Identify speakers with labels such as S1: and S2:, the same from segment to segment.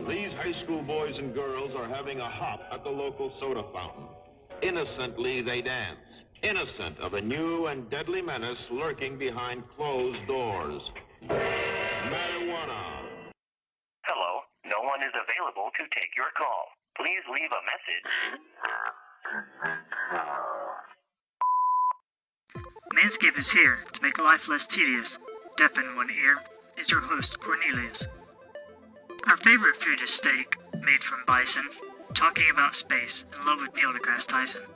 S1: These high school boys and girls are having a hop at the local soda fountain. Innocently, they dance. Innocent of a new and deadly menace lurking behind closed doors. Marijuana.
S2: Hello, no one is available to take your call. Please leave a message.
S3: Manscaped is here to make life less tedious. Deaf in one ear is your host, Cornelius. Our favorite food is steak, made from bison, talking about space, in love with Neil deGrasse Tyson.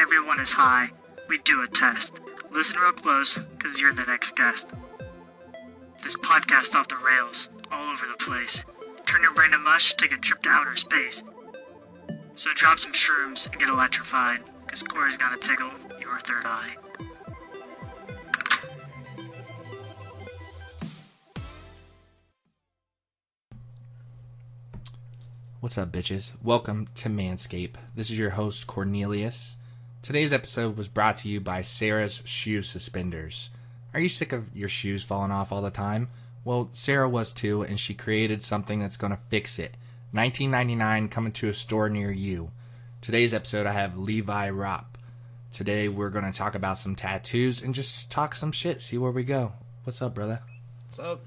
S3: Everyone is high. We do a test. Listen real close, because you're the next guest. This podcast off the rails, all over the place. Turn your brain to mush, take a trip to outer space. So drop some shrooms and get electrified, because Corey's gonna tickle your third eye.
S4: What's up, bitches? Welcome to Manscape. This is your host, Cornelius. Today's episode was brought to you by Sarah's Shoe Suspenders. Are you sick of your shoes falling off all the time? Well, Sarah was too, and she created something that's going to fix it. 1999 coming to a store near you. Today's episode, I have Levi Ropp. Today, we're going to talk about some tattoos and just talk some shit, see where we go. What's up, brother?
S5: What's up?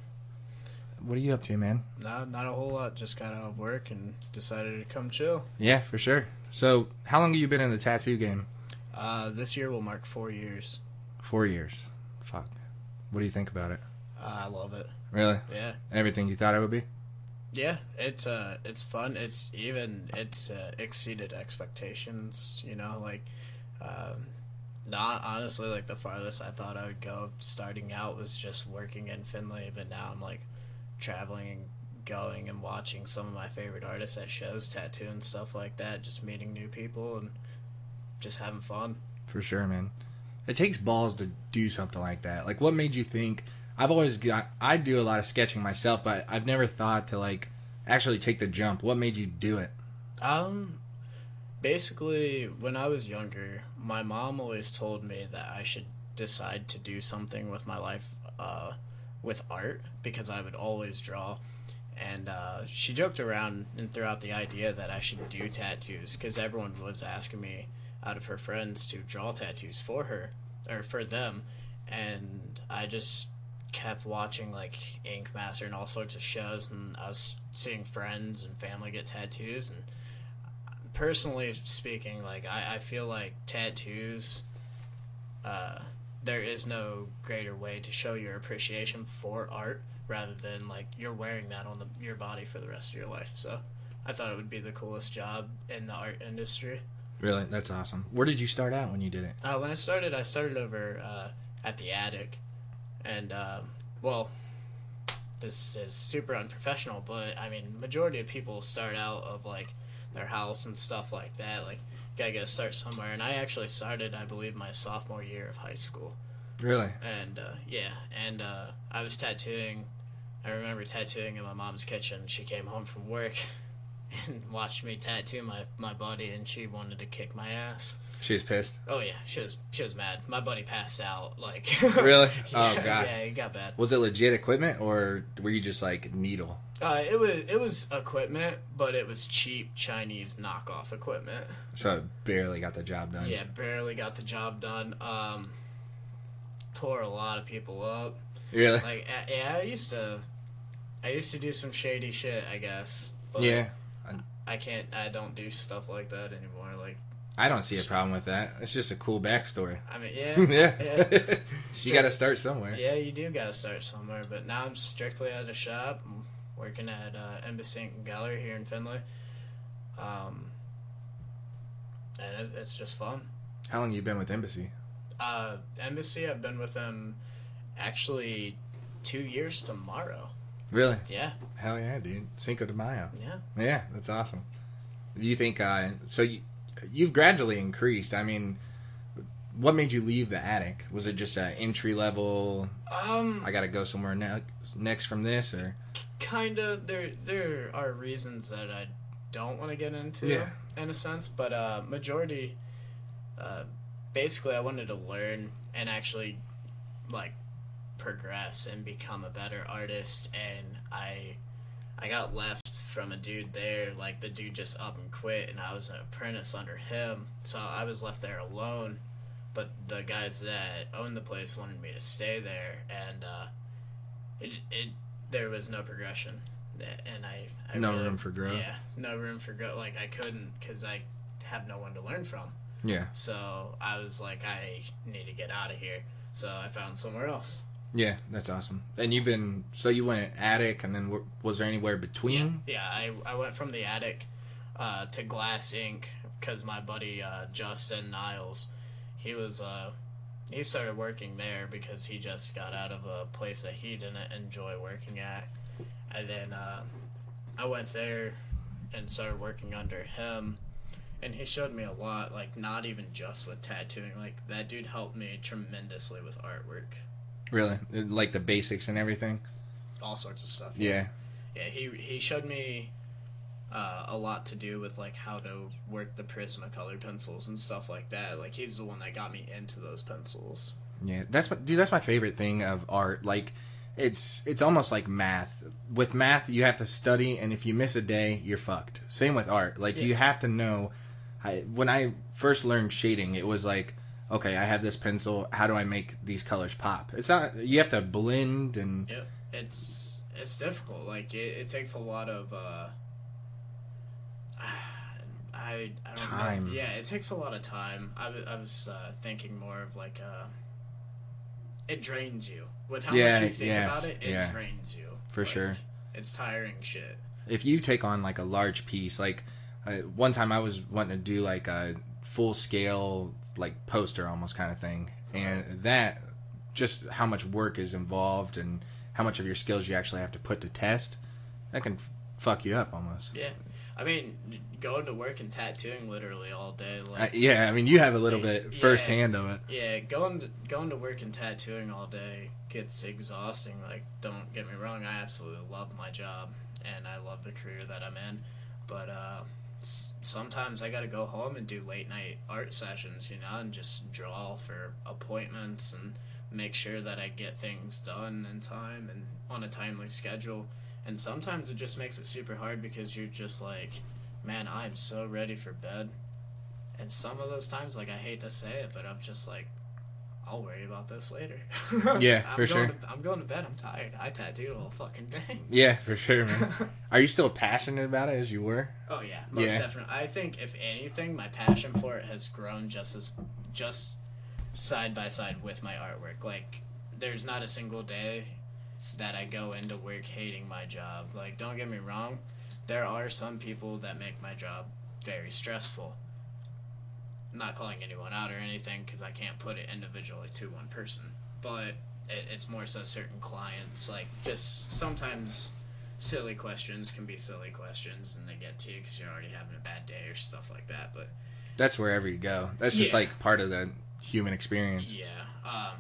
S4: What are you up to, man?
S5: Not not a whole lot. Just got out of work and decided to come chill.
S4: Yeah, for sure. So, how long have you been in the tattoo game?
S5: Uh, this year will mark four years.
S4: Four years. Fuck. What do you think about it?
S5: Uh, I love it.
S4: Really?
S5: Yeah,
S4: Everything you thought it would be?
S5: yeah. It's uh, it's fun. It's even it's uh, exceeded expectations. You know, like, um, not honestly like the farthest I thought I would go starting out was just working in Finley, but now I'm like traveling and going and watching some of my favorite artists at shows, tattoo and stuff like that. Just meeting new people and just having fun.
S4: For sure, man. It takes balls to do something like that. Like, what made you think? I've always got. I do a lot of sketching myself, but I've never thought to like actually take the jump. What made you do it?
S5: Um, basically, when I was younger, my mom always told me that I should decide to do something with my life, uh, with art because I would always draw. And uh, she joked around and threw out the idea that I should do tattoos because everyone was asking me out of her friends to draw tattoos for her or for them. And I just kept watching like Ink Master and all sorts of shows, and I was seeing friends and family get tattoos. And personally speaking, like I, I feel like tattoos, uh, there is no greater way to show your appreciation for art rather than like you're wearing that on the, your body for the rest of your life. So I thought it would be the coolest job in the art industry.
S4: Really, that's awesome. Where did you start out when you did it?
S5: Uh, when I started, I started over uh, at the attic, and um, well, this is super unprofessional, but I mean, majority of people start out of like their house and stuff like that. Like, you gotta gotta start somewhere. And I actually started, I believe, my sophomore year of high school,
S4: Really?
S5: and uh, yeah, and uh, I was tattooing. I remember tattooing in my mom's kitchen. She came home from work. And watched me tattoo my, my body, and she wanted to kick my ass.
S4: She was pissed.
S5: Oh yeah, she was she was mad. My buddy passed out. Like
S4: Really?
S5: Yeah,
S4: Oh, God.
S5: yeah, it got bad.
S4: Was it legit equipment, or were you just like needle?
S5: Uh, it was it was equipment, but it was cheap Chinese knockoff equipment.
S4: So it barely got the job done.
S5: Yeah, barely got the job done. Um, tore a lot of people up.
S4: Really?
S5: Like I, yeah, I used to, I used to do some shady shit, I guess. But
S4: yeah.
S5: I can't. I don't do stuff like that anymore. Like
S4: I don't see a problem with that. It's just a cool backstory.
S5: I mean, yeah,
S4: yeah.
S5: yeah.
S4: you got to start somewhere.
S5: Yeah, you do gotta start somewhere. But now I'm strictly out of shop, I'm working at uh, Embassy Ink and Gallery here in Findlay, um, and it, it's just fun.
S4: How long you been with Embassy?
S5: Uh, Embassy, I've been with them actually two years tomorrow.
S4: Really?
S5: Yeah,
S4: Hell yeah, dude. Cinco de Mayo.
S5: yeah.
S4: Yeah, that's awesome. Do you think uh, so? You, you've gradually increased. I mean, what made you leave the attic? Was it just an entry level?
S5: Um,
S4: I got to go somewhere ne- next from this, or
S5: kind of there there are reasons that I don't want to get into
S4: Yeah.
S5: in a sense, but uh majority uh basically I wanted to learn and actually like progress and become a better artist and I I got left from a dude there. Like the dude just up and quit, and I was an apprentice under him, so I was left there alone. But the guys that owned the place wanted me to stay there, and uh, it it there was no progression, and I, I
S4: No room for growth.
S5: Yeah, no room for growth. Like I couldn't because I have no one to learn from.
S4: Yeah.
S5: So I was like, I need to get out of here. So I found somewhere else.
S4: Yeah, that's awesome. And you've been so you went attic, and then w- was there anywhere between?
S5: Yeah, I, I went from the attic uh, to Glass Ink because my buddy uh, Justin Niles, he was uh, he started working there because he just got out of a place that he didn't enjoy working at, and then uh, I went there and started working under him. And he showed me a lot, like not even just with tattooing. Like that dude helped me tremendously with artwork,
S4: Really, like the basics and everything.
S5: all sorts of stuff.
S4: Yeah,
S5: Yeah, he he showed me uh, a lot to do with like how to work the Prismacolor pencils and stuff like that. Like he's the one that got me into those pencils.
S4: yeah. That's my dude. That's my favorite thing of art. Like, it's it's almost like math. With math, you have to study, and if you miss a day, you're fucked. Same with art. Like, you
S5: Yeah.
S4: have to know. I, when I first learned shading, it was like, okay, I have this pencil. How do I make these colors pop? It's not. You have to blend and
S5: Yep, it's it's difficult. Like it, it takes a lot of uh, I I don't
S4: Time.
S5: Know. Yeah, it takes a lot of time. I wa- I was uh, thinking more of like uh, it drains you with how
S4: Yeah,
S5: much you think
S4: yes,
S5: about it. It
S4: yeah.
S5: drains you
S4: For
S5: Like,
S4: sure.
S5: It's tiring shit.
S4: if you take on like a large piece like uh, one time i was wanting to do like a full scale like poster almost kind of thing and that just how much work is involved and how much of your skills you actually have to put to test that can f- fuck you up almost
S5: Yeah, I mean, going to work and tattooing literally all day.
S4: I,
S5: Like,
S4: Uh, yeah i mean you have a little bit
S5: Yeah.
S4: first hand of it
S5: yeah, going to, going to work and tattooing all day gets exhausting. Like, don't get me wrong, I absolutely love my job and I love the career that I'm in, but uh, s- sometimes I got to go home and do late night art sessions, you know, and just draw for appointments and make sure that I get things done in time and on a timely schedule. And sometimes it just makes it super hard because you're just like, man, I'm so ready for bed. And some of those times, like I hate to say it, but I'm just like, I'll worry about this later.
S4: Yeah,
S5: I'm
S4: for
S5: going
S4: sure.
S5: To, I'm going to bed. I'm tired. I tattooed all fucking day.
S4: yeah for sure man are you still passionate about it as you were
S5: Oh yeah, most
S4: Yeah.
S5: definitely. I think if anything, my passion for it has grown just as just side by side with my artwork. Like there's not a single day that I go into work hating my job. Like don't get me wrong, there are some people that make my job very stressful. I'm not calling anyone out or anything because I can't put it individually to one person, but it, it's more so certain clients. Like just sometimes silly questions can be silly questions and they get to you because you're already having a bad day or stuff like that but
S4: that's wherever you go that's just
S5: Yeah.
S4: like part of the human experience
S5: yeah um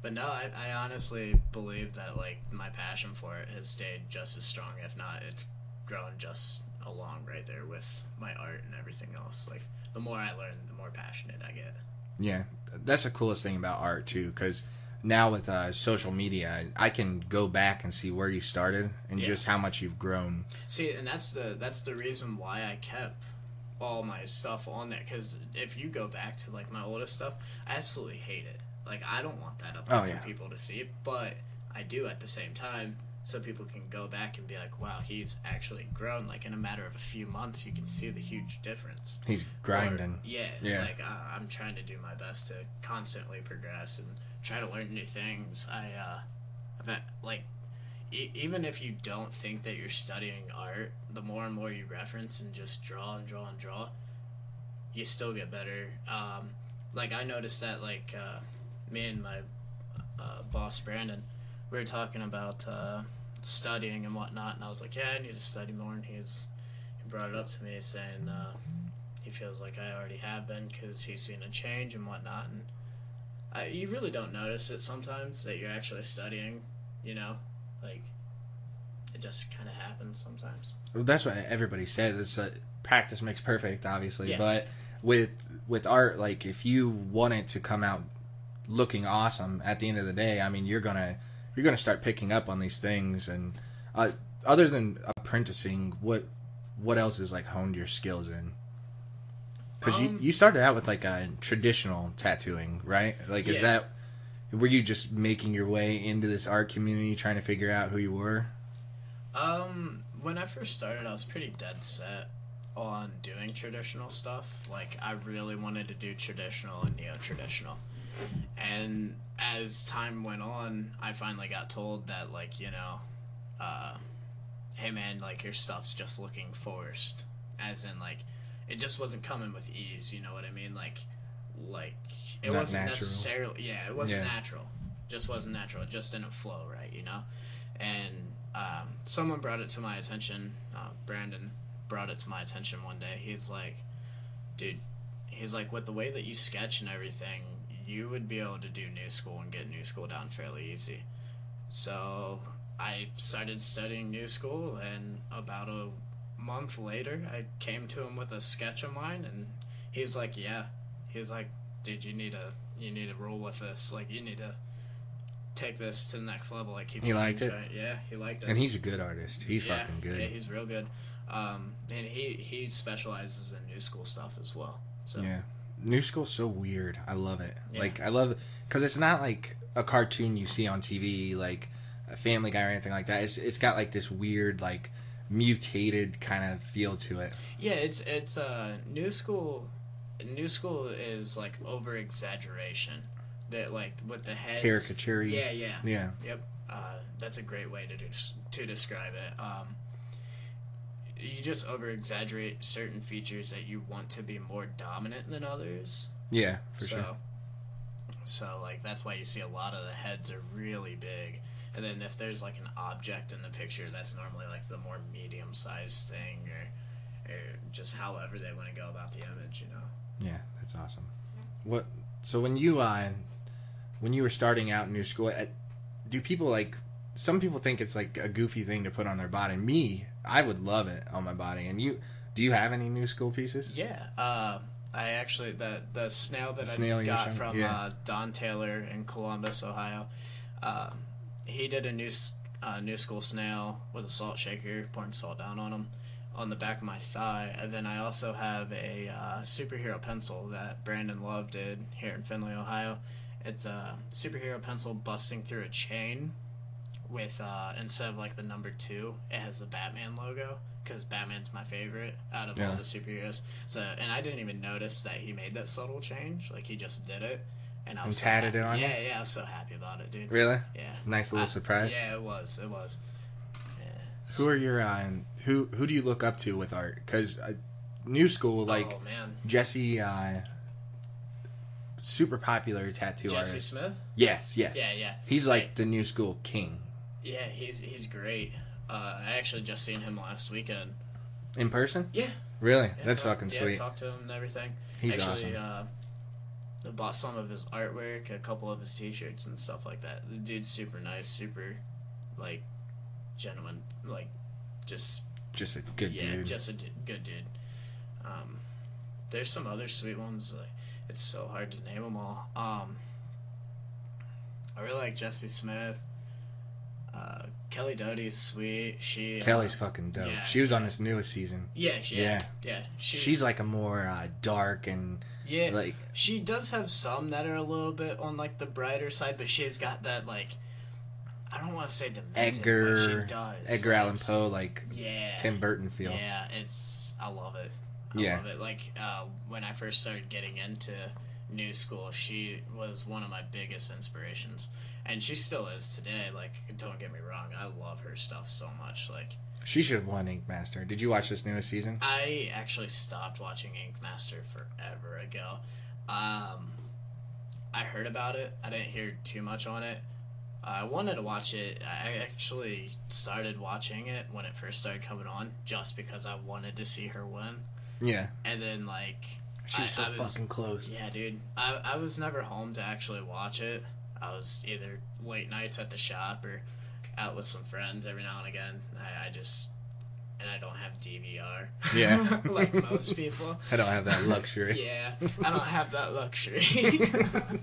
S5: but no I, I honestly believe that like my passion for it has stayed just as strong if not it's grown just along right there with my art and everything else like the more i learn the more passionate i get
S4: Yeah, that's the coolest thing about art too, because now with uh, social media, I can go back and see where you started and
S5: Yeah.
S4: just how much you've grown.
S5: See, and that's the that's the reason why I kept all my stuff on there. Because if you go back to like my oldest stuff, I absolutely hate it. Like I don't want that up there
S4: Oh,
S5: for
S4: yeah.
S5: people to see, but I do at the same time, so people can go back and be like, "Wow, he's actually grown." Like in a matter of a few months, you can see the huge difference.
S4: He's grinding.
S5: Or- yeah,
S4: Yeah.
S5: Like I, I'm trying to do my best to constantly progress and try to learn new things. I, uh, I've had, like, e- even if you don't think that you're studying art, the more and more you reference and just draw and draw and draw, you still get better. Um, like I noticed that, like, uh, me and my uh, boss Brandon, we were talking about uh, studying and whatnot, and I was like, yeah, I need to study more, and he's he brought it up to me saying. Uh, he feels like I already have been because he's seen a change and whatnot. And I, you really don't notice it sometimes that you're actually studying, you know? Like, it just kind of happens sometimes.
S4: Well, that's what everybody says. It's uh, practice makes perfect, obviously.
S5: Yeah.
S4: But with with art, like if you want it to come out looking awesome at the end of the day, I mean, you're gonna you're gonna start picking up on these things, and uh, other than apprenticing, what what else is like honed your skills in? Because
S5: Um,
S4: you you started out with like a traditional tattooing, right? Like, is
S5: Yeah.
S4: that were you just making your way into this art community, trying to figure out who you were?
S5: Um, when I first started, I was pretty dead set on doing traditional stuff. Like, I really wanted to do traditional and neo traditional. And as time went on, I finally got told that, like, you know, uh, hey man, like, your stuff's just looking forced. As in, like, it just wasn't coming with ease, you know what I mean? Like, like, it
S4: Not
S5: wasn't
S4: natural.
S5: necessarily, yeah, it wasn't
S4: Yeah.
S5: natural. Just wasn't natural. It just didn't flow right, you know? and um, someone brought it to my attention. Uh, Brandon brought it to my attention one day. He's like, dude, he's like, with the way that you sketch and everything, you would be able to do new school and get new school down fairly easy. So I started studying new school, and about a month later, I came to him with a sketch of mine, and he was like, yeah. He was like, dude, you need to you need to roll with this. Like, you need to take this to the next level. Like, keep
S4: He
S5: trying,
S4: liked it?
S5: try- Yeah, he liked it
S4: And he's a good artist. He's fucking good.
S5: yeah, he's real good. Um, and he he specializes in new school stuff as well. So
S4: Yeah. New school's so weird. I love it.
S5: Yeah.
S4: Like I love because it's not like a cartoon you see on TV, like a Family Guy or anything like that. It's it's got like this weird, like mutated kind of feel to it.
S5: Yeah, it's it's uh new school. New school is like over exaggeration. That like with the heads
S4: Caricature.
S5: Yeah, yeah,
S4: Yeah.
S5: Yep, uh, that's a great way to des- to describe it. Um, you just over exaggerate certain features that you want to be more dominant than others.
S4: Yeah. For
S5: so,
S4: sure.
S5: so like that's why you see a lot of the heads are really big, and then if there's like an object in the picture, that's normally like the more medium sized thing, or, or just however they want to go about the image, you know.
S4: Yeah, that's awesome. What? So when you uh, when you were starting out in your school, uh, do people like? Some people think it's like a goofy thing to put on their body. Me, I would love it on my body. And you, do you have any new school pieces?
S5: Yeah. Uh, I actually the the snail that
S4: Snail
S5: I
S4: you're
S5: got
S4: showing-
S5: from
S4: yeah.
S5: uh, Don Taylor in Columbus, Ohio. Um, he did a new s- uh, new school snail with a salt shaker, pouring salt down on him on the back of my thigh, and then I also have a uh, superhero pencil that Brandon Love did here in Findlay, Ohio. It's a superhero pencil busting through a chain with uh instead of like the number two, it has the Batman logo because Batman's my favorite out of all
S4: Yeah.
S5: the superheroes. So, and I didn't even notice that he made that subtle change. Like he just did it, and I was so
S4: tatted
S5: happy.
S4: it on you?
S5: Yeah, yeah, I was so happy about it, dude.
S4: Really?
S5: Yeah.
S4: Nice little
S5: I-
S4: surprise.
S5: Yeah, it was. It was.
S4: Who are your uh, who who do you look up to with art? Because uh, new school like
S5: oh man,
S4: Jesse, uh, super popular tattoo
S5: Jesse
S4: artist.
S5: Smith.
S4: Yes, yes.
S5: Yeah, yeah.
S4: He's like the new school king
S5: Yeah, he's he's great. Uh, I actually just seen him last weekend.
S4: in person.
S5: Yeah,
S4: Really?
S5: Yeah,
S4: That's
S5: talk-
S4: fucking
S5: yeah,
S4: sweet.
S5: Talk to him and everything.
S4: He's
S5: Actually, uh, I bought some of his artwork, a couple of his T-shirts and stuff like that. The dude's super nice, super like gentleman, like just
S4: Just a good
S5: yeah,
S4: dude.
S5: just a d- good dude. Um, there's some other sweet ones. Like, it's so hard to name them all. Um, I really like Jesse Smith. Uh, Kelly Doty's sweet. She uh,
S4: Kelly's fucking dope.
S5: yeah,
S4: she was on this newest season.
S5: Yeah, she, yeah,
S4: Yeah.
S5: yeah. She's,
S4: She's like a more uh, dark and
S5: yeah.
S4: like
S5: She does have some that are a little bit on like the brighter side, but she's got that like I don't want to say demented, but
S4: Edgar
S5: she does.
S4: Edgar Allan Poe, like
S5: Yeah.
S4: Tim Burton feel.
S5: Yeah, it's I love it. I
S4: Yeah.
S5: love it. Like uh, when I first started getting into new school, she was one of my biggest inspirations, and she still is today. Like, don't get me wrong, I love her stuff so much. Like,
S4: She should have won Ink Master. Did you watch this newest season?
S5: I actually stopped watching Ink Master forever ago. Um, I heard about it. I didn't hear too much on it. I wanted to watch it. I actually started watching it when it first started coming on, just because I wanted to see her win.
S4: Yeah.
S5: And then like,
S4: She was
S5: I,
S4: so
S5: I was
S4: fucking close.
S5: yeah, dude. I I was never home to actually watch it. I was either late nights at the shop or out with some friends every now and again. I, I just and I don't have DVR.
S4: Yeah.
S5: like most people.
S4: I don't have that luxury.
S5: Yeah, I don't have that luxury.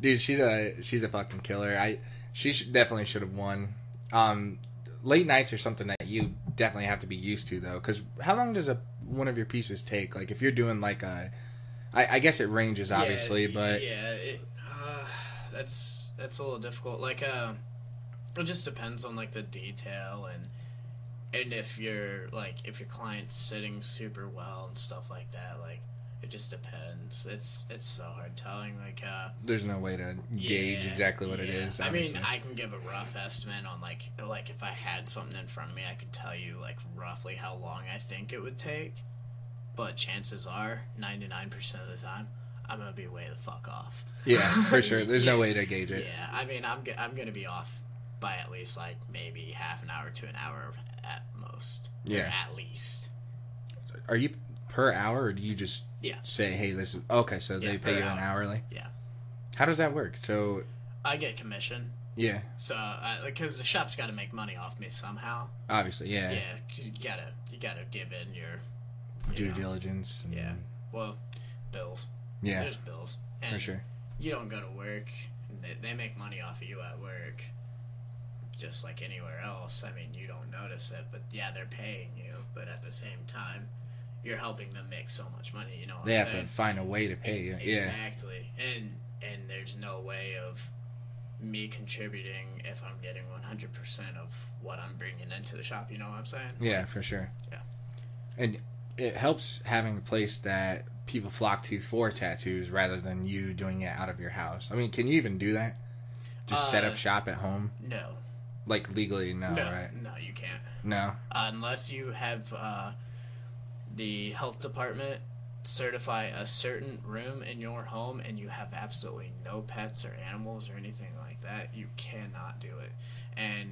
S4: Dude, she's a she's a fucking killer. I she should, definitely should have won. Um late nights are something that you definitely have to be used to though because how long does a one of your pieces take like if you're doing like a i, I guess it ranges obviously
S5: yeah,
S4: but
S5: yeah, it, uh, that's that's a little difficult. Like, uh, it just depends on like the detail and and if you're like if your client's sitting super well and stuff like that. Like, it just depends. It's it's so hard telling. Like, uh,
S4: there's no way to gauge
S5: yeah,
S4: exactly what it
S5: yeah.
S4: is
S5: I mean,
S4: obviously.
S5: I can give a rough estimate on like like if I had something in front of me, I could tell you like roughly how long I think it would take. But chances are, ninety nine percent of the time, I'm gonna be way the fuck off.
S4: yeah for sure there's no
S5: Yeah.
S4: way to gauge it
S5: Yeah, I mean, I'm g- I'm gonna be off by at least like maybe half an hour to an hour at most. Or
S4: Yeah.
S5: at least.
S4: are you per hour or do you just
S5: Yeah.
S4: say hey this is okay so
S5: Yeah,
S4: they pay
S5: per
S4: you an
S5: hour.
S4: hourly
S5: Yeah,
S4: how does that work so
S5: I get commission,
S4: yeah
S5: so because the shop's got to make money off me somehow.
S4: obviously yeah,
S5: Yeah, 'cause you gotta you gotta give in your you
S4: due
S5: know,
S4: diligence and-
S5: Yeah. Well, bills.
S4: yeah
S5: There's bills. And
S4: for sure
S5: You don't go to work. They, they make money off of you at work, just like anywhere else. I mean, you don't notice it, but yeah, they're paying you. But at the same time, you're helping them make so much money. You know what
S4: they
S5: I'm
S4: have
S5: saying?
S4: to find a way to pay you yeah
S5: Exactly. And and there's no way of me contributing if I'm getting 100% of what I'm bringing into the shop. You know what I'm saying?
S4: Yeah, for sure.
S5: Yeah.
S4: And it helps having a place that people flock to for tattoos rather than you doing it out of your house. I mean, can you even do that? Just set up
S5: Uh,
S4: shop at home?
S5: No.
S4: Like legally, no,
S5: no.
S4: right?
S5: No, you can't.
S4: No.
S5: unless you have uh, the health department certify a certain room in your home and you have absolutely no pets or animals or anything like that you cannot do it and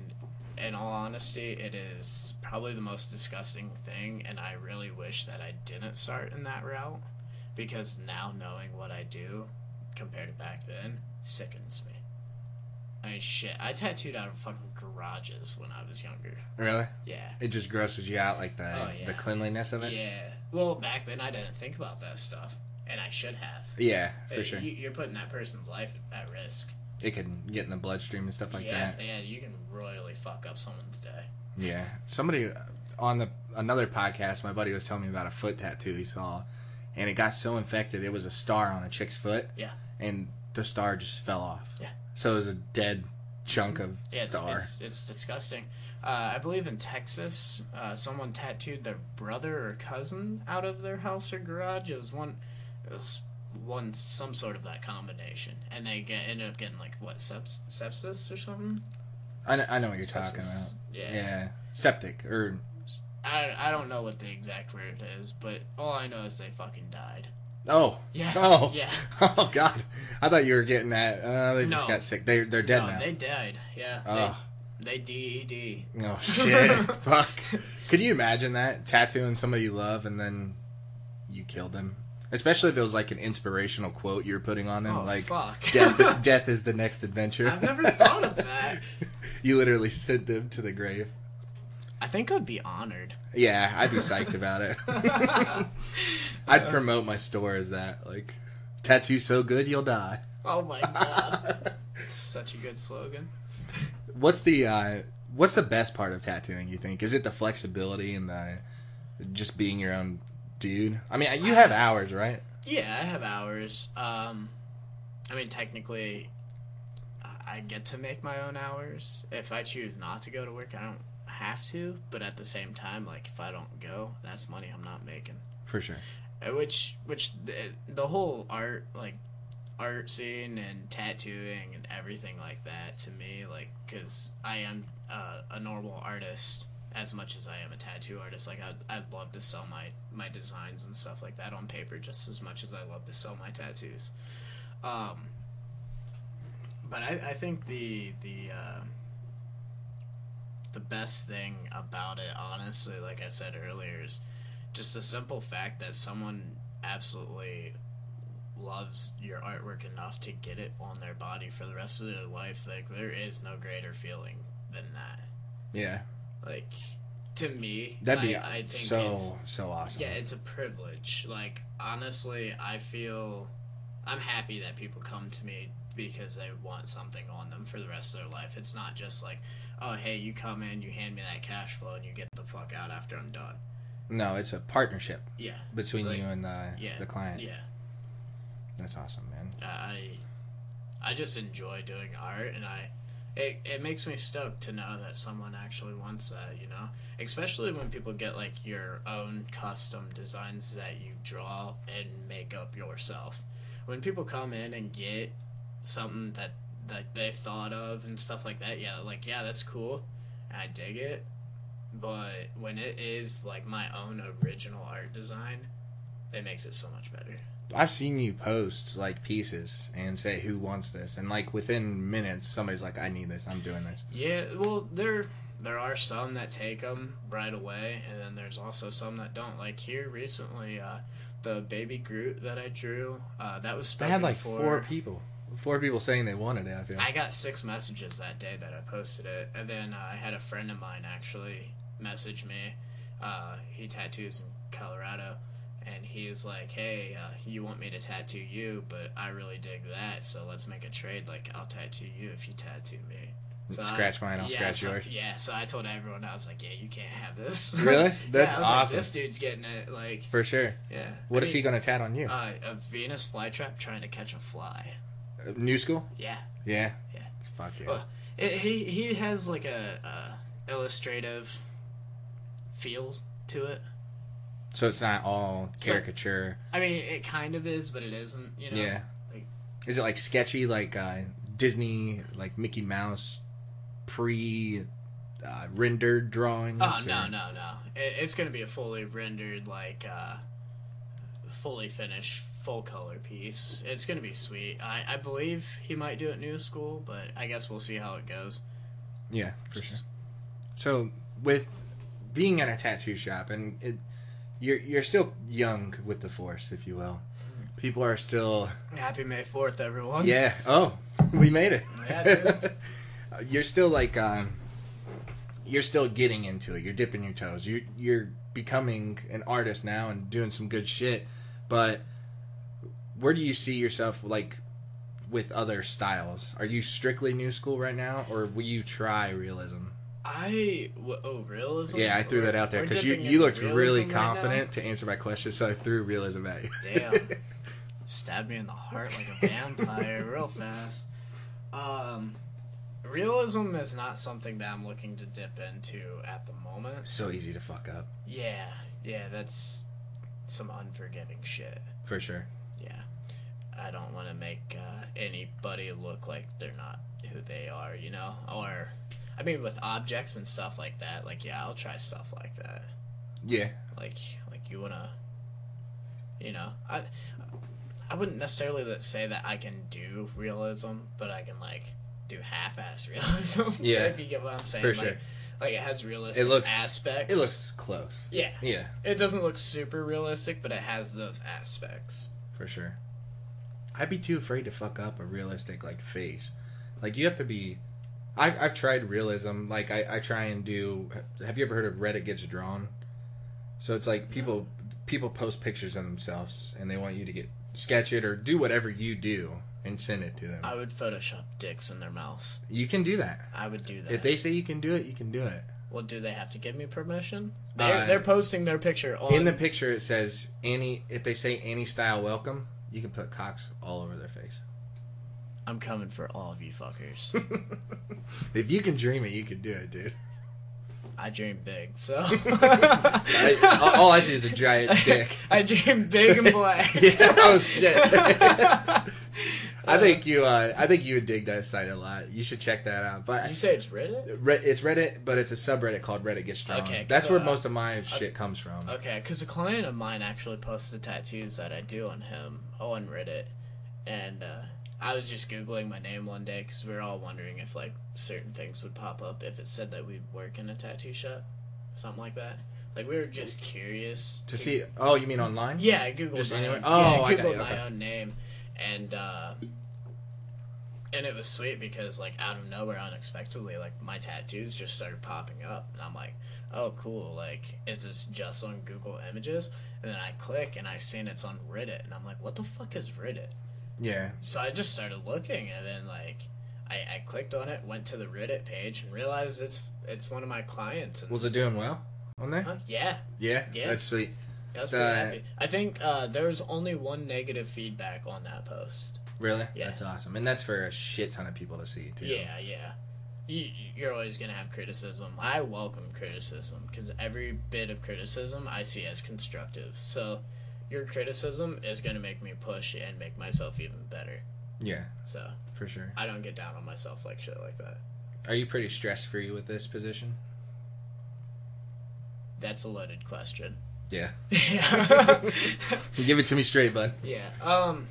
S5: in all honesty it is probably the most disgusting thing and i really wish that i didn't start in that route because now knowing what i do compared to back then sickens me i mean shit i tattooed out of fucking garages when i was younger
S4: Really?
S5: yeah
S4: It just grosses you out, like the
S5: Oh, yeah.
S4: the cleanliness of it.
S5: Yeah. Well, back then I didn't think about that stuff, and I should have.
S4: Yeah, for
S5: Uh,
S4: sure.
S5: You, you're putting that person's life at risk.
S4: It can get in the bloodstream and stuff like
S5: yeah,
S4: that.
S5: yeah, you can royally fuck up someone's day.
S4: Yeah. Somebody on the another podcast, my buddy was telling me about a foot tattoo he saw, and it got so infected, it was a star on a chick's foot.
S5: Yeah.
S4: and the star just fell off.
S5: Yeah.
S4: So it was a dead chunk of
S5: Yeah, it's,
S4: star.
S5: it's it's disgusting. Uh, I believe in Texas, uh, someone tattooed their brother or cousin out of their house or garage. It was one, it was one some sort of that combination, and they get, ended up getting like what seps, sepsis or something.
S4: I, know, I know what you're talking about.
S5: Sepsis.
S4: Yeah.
S5: Yeah.
S4: Septic or
S5: I, I don't know what the exact word is, but all I know is they fucking died.
S4: oh
S5: Yeah.
S4: oh
S5: Yeah.
S4: oh god! I thought you were getting that. Uh, they just
S5: No.
S4: got sick. They they're dead
S5: No,
S4: now.
S5: Oh,
S4: Ah.
S5: they died. Yeah.
S4: Ugh.
S5: They, E they DED.
S4: Oh shit! Fuck. Could you imagine that tattooing somebody you love and then you killed them? Especially if it was like an inspirational quote you were putting on them,
S5: Oh,
S4: like
S5: fuck.
S4: "death, death is the next adventure."
S5: I've never thought of that.
S4: you literally sent them to the grave.
S5: I think I'd be honored.
S4: Yeah, I'd be psyched about it. I'd promote my store as that. Like, tattoo so good you'll die.
S5: Oh my god. It's such a good slogan.
S4: What's the uh, what's the best part of tattooing? You think is it the flexibility and the just being your own dude? I mean, you have hours, right?
S5: Yeah, I have hours. Um, I mean, technically, I- I get to make my own hours. If I choose not to go to work, I don't have to. But at the same time, like, if I don't go, that's money I'm not making.
S4: For sure.
S5: Uh, which which the, the whole art like art scene and tattooing and everything like that to me like because i am uh, a normal artist as much as i am a tattoo artist like I'd, I'd love to sell my my designs and stuff like that on paper just as much as i love to sell my tattoos um but i, I think the the uh the best thing about it honestly like i said earlier is just the simple fact that someone absolutely loves your artwork enough to get it on their body for the rest of their life like there is no greater feeling than that
S4: Yeah,
S5: like to me
S4: that'd be
S5: I, I think
S4: so
S5: it's,
S4: so awesome.
S5: yeah it's a privilege like honestly i feel i'm happy that people come to me because they want something on them for the rest of their life it's not just like oh hey, you come in, you hand me that cash flow, and you get the fuck out after I'm done.
S4: No, it's a partnership
S5: Yeah.
S4: between
S5: Like,
S4: you and the
S5: yeah.
S4: the client.
S5: Yeah.
S4: That's awesome, man.
S5: I I just enjoy doing art and I it, it makes me stoked to know that someone actually wants that, you know? Especially when people get like your own custom designs that you draw and make up yourself. When people come in and get something that that they thought of and stuff like that, yeah, like yeah, that's cool. And I dig it. But when it is like my own original art design, it makes it so much better.
S4: I've seen you post like pieces and say who wants this, and like within minutes, somebody's like, "I need this. I'm doing this."
S5: Yeah, well, there there are some that take them right away, and then there's also some that don't. Like here recently, uh, the baby Groot that I drew, uh, that was
S4: They
S5: spoken
S4: had like
S5: for.
S4: four people, four people saying they wanted it. I feel.
S5: I got six messages that day that I posted it, and then uh, I had a friend of mine actually message me. Uh, he tattoos in Colorado, and he was like, "Hey, uh, you want me to tattoo you, but I really dig that, so let's make a trade. Like, I'll tattoo you if you tattoo me." So
S4: Scratch mine, I'll
S5: yeah,
S4: scratch
S5: so-
S4: yours.
S5: Yeah, so I told everyone I was like, "Yeah, you can't have this."
S4: Really? That's
S5: yeah, I was like,
S4: awesome.
S5: this dude's getting it. Like,
S4: For sure.
S5: yeah.
S4: What
S5: I
S4: is he
S5: mean,
S4: gonna tat on you?
S5: Uh, a Venus flytrap trying to catch a fly.
S4: New school?
S5: Yeah.
S4: Yeah.
S5: Yeah.
S4: Fuck yeah.
S5: uh, Well, it, he he has like a, a illustrative feel to it.
S4: so it's not all
S5: So-
S4: caricature.
S5: I mean, it kind of is, but it isn't. You know.
S4: Yeah.
S5: Like,
S4: Is it like sketchy, like uh, Disney, like Mickey Mouse, pre uh, rendered drawings?
S5: oh no
S4: or-
S5: no no! It, it's gonna be a fully rendered, like, uh, fully finished, full color piece. It's gonna be sweet. I I believe he might do it new school, but I guess we'll see how it goes.
S4: Yeah, for sure. So with being at a tattoo shop, and it, you're you're still young with the force, if you will. People are still
S5: Happy May Fourth, everyone.
S4: yeah. Oh, we made it. Uh,
S5: Yeah, dude.
S4: you're still like um, you're still getting into it. You're dipping your toes. You're you're becoming an artist now and doing some good shit. But where do you see yourself like with other styles? Are you strictly new school right now, or will you try realism?
S5: I w- oh realism.
S4: Yeah, I threw
S5: We're-
S4: that out there
S5: we're
S4: because you,
S5: dipping
S4: you
S5: into
S4: looked really
S5: realism right now?
S4: confident to answer my question, so I threw realism at you.
S5: Damn. Stabbed me in the heart like a vampire real fast. Um realism is not something that I'm looking to dip into at the moment.
S4: so easy to fuck up,
S5: Yeah. Yeah, that's some unforgiving shit.
S4: for sure.
S5: Yeah. I don't want to make uh, anybody look like they're not who they are, you know? Or I mean with objects and stuff like that, like yeah, I'll try stuff like that.
S4: Yeah,
S5: like like you wanna you know i i wouldn't necessarily that- say that i can do realism but i can like do half-ass realism
S4: Yeah.
S5: if you get what i'm saying
S4: For
S5: like,
S4: sure.
S5: like it has realistic
S4: It looks-
S5: aspects
S4: it looks close.
S5: yeah.
S4: Yeah,
S5: it doesn't look super realistic but it has those aspects
S4: for sure. I'd be too afraid to fuck up a realistic like face. Like you have to be. I've I've tried realism. Like I I try and do. Have you ever heard of Reddit gets drawn? So it's like people people post pictures of themselves and they want you to get sketch it or do whatever you do and send it to them.
S5: i would photoshop dicks in their mouths
S4: you can do that.
S5: i would do that
S4: If they say you can do it, you can do it.
S5: well do they have to give me permission they're,
S4: Uh,
S5: they're posting their picture on
S4: In the picture, it says any. If they say any style welcome, you can put cocks all over their face.
S5: i'm coming for all of you fuckers
S4: If you can dream it, you can do it, dude.
S5: i dream big so
S4: I, all- all I see is a giant dick.
S5: I dream big and black.
S4: Yeah, oh shit! I think you. Uh, I think you would dig that site a lot. You should check that out. But
S5: You say it's Reddit?
S4: Re- it's Reddit, but it's a subreddit called Reddit Gets Drawn.
S5: Okay,
S4: that's
S5: so,
S4: where
S5: uh,
S4: most of my shit comes from.
S5: Okay, because a client of mine actually posted tattoos that I do on him on Reddit, and uh, I was just googling my name one day because we were all wondering if like certain things would pop up if it said that we work in a tattoo shop, something like that. Like we were just curious
S4: to see. Oh, you mean online?
S5: Yeah, I googled
S4: Just
S5: my
S4: anywhere-
S5: own,
S4: Oh,
S5: yeah, I
S4: I got
S5: googled
S4: you,
S5: my
S4: okay.
S5: own name, and uh, and it was sweet because like out of nowhere, unexpectedly, like my tattoos just started popping up, and I'm like, oh cool, like is this just on Google Images? And then I click and I seen it's on Reddit, and I'm like, what the fuck is Reddit?
S4: Yeah.
S5: So I just started looking, and then like I, I clicked on it, went to the Reddit page, and realized it's it's one of my clients. And,
S4: Was it doing well on there?
S5: Huh? yeah,
S4: Yeah,
S5: Yeah.
S4: that's sweet.
S5: I was pretty
S4: Uh,
S5: happy. I think uh, there was only one negative feedback on that post.
S4: Really?
S5: Yeah.
S4: That's awesome. And that's for a shit ton of people to see, too.
S5: Yeah, yeah. You, you're always gonna have criticism. I welcome criticism because every bit of criticism I see as constructive. So, your criticism is gonna make me push and make myself even better.
S4: Yeah,
S5: So
S4: for sure.
S5: I don't get down on myself like shit like that.
S4: Are you pretty stress free with this position?
S5: That's a loaded question.
S4: Yeah.
S5: yeah.
S4: Give it to me straight, bud.
S5: yeah. Um.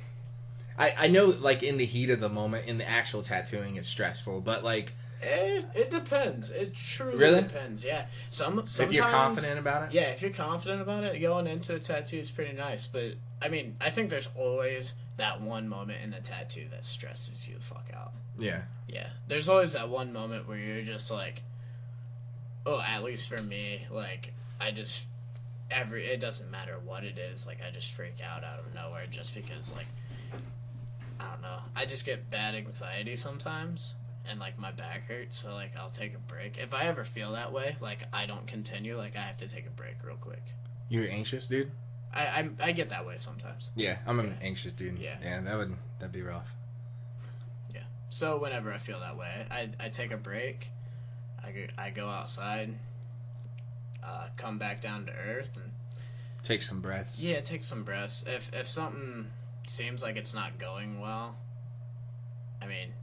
S4: I, I know, like, in the heat of the moment, in the actual tattooing, it's stressful, but, like,
S5: It, it depends. It truly
S4: Really?
S5: depends. Yeah. Some sometimes
S4: if you're confident about it,
S5: Yeah, if you're confident about it, going into a tattoo is pretty nice. But I mean, I think there's always that one moment in the tattoo that stresses you the fuck out.
S4: yeah.
S5: Yeah, there's always that one moment where you're just like, oh, at least for me, like I just every it doesn't matter what it is, like I just freak out out of nowhere just because like I don't know, I just get bad anxiety sometimes. And like my back hurts, so like I'll take a break. If I ever feel that way, like I don't continue, like I have to take a break real quick.
S4: You're anxious, dude?
S5: I I'm, I get that way sometimes.
S4: Yeah, I'm an anxious dude.
S5: Yeah.
S4: Yeah, that would, that'd be rough.
S5: Yeah. So whenever I feel that way, I, I take a break. I go, I go outside. Uh, come back down to earth and
S4: Take some breaths.
S5: yeah, take some breaths. If if something seems like it's not going well, I mean,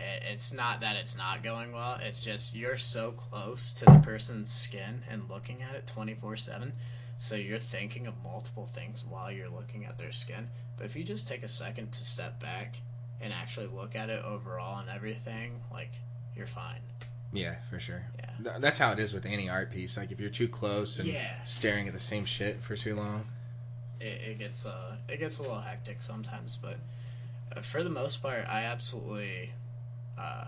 S5: it, it's not that it's not going well. It's just you're so close to the person's skin and looking at it twenty four seven, so you're thinking of multiple things while you're looking at their skin. But if you just take a second to step back and actually look at it overall and everything, like you're fine.
S4: Yeah, for sure.
S5: Yeah.
S4: Th- That's how it is with any art piece. Like, if you're too close and
S5: Yeah.
S4: staring at the same shit for too long,
S5: it, it gets uh it gets a little hectic sometimes but uh, for the most part i absolutely uh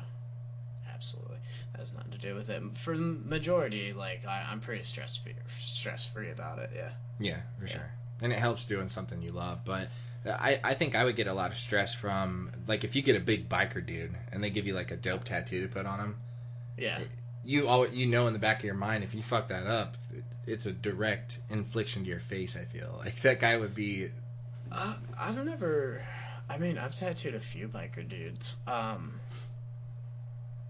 S5: absolutely that has nothing to do with it for the majority like I, i'm pretty stress free stress free about it yeah
S4: Yeah, for sure. And it helps doing something you love. But I, I think I would get a lot of stress from, like, if you get a big biker dude and they give you, like, a dope tattoo to put on him,
S5: yeah
S4: you always, you know in the back of your mind, if you fuck that up, it, it's a direct infliction to your face, I feel. Like, that guy would be,
S5: uh, i've never i mean i've tattooed a few biker dudes um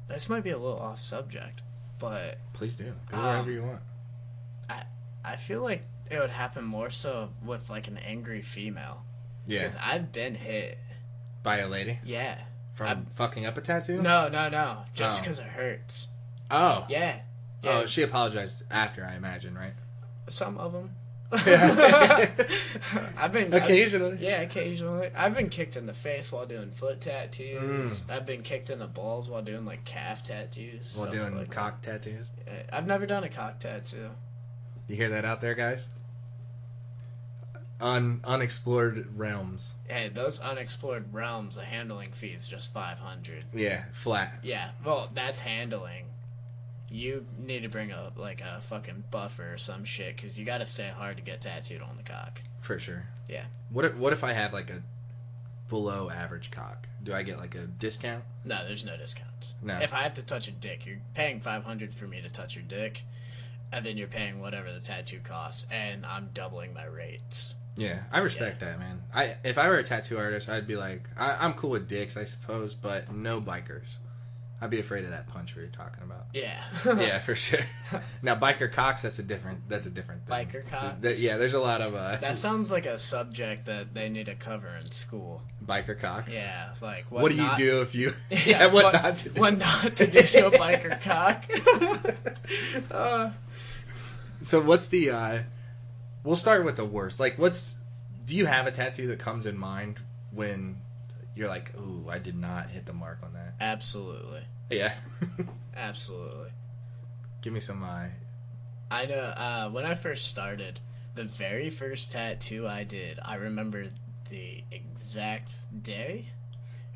S5: this might be a little off subject but
S4: please do. Go
S5: Um,
S4: wherever you want.
S5: i i feel like it would happen more so with like an angry female
S4: Yeah.
S5: because i've been hit
S4: By a lady?
S5: yeah
S4: From
S5: I'm-
S4: fucking up a tattoo?
S5: No, no, no. Just
S4: Oh.
S5: because it hurts.
S4: Oh.
S5: Yeah. yeah.
S4: Oh, she apologized after, I imagine, right?
S5: Some of them.
S4: Yeah.
S5: I've been I've-
S4: Occasionally.
S5: yeah, occasionally. I've been kicked in the face while doing foot tattoos. I've been kicked in the balls while doing like calf tattoos.
S4: Mm. While
S5: stuff
S4: doing
S5: like
S4: cock tattoos.
S5: that. I've never done a cock tattoo.
S4: You hear that out there, guys? Un unexplored realms.
S5: Hey, those unexplored realms, the handling fee is just five hundred.
S4: Yeah, flat.
S5: Yeah. Well, that's handling. You need to bring a like a fucking buffer or some shit because you got to stay hard to get tattooed on the cock.
S4: For sure.
S5: Yeah.
S4: What if what if I have like a below average cock? Do I get like a discount?
S5: No, there's no discounts.
S4: No.
S5: If I have to touch a dick, you're paying five hundred for me to touch your dick, and then you're paying whatever the tattoo costs, and I'm doubling my rates.
S4: Yeah, I respect that, man. I if I were a tattoo artist, I'd be like, I, I'm cool with dicks, I suppose, but no bikers. I'd be afraid of that punch we were talking about.
S5: Yeah.
S4: yeah, for sure. now, biker cocks, that's a different that's a different thing.
S5: Biker cocks?
S4: Th- yeah, there's a lot of uh,
S5: That sounds like a subject that they need to cover in school.
S4: biker cocks.
S5: Yeah, like
S4: What, do
S5: not-
S4: you do if you? yeah, what, not to do?
S5: What not to do to a biker cock? Uh,
S4: So what's the uh we'll start with the worst. Like what's do you have a tattoo that comes in mind when you're like, "Ooh, I did not hit the mark on that."
S5: absolutely,
S4: Yeah.
S5: absolutely.
S4: Give me some uh
S5: I know. Uh, when I first started, the very first tattoo I did, I remember the exact day.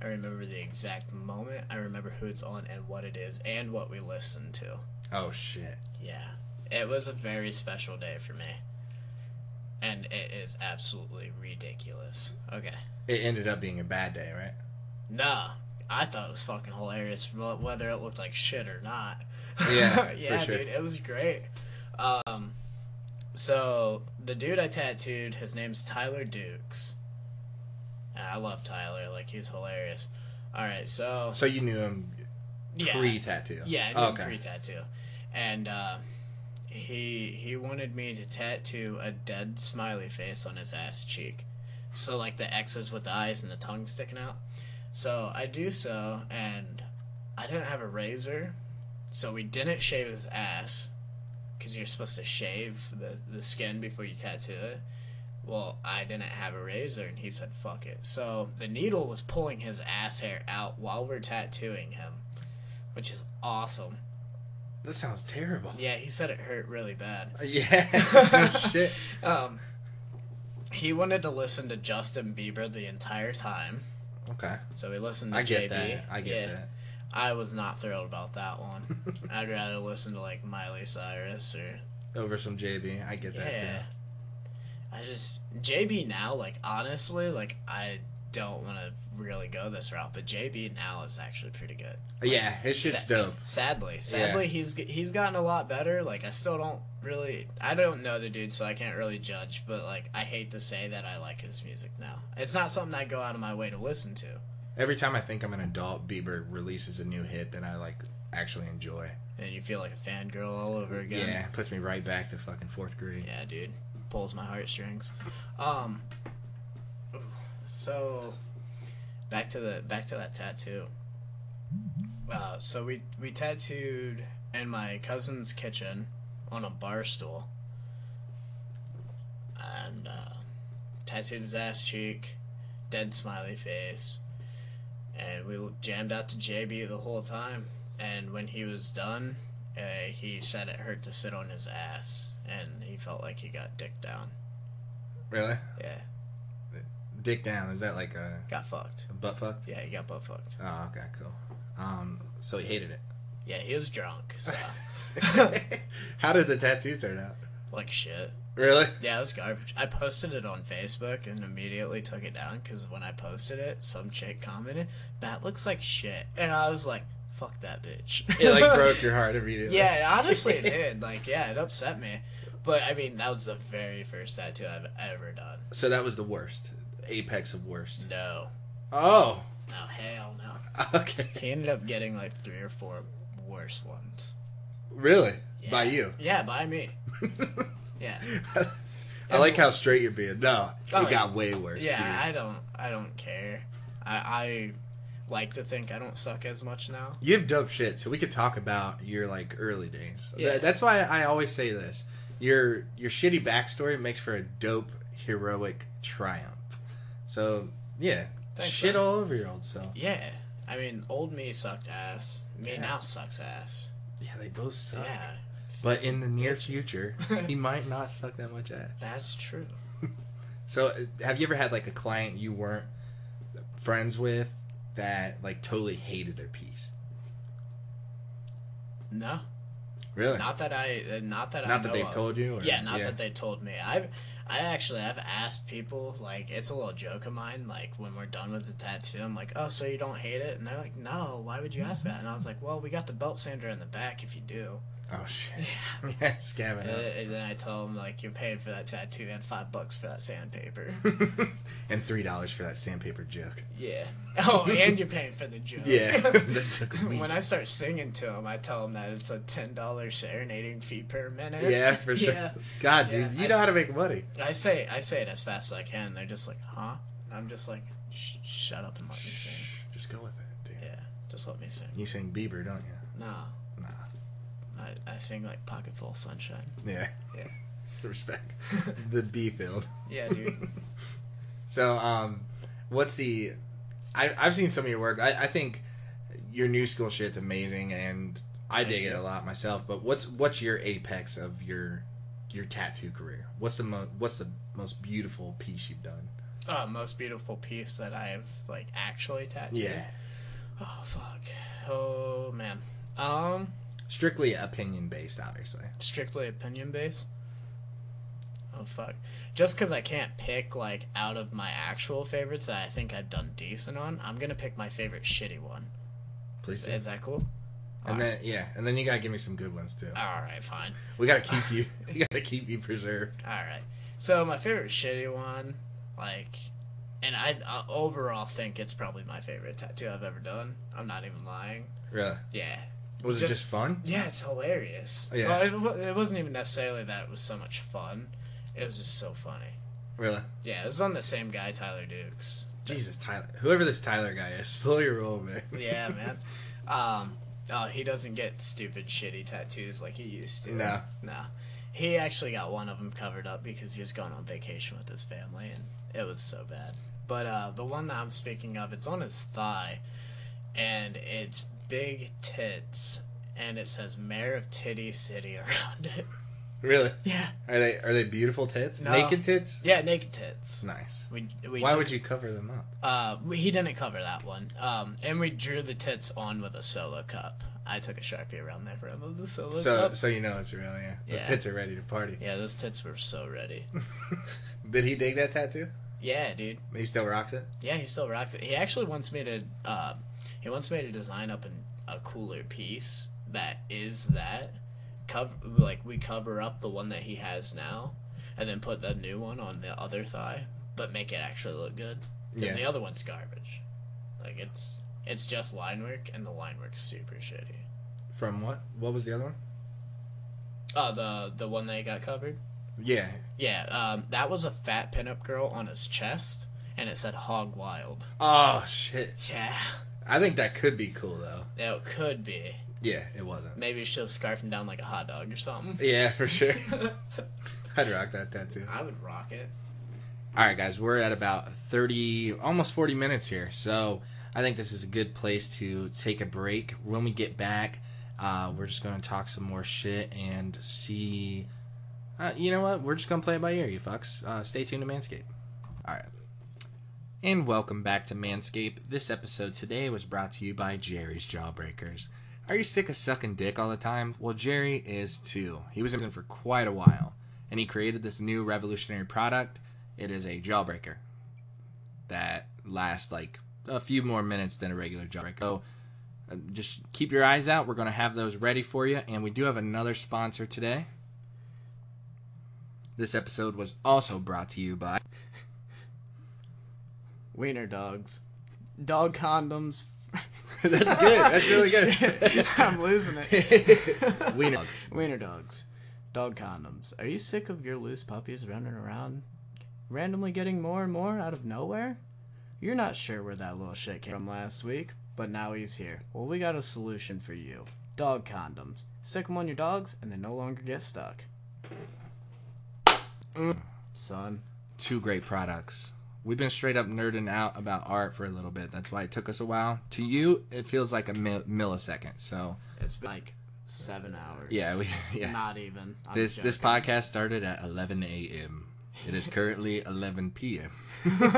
S5: I remember the exact moment. I remember who it's on and what it is and what we listened to.
S4: oh shit.
S5: Yeah, it was a very special day for me, and it is absolutely ridiculous. Okay,
S4: It ended up being a bad day, right?
S5: nah, I thought it was fucking hilarious, wh- whether it looked like shit or not.
S4: Yeah,
S5: yeah,
S4: for sure.
S5: dude, it was great. Um, so the dude I tattooed, his name's Tyler Dukes. And I love Tyler, like he's hilarious. All right, so
S4: So you knew him
S5: yeah,
S4: pre tattoo. Oh,
S5: yeah, I did pre tattoo, and uh, he he wanted me to tattoo a dead smiley face on his ass cheek, so like the X's with the eyes and the tongue sticking out. So I do so, and I didn't have a razor, so we didn't shave his ass, because you're supposed to shave the the skin before you tattoo it. Well, I didn't have a razor, and he said, "Fuck it." So the needle was pulling his ass hair out while we're tattooing him which is awesome.
S4: That sounds terrible.
S5: Yeah, he said it hurt really bad.
S4: Yeah. no shit.
S5: Um, he wanted to listen to Justin Bieber the entire time,
S4: Okay.
S5: so he listened to
S4: I get
S5: JB.
S4: that. I get
S5: Yeah,
S4: that.
S5: I was not thrilled about that one. I'd rather listen to like Miley Cyrus or
S4: Over some JB. I get that
S5: yeah. I just JB now, like honestly, like I don't want to really go this route, but JB now is actually pretty good.
S4: too. Yeah, his shit's
S5: Sa-
S4: dope.
S5: Sadly, sadly,
S4: Yeah.
S5: he's he's gotten a lot better. Like I still don't really, I don't know the dude, so I can't really judge. But like, I hate to say that I like his music now. It's not something I go out of my way to listen to.
S4: Every time I think I'm an adult, Bieber releases a new hit that I like actually enjoy.
S5: And you feel like a fangirl all over again.
S4: Yeah, puts me right back to fucking fourth grade.
S5: Yeah, dude, pulls my heartstrings. Um, ooh, so back to the back to that tattoo. Uh, so we we tattooed in my cousin's kitchen on a bar stool, and uh, tattooed his ass cheek, dead smiley face, and we jammed out to JB the whole time. And when he was done, uh, he said it hurt to sit on his ass, and he felt like he got dicked down.
S4: Really?
S5: Yeah,
S4: Dick down. Is that like a,
S5: got fucked.
S4: a butt fuck?
S5: Yeah, he got butt fucked.
S4: Oh, okay, cool. Um, so he hated it.
S5: Yeah, he was drunk, so
S4: How did the tattoo turn out?
S5: like shit.
S4: Really?
S5: Yeah, it was garbage. I posted it on Facebook and immediately took it down because when I posted it, some chick commented, "That looks like shit," and I was like, "Fuck that bitch."
S4: It like broke your heart immediately.
S5: Yeah, honestly, it did. Like, yeah, it upset me. But I mean, that was the very first tattoo I've ever done.
S4: So that was the worst. Apex of worst.
S5: No,
S4: Oh.
S5: no, hell no.
S4: Okay.
S5: He ended up getting like three or four worse ones.
S4: Really?
S5: Yeah.
S4: By you.
S5: Yeah, by me. yeah.
S4: I like how straight you're being. No,
S5: Oh,
S4: it got way worse.
S5: Yeah,
S4: dude.
S5: I don't I don't care. I, I like to think I don't suck as much now.
S4: you have dope shit, so we could talk about your like early days. Th-
S5: Yeah.
S4: that's why I always say this: your your shitty backstory makes for a dope heroic triumph. So yeah,
S5: Thanks,
S4: shit
S5: man.
S4: all over your old self.
S5: Yeah. I mean, old me sucked ass. Me
S4: Yeah.
S5: now sucks ass.
S4: Yeah, they both suck.
S5: Yeah,
S4: But in the near future, he might not suck that much ass.
S5: that's true.
S4: So, uh, have you ever had like a client you weren't friends with that like totally hated their piece?
S5: No,
S4: Really?
S5: not that I. uh, Not that I.
S4: Not that
S5: know
S4: they've
S5: of.
S4: told you, or-
S5: yeah, not
S4: yeah.
S5: that they told me. I've. I actually I've asked people like it's a little joke of mine like when we're done with the tattoo I'm like oh so you don't hate it and they're like no why would you ask
S4: Mm-hmm.
S5: that and I was like well we got the belt sander in the back if you do
S4: Oh shit! Yeah, scabbing
S5: And,
S4: up.
S5: and then I tell them like you're paying for that tattoo and five bucks for that sandpaper.
S4: and three dollars for that sandpaper joke.
S5: yeah. Oh, and you're paying for the joke.
S4: Yeah, that took a week.
S5: when I start singing to them, I tell them that it's a ten dollar serenading fee per minute.
S4: yeah, for sure.
S5: Yeah.
S4: God,
S5: Yeah,
S4: dude, you
S5: I
S4: know how
S5: s-
S4: to make money.
S5: I say I say it as fast as I can. They're just like, huh? And I'm just like, Sh- shut up and let me sing.
S4: Just go with it, dude.
S5: Yeah, just let me sing.
S4: You sing Bieber, don't you?
S5: Nah,
S4: Nah.
S5: I, I sing like Pocket Full of Sunshine.
S4: Yeah.
S5: Yeah.
S4: Respect. the B field.
S5: Yeah, dude.
S4: So, um, what's the? I, I've seen some of your work. I, I think your new school shit's amazing, and I
S5: Thank
S4: dig it
S5: you.
S4: a lot myself. But what's what's your apex of your your tattoo career? What's the mo- what's the most beautiful piece you've done?
S5: uh, most beautiful piece that I've like actually tattooed. Oh fuck. Oh man. Um.
S4: strictly opinion based, obviously.
S5: strictly opinion based. Oh fuck. Just because I can't pick like out of my actual favorites that I think I've done decent on, I'm gonna pick my favorite shitty one.
S4: Please
S5: Is,
S4: do.
S5: is that cool?
S4: And then yeah, and then you gotta give me some good ones too.
S5: All right, fine.
S4: We gotta keep you. We gotta keep you preserved.
S5: All right. So my favorite shitty one, like, and I, I overall think it's probably my favorite tattoo I've ever done. I'm not even lying.
S4: Really?
S5: Yeah.
S4: Was it
S5: Just-
S4: just fun?
S5: Yeah, it's hilarious.
S4: Yeah.
S5: Well, it, wa- it wasn't even necessarily that it was so much fun. It was just so funny.
S4: Really?
S5: Yeah, it was on the same guy, Tyler Dukes.
S4: Jesus, Tyler. Whoever this Tyler guy is, slow your roll, man.
S5: Yeah, man. Um, oh, he doesn't get stupid, shitty tattoos like he used to.
S4: No.
S5: No. He actually got one of them covered up because he was going on vacation with his family, and it was so bad. But uh, the one that I'm speaking of, it's on his thigh, and it's big tits, and it says "Mayor of Titty City" around it.
S4: Really?
S5: yeah,
S4: Are they are they beautiful tits?
S5: No.
S4: Naked tits?
S5: yeah, naked tits.
S4: Nice.
S5: We, we
S4: Why
S5: took-
S4: would you cover them up?
S5: Uh, we- he didn't cover that one. Um, and we drew the tits on with a solo cup. I took a sharpie around the rim of the solo
S4: So
S5: cup.
S4: so you know it's real, yeah. Those
S5: Yeah.
S4: tits are ready to party.
S5: Yeah, those tits were so ready.
S4: Did he dig that tattoo?
S5: yeah, dude.
S4: He still rocks it?
S5: Yeah, he still rocks it. He actually wants me to. Uh, he wants me to design up an, a cooler piece that is that cover like we cover up the one that he has now, and then put the new one on the other thigh, but make it actually look good. Because
S4: Yeah.
S5: the other one's garbage. Like it's it's just line work, and the line work's super shitty.
S4: From what? What was the other one?
S5: Oh, the the one that he got covered.
S4: Yeah.
S5: Yeah, um, that was a fat pinup girl on his chest, and it said "Hog Wild."
S4: Oh shit.
S5: Yeah,
S4: I think that could be cool though.
S5: it could be.
S4: Yeah, it wasn't.
S5: Maybe she was scarfing down like a hot dog or something.
S4: Yeah, for sure. I'd rock that tattoo.
S5: I would rock it.
S4: All right, guys, we're at about 30, almost 40 minutes here. So I think this is a good place to take a break. When we get back, uh, we're just going to talk some more shit and see. Uh, you know what? We're just going to play it by ear, you fucks. Uh, stay tuned to Manscaped. All right. And welcome back to Manscaped. This episode today was brought to you by Jerry's Jawbreakers. Are you sick of sucking dick all the time? Well, Jerry is too. He was in prison for quite a while, and he created this new revolutionary product. It is a jawbreaker that lasts like a few more minutes than a regular jawbreaker. So, uh, just keep your eyes out. We're going to have those ready for you, and we do have another sponsor today. This episode was also brought to you by
S5: Wiener dogs, dog condoms.
S4: That's good. That's really
S5: I'm losing it.
S4: good. Wiener dogs.
S5: Wiener dogs, dog condoms. Are you sick of your loose puppies running around, randomly getting more and more out of nowhere? You're not sure where that little shit came from last week, but now he's here. Well, we got a solution for you dog condoms. Stick them on your dogs, and they no longer get stuck. Mm. Son.
S4: Two great products. We've been straight up nerding out about art for a little bit. That's why it took us a while. To you, it feels like a mi- millisecond. So
S5: It's been like seven hours.
S4: yeah, we, yeah.
S5: Not even. I'm
S4: this this
S5: joking.
S4: podcast started at 11 a.m. It is currently 11 p.m.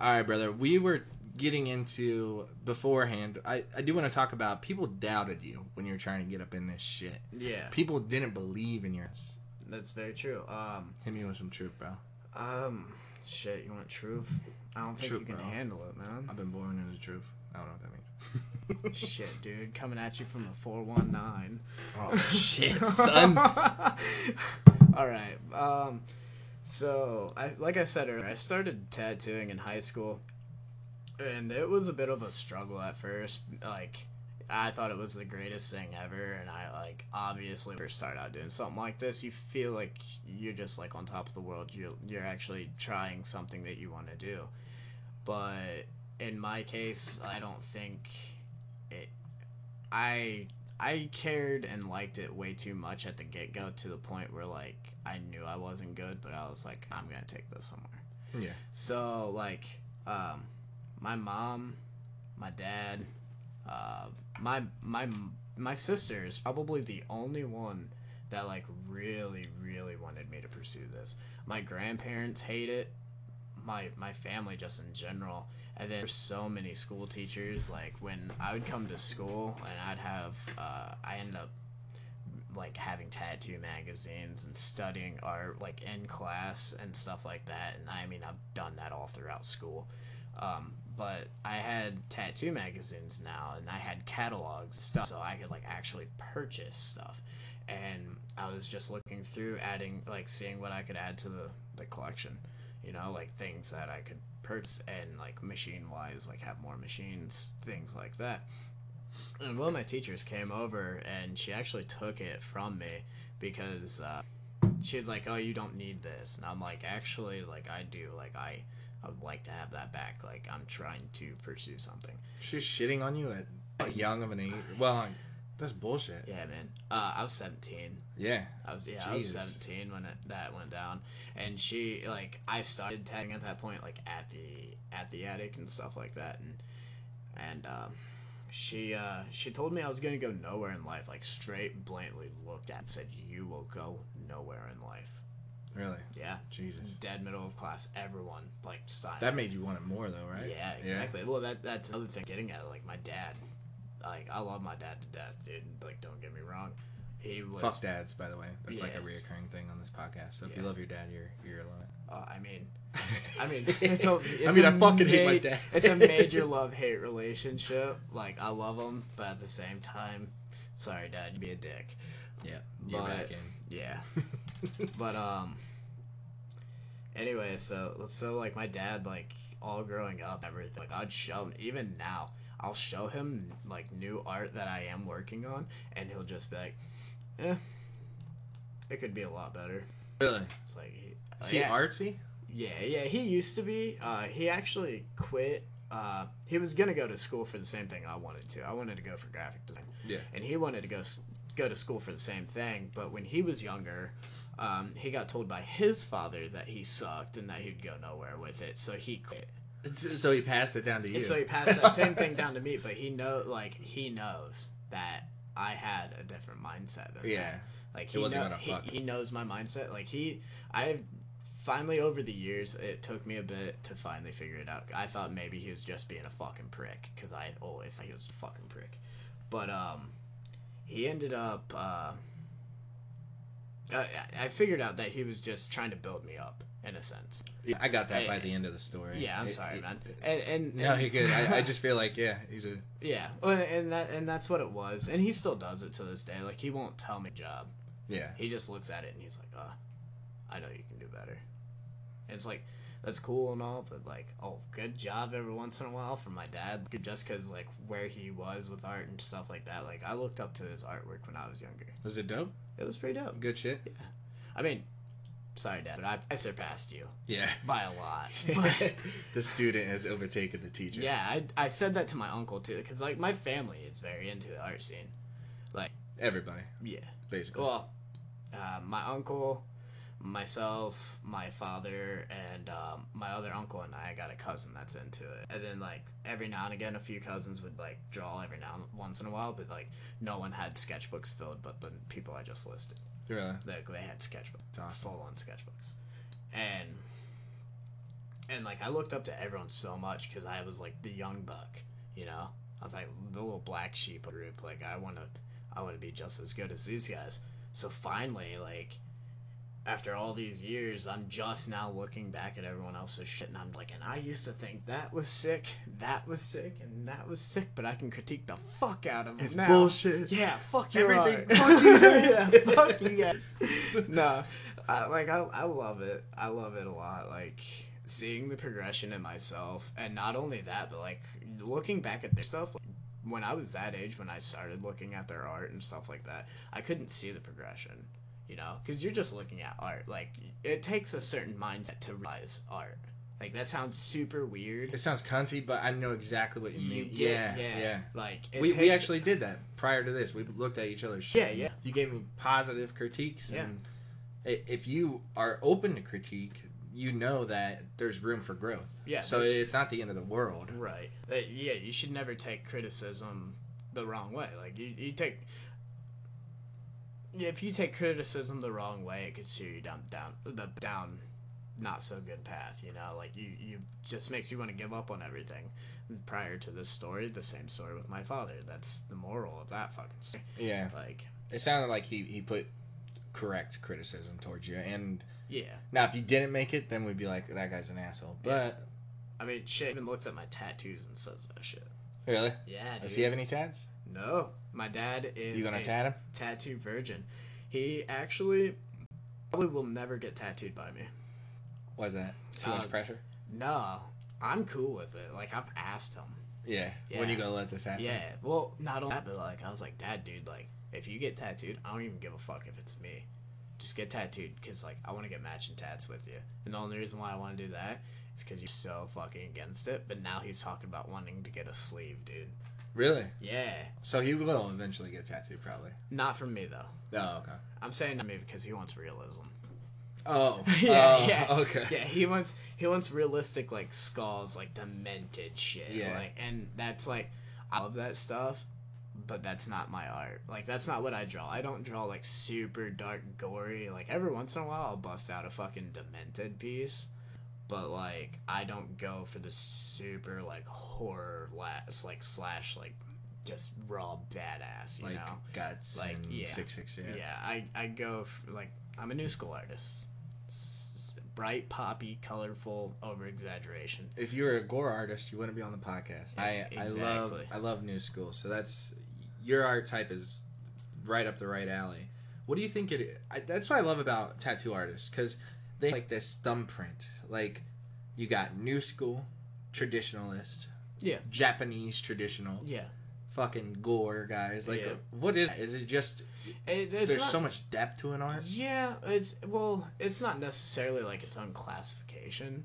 S4: All right, brother. We were getting into beforehand. I, I do want to talk about people doubted you when you were trying to get up in this shit.
S5: Yeah,
S4: People didn't believe in yours.
S5: that's very true. Um,
S4: Hit me with some truth, bro.
S5: um, shit, you want truth? I don't think
S4: Truth,
S5: you can
S4: bro.
S5: handle it, man.
S4: I've been born into the truth. I don't know what that means.
S5: shit, dude, coming at you from the four one nine.
S4: Oh shit, son.
S5: All right. Um, so I like I said earlier, I started tattooing in high school, and it was a bit of a struggle at first. Like I thought it was the greatest thing ever, and I like obviously first start out doing something like this, you feel like you're just like on top of the world. You're you're actually trying something that you want to do, but in my case, I don't think it I I cared and liked it way too much at the get go to the point where like I knew I wasn't good, but I was like, I'm gonna take this somewhere.
S4: yeah.
S5: So like, um, my mom, my dad, uh, my my my sister is probably the only one that like really really wanted me to pursue this. My grandparents hate it. My my family just in general. And then there's so many school teachers. Like when I would come to school and I'd have, uh, I end up like having tattoo magazines and studying art like in class and stuff like that and i mean i've done that all throughout school um, but i had tattoo magazines now and i had catalogs and stuff so i could like actually purchase stuff and i was just looking through adding like seeing what i could add to the, the collection you know like things that i could purchase and like machine wise like have more machines things like that and Mm, one of my teachers came over and she actually took it from me because uh, she's like, "Oh, you don't need this," and I'm like, "Actually, like I do. Like I, I would like to have that back. Like I'm trying to pursue something."
S4: She's shitting on you at at young of an age. Well, that's bullshit.
S5: Yeah, man. Uh, I was 17.
S4: Yeah.
S5: I was yeah, I was
S4: Jesus.
S5: 17 when it, that went down, and she like I started tagging at that point, like at the at the attic and stuff like that, and and um, she uh, she told me I was gonna go nowhere in life, like straight blatantly looked at and said, "You will go nowhere in life."
S4: Really.
S5: Yeah,
S4: Jesus.
S5: dead middle of class, everyone like stunned.
S4: That made you want it more though, right?
S5: Yeah, exactly. Well, that that's another thing. Getting at like my dad, like I love my dad to death, dude. Like, don't get me wrong, he was
S4: Fuck dads, by the way. That's like a
S5: Yeah.
S4: reoccurring thing on this podcast. So if you
S5: Yeah.
S4: love your dad, you're you're a lot.
S5: Uh, I mean, I mean, it's a, it's
S4: mean,
S5: a
S4: I fucking hate my
S5: ma-
S4: dad.
S5: it's a major love hate relationship. Like, I love him, but at the same time, sorry, Dad, you'd be a dick.
S4: Yeah. You're
S5: But-
S4: back in.
S5: Yeah. but um. Anyway, so so like my dad, like all growing up, everything. Like I'd show him even now. I'll show him like new art that I am working on, and he'll just be like, "Eh, it could be a lot better."
S4: Really?
S5: It's like, he,
S4: Is he
S5: Oh, yeah.
S4: artsy?
S5: Yeah, yeah, he used to be. Uh, he actually quit. Uh, he was gonna go to school for the same thing I wanted to. I wanted to go for graphic design.
S4: Yeah.
S5: And he wanted to go s- go to school for the same thing. But when he was younger, um, he got told by his father that he sucked and that he'd go nowhere with it. So he quit.
S4: It's- So he passed it down to you.
S5: And so he passed that same thing down to me. But he know like he knows that I had a different mindset. Than
S4: Yeah.
S5: like
S4: He
S5: he,
S4: wasn't
S5: kno-
S4: gonna
S5: he,
S4: fuck.
S5: he knows my mindset. Like he, I've finally over the years, it took me a bit to finally figure it out. I thought maybe he was just being a fucking prick because I always thought he was a fucking prick. But um, he ended up. Uh, I, I figured out that he was just trying to build me up in a sense.
S4: Yeah, I got that
S5: Hey.
S4: by the end of the story.
S5: Yeah, I'm
S4: It-
S5: sorry,
S4: it-
S5: man. And and
S4: No,
S5: and-
S4: he good. I, I just feel like yeah, he's a
S5: yeah, well, and that and that's what it was, and he still does it to this day. Like he won't tell me job.
S4: yeah.
S5: He just looks at it and he's like, uh, I know you can do better. And it's like, that's cool and all, but like, oh, good job every once in a while for my dad. Just because, like, where he was with art and stuff like that. Like, I looked up to his artwork when I was younger.
S4: Was it dope?
S5: It was pretty dope.
S4: Good shit.
S5: I mean, sorry, Dad, but I, I surpassed you
S4: Yeah.
S5: by a lot. But
S4: the student has overtaken the teacher.
S5: yeah, I, I said that to my uncle too, because, like, my family is very into the art scene. Like,
S4: Everybody,
S5: yeah.
S4: basically.
S5: Well, uh, my uncle, myself, my father, and um, my other uncle and I got a cousin that's into it. And then like every now and again, a few cousins would like draw every now and once in a while, but like no one had sketchbooks filled, but the people I just listed,
S4: Really?
S5: like they had sketchbooks,
S4: awesome.
S5: full on sketchbooks, and and like I looked up to everyone so much because I was like the young buck, you know. I was like the little black sheep group. Like I want to, I want to be just as good as these guys. So finally, like after all these years, I'm just now looking back at everyone else's shit, and I'm like, and I used to think that was sick, that was sick, and that was sick, but I can critique the fuck out of them
S4: It's
S5: now.
S4: bullshit.
S5: Yeah, fuck your
S4: Everything-
S5: art.
S4: fuck you.
S5: yeah, fuck you guys. no, I, like I, I love it. I love it a lot. Like seeing the progression in myself, and not only that, but like looking back at their stuff. Like, when I was that age, when I started looking at their art and stuff like that, I couldn't see the progression. You know, because you're just looking at art. Like it takes a certain mindset to realize art. Like that sounds super weird.
S4: It sounds cunty, but I know exactly what you, mean. yeah,
S5: get-
S4: yeah.
S5: Like
S4: we, we
S5: takes-
S4: actually did that prior to this. We looked at each other's
S5: Yeah,
S4: shit.
S5: yeah.
S4: You gave me positive critiques.
S5: Yeah.
S4: And i- if you are open to critique, you know that there's room for growth.
S5: Yeah,
S4: So
S5: there's-
S4: it's not the end of the world.
S5: Right. Uh, yeah, you should never take criticism the wrong way. Like you, you take Yeah, if you take criticism the wrong way, it could steer you down down the down not so good path, you know? Like you you just makes you want to give up on everything. Prior to this story, the same story with my father. That's the moral of that fucking story.
S4: Yeah.
S5: Like
S4: It sounded like he, he put correct criticism towards you. And
S5: Yeah.
S4: now, if you didn't make it, then we'd be like, that guy's an asshole. But,
S5: I mean, shit even looks at my tattoos and says that shit.
S4: really?
S5: Yeah, dude.
S4: Does he have any tats?
S5: No, my dad is.
S4: You gonna
S5: a
S4: tat him?
S5: Tattoo virgin. He actually probably will never get tattooed by me.
S4: Why's that? Too
S5: Uh,
S4: much pressure?
S5: No, I'm cool with it. Like I've asked him.
S4: Yeah. When are you
S5: yeah.
S4: going to let this happen?
S5: Yeah. Well, not only that, but like I was like, Dad, dude, like if you get tattooed, I don't even give a fuck if it's me. Just get tattooed because like I want to get matching tats with you. And the only reason why I want to do that is because you're so fucking against it. But now he's talking about wanting to get a sleeve, dude.
S4: Really?
S5: Yeah.
S4: So he will eventually get tattooed, probably.
S5: Not from me though.
S4: Oh, okay.
S5: I'm saying not me because he wants realism.
S4: Oh.
S5: yeah,
S4: oh,
S5: yeah,
S4: Okay.
S5: Yeah, he wants he wants realistic like skulls, like demented shit.
S4: Yeah.
S5: like, and that's like I love that stuff, but that's not my art. Like that's not what I draw. I don't draw like super dark, gory. Like every once in a while, I'll bust out a fucking demented piece, but like I don't go for the super like horror last like slash like just raw badass. You
S4: Like
S5: know,
S4: guts
S5: like
S4: and
S5: yeah,
S4: six six yeah.
S5: I I go f like I'm a new school artist. S- s- bright, poppy, colorful, over exaggeration.
S4: If you were a gore artist, you wouldn't be on the podcast. I I love
S5: Exactly.
S4: I love new school. So that's your art type is right up the right alley. What do you think it? I, that's what I love about tattoo artists because they like this thumbprint. Like you got new school, traditionalist,
S5: Yeah.
S4: Japanese traditional,
S5: Yeah.
S4: fucking gore guys. Like
S5: Yeah.
S4: what is? Is it just
S5: It, it's
S4: there's
S5: not,
S4: so much depth to an art?
S5: Yeah, it's well, it's not necessarily like its own classification,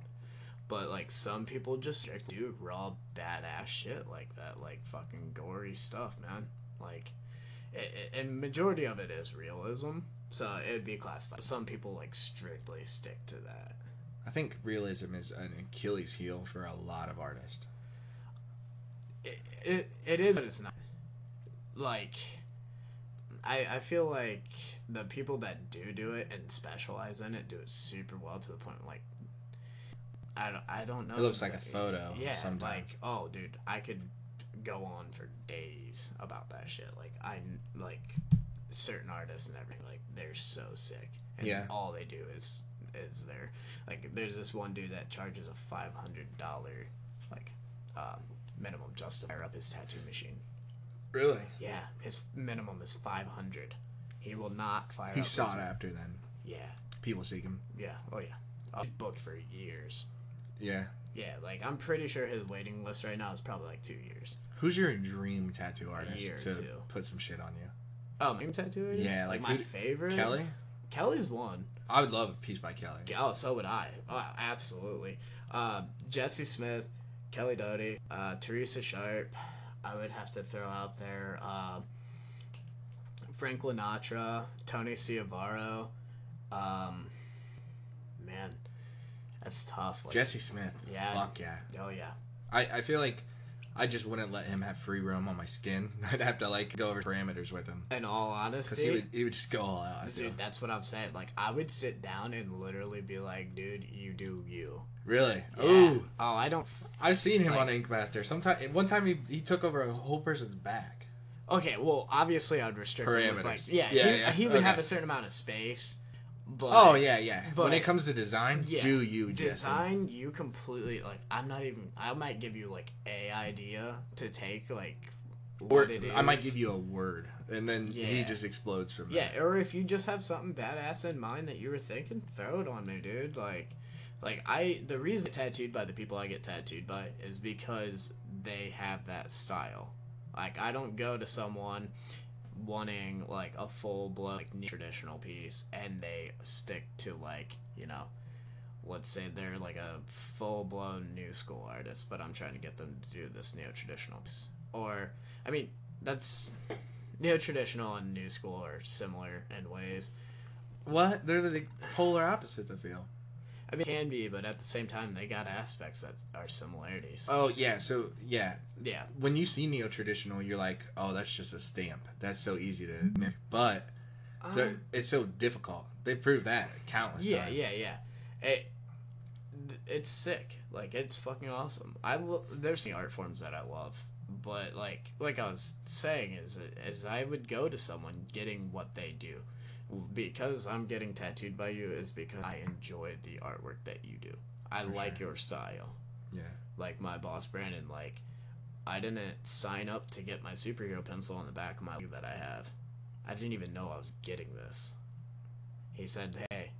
S5: but like some people just strictly do raw badass shit like that, like fucking gory stuff, man. Like, it, it, and majority of it is realism, so it would be classified. Some people like strictly stick to that.
S4: I think realism is an Achilles heel for a lot of artists.
S5: it, it, it is but it's not like I, I feel like the people that do do it and specialize in it do it super well to the point like I don't, I don't know
S4: It looks like
S5: exactly-
S4: a photo
S5: yeah
S4: sometimes.
S5: like oh dude I could go on for days about that shit like I kn- like certain artists and everything like they're so sick and
S4: Yeah.
S5: all they do is is their like there's this one dude that charges a five hundred dollar like um, minimum just to fire up his tattoo machine.
S4: Really?
S5: Yeah, his minimum is 500. He will not fire
S4: He
S5: up.
S4: sought
S5: his,
S4: after then.
S5: Yeah,
S4: People seek him.
S5: yeah, oh yeah. I was booked for years.
S4: Yeah.
S5: Yeah, like I'm pretty sure his waiting list right now is probably like two years.
S4: Who's your dream tattoo
S5: year or
S4: artist to
S5: two.
S4: put some shit on you?
S5: Oh, my tattoo artist?
S4: Yeah, like
S5: my
S4: who-
S5: favorite.
S4: Kelly?
S5: Kelly's one.
S4: I would love a piece by Kelly.
S5: Oh, so would I. Oh, absolutely. Uh, Jesse Smith, Kelly Doty, uh, Teresa Sharp. I would have to throw out there uh, Frank Sinatra, Tony Ciavaro. Um, man, that's tough. Like,
S4: Jesse Smith.
S5: Yeah.
S4: Fuck yeah.
S5: Oh yeah.
S4: I, I feel like I just wouldn't let him have free roam on my skin. I'd have to like go over parameters with him.
S5: In all
S4: Because
S5: honesty,
S4: he would he would just go all out, I feel.
S5: dude, that's what I'm saying. Like, I would sit down and literally be like, "Dude, you do you."
S4: Really?
S5: Yeah.
S4: Ooh.
S5: Oh, I don't
S4: I've seen him
S5: Like-
S4: on Inkmaster. Sometime one time he, he took over a whole person's back.
S5: Okay, well, obviously I'd restrict him with like
S4: Parameters.
S5: yeah,
S4: Yeah,
S5: he,
S4: yeah,
S5: he would
S4: okay.
S5: have a certain amount of space. But
S4: Oh yeah, yeah. when
S5: But-
S4: it comes to design,
S5: yeah,
S4: do you Jesse.
S5: design you completely like I'm not even I might give you like a idea to take like
S4: Or
S5: what it is.
S4: I might give you a word, and then he
S5: Yeah.
S4: just explodes from there.
S5: Yeah, or if you just have something badass in mind that you were thinking, throw it on me, dude. Like, like I the reason I get tattooed by the people I get tattooed by is because they have that style. Like I don't go to someone wanting like a full blown like new traditional piece, and they stick to like you know. Let's say they're like a full blown new school artist, but I'm trying to get them to do this neo traditional piece. Or, I mean, that's neo traditional and new school are similar in ways.
S4: What? They're the polar opposites. I feel.
S5: I mean, can be, but at the same time, they got aspects that are similarities.
S4: Oh yeah. So yeah,
S5: yeah,
S4: when you see neo traditional, you're like, oh, that's just a stamp. That's so easy
S5: Mm-hmm.
S4: to. mimic." But they're- it's so difficult. They proved that countless
S5: Uh-huh. Uh, yeah,
S4: times.
S5: yeah, yeah. It, th- it's sick. Like it's fucking awesome. I lo- there's the art forms that I love but like like I was saying is is I would go to someone getting what they do because I'm getting tattooed by you is because I enjoy the artwork that you do. I
S4: For
S5: like
S4: sure.
S5: your style.
S4: Yeah.
S5: Like my boss Brandon like I didn't sign up to get my superhero pencil on the back of my that I have. I didn't even know I was getting this. He said, "Hey,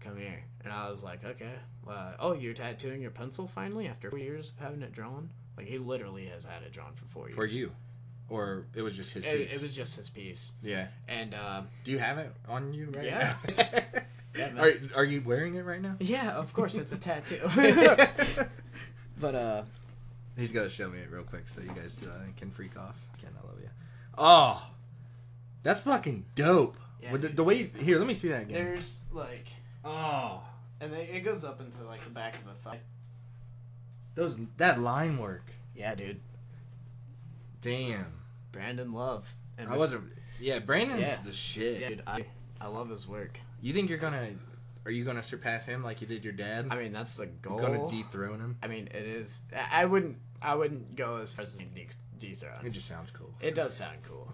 S5: come here." And I was like, "Okay. Well, oh, you're tattooing your pencil finally after 4 years of having it drawn?" Like he literally has had it drawn for 4 years.
S4: For you. Or it was just his
S5: It,
S4: piece.
S5: it was just his piece.
S4: Yeah.
S5: And uh,
S4: Do you have it on you right
S5: Yeah.
S4: now?
S5: Yeah, man.
S4: are, are you wearing it right now?
S5: yeah, of course it's a tattoo. but uh
S4: He's got to show me it real quick so you guys uh, can freak off. Ken, I love you. Oh, that's fucking dope.
S5: Yeah,
S4: With the,
S5: dude.
S4: the way here, let me see that again.
S5: there's like
S4: Oh,
S5: and it, it goes up into like the back of the thigh.
S4: those that line work.
S5: Yeah, dude.
S4: Damn,
S5: Brandon Love. And
S4: I wasn't. Yeah, Brandon's
S5: Yeah.
S4: the shit.
S5: dude, I I love his work.
S4: You think you're gonna? Are you gonna surpass him like you did your dad?
S5: I mean, oh. that's the goal.
S4: You're gonna dethrone him.
S5: I mean, it is. I I wouldn't. I wouldn't go as far as saying de-
S4: It
S5: dethrone.
S4: just sounds cool.
S5: It does sound cool.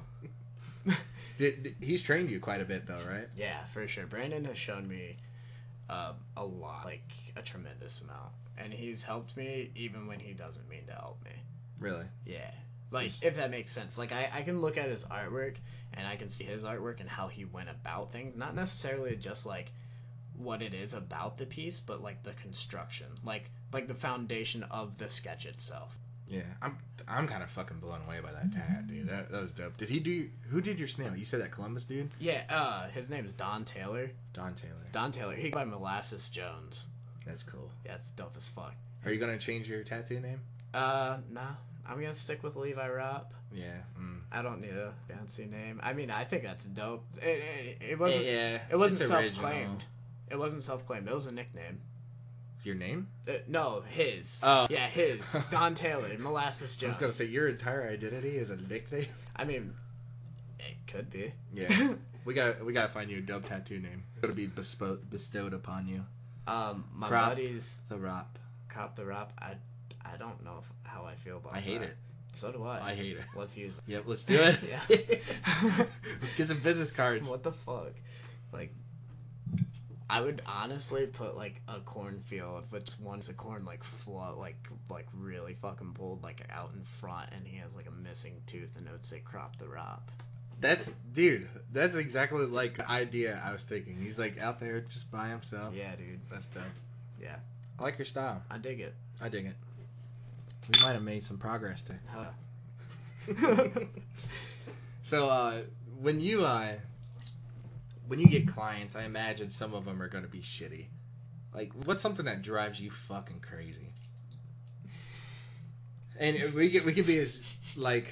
S4: Did, did- he's trained you quite a bit though, right?
S5: Yeah, for sure. Brandon has shown me uh, a lot, like a tremendous amount, and he's helped me even when he doesn't mean to help me.
S4: Really?
S5: Yeah. Like, if that makes sense. Like, I, I can look at his artwork and I can see his artwork and how he went about things. Not necessarily just, like, what it is about the piece, but, like, the construction. Like, like the foundation of the sketch itself.
S4: Yeah. I'm I'm kind of fucking blown away by that tat, dude. That, that was dope. Did he do? Who did your snail? You said that Columbus dude?
S5: Yeah, uh, his name is Don Taylor.
S4: Don Taylor.
S5: Don Taylor. He by Molasses Jones.
S4: That's cool.
S5: Yeah, it's dope as fuck.
S4: Are you gonna change your tattoo name?
S5: Uh, nah. I'm gonna stick with Levi Rop.
S4: Yeah. mm.
S5: I don't need a fancy name. I mean, I think that's dope. It, it, it wasn't.
S4: yeah.
S5: It wasn't
S4: It's original.
S5: self-claimed. It wasn't self-claimed. It was a nickname.
S4: Your name?
S5: Uh, no, his.
S4: Oh.
S5: Yeah, his. Don Taylor, Molasses
S4: I
S5: Jones.
S4: was gonna say your entire identity is a nickname.
S5: I mean, it could be.
S4: Yeah. we got to we gotta find you a dope tattoo name. It'll be bespo- bestowed upon you.
S5: Um, my
S4: Crop.
S5: buddies
S4: The Rop.
S5: cop the rap. I, I don't know if, how I feel about.
S4: I hate
S5: that.
S4: it.
S5: So do I.
S4: I hate it.
S5: Let's use.
S4: Yep. Let's do it.
S5: Yeah.
S4: let's get some business cards.
S5: what the fuck? Like, I would honestly put like a cornfield, but it's one's a corn like flood, like like really fucking bold, like out in front, and he has like a missing tooth, and it would say crop the rap.
S4: That's dude. That's exactly like the idea I was thinking. He's like out there just by himself.
S5: Yeah, dude.
S4: That's dope.
S5: Yeah,
S4: I like your style.
S5: I dig it.
S4: I dig it. We might have made some progress today.
S5: Huh.
S4: So uh, when you uh, when you get clients, I imagine some of them are going to be shitty. Like, what's something that drives you fucking crazy? And we can we can be as like,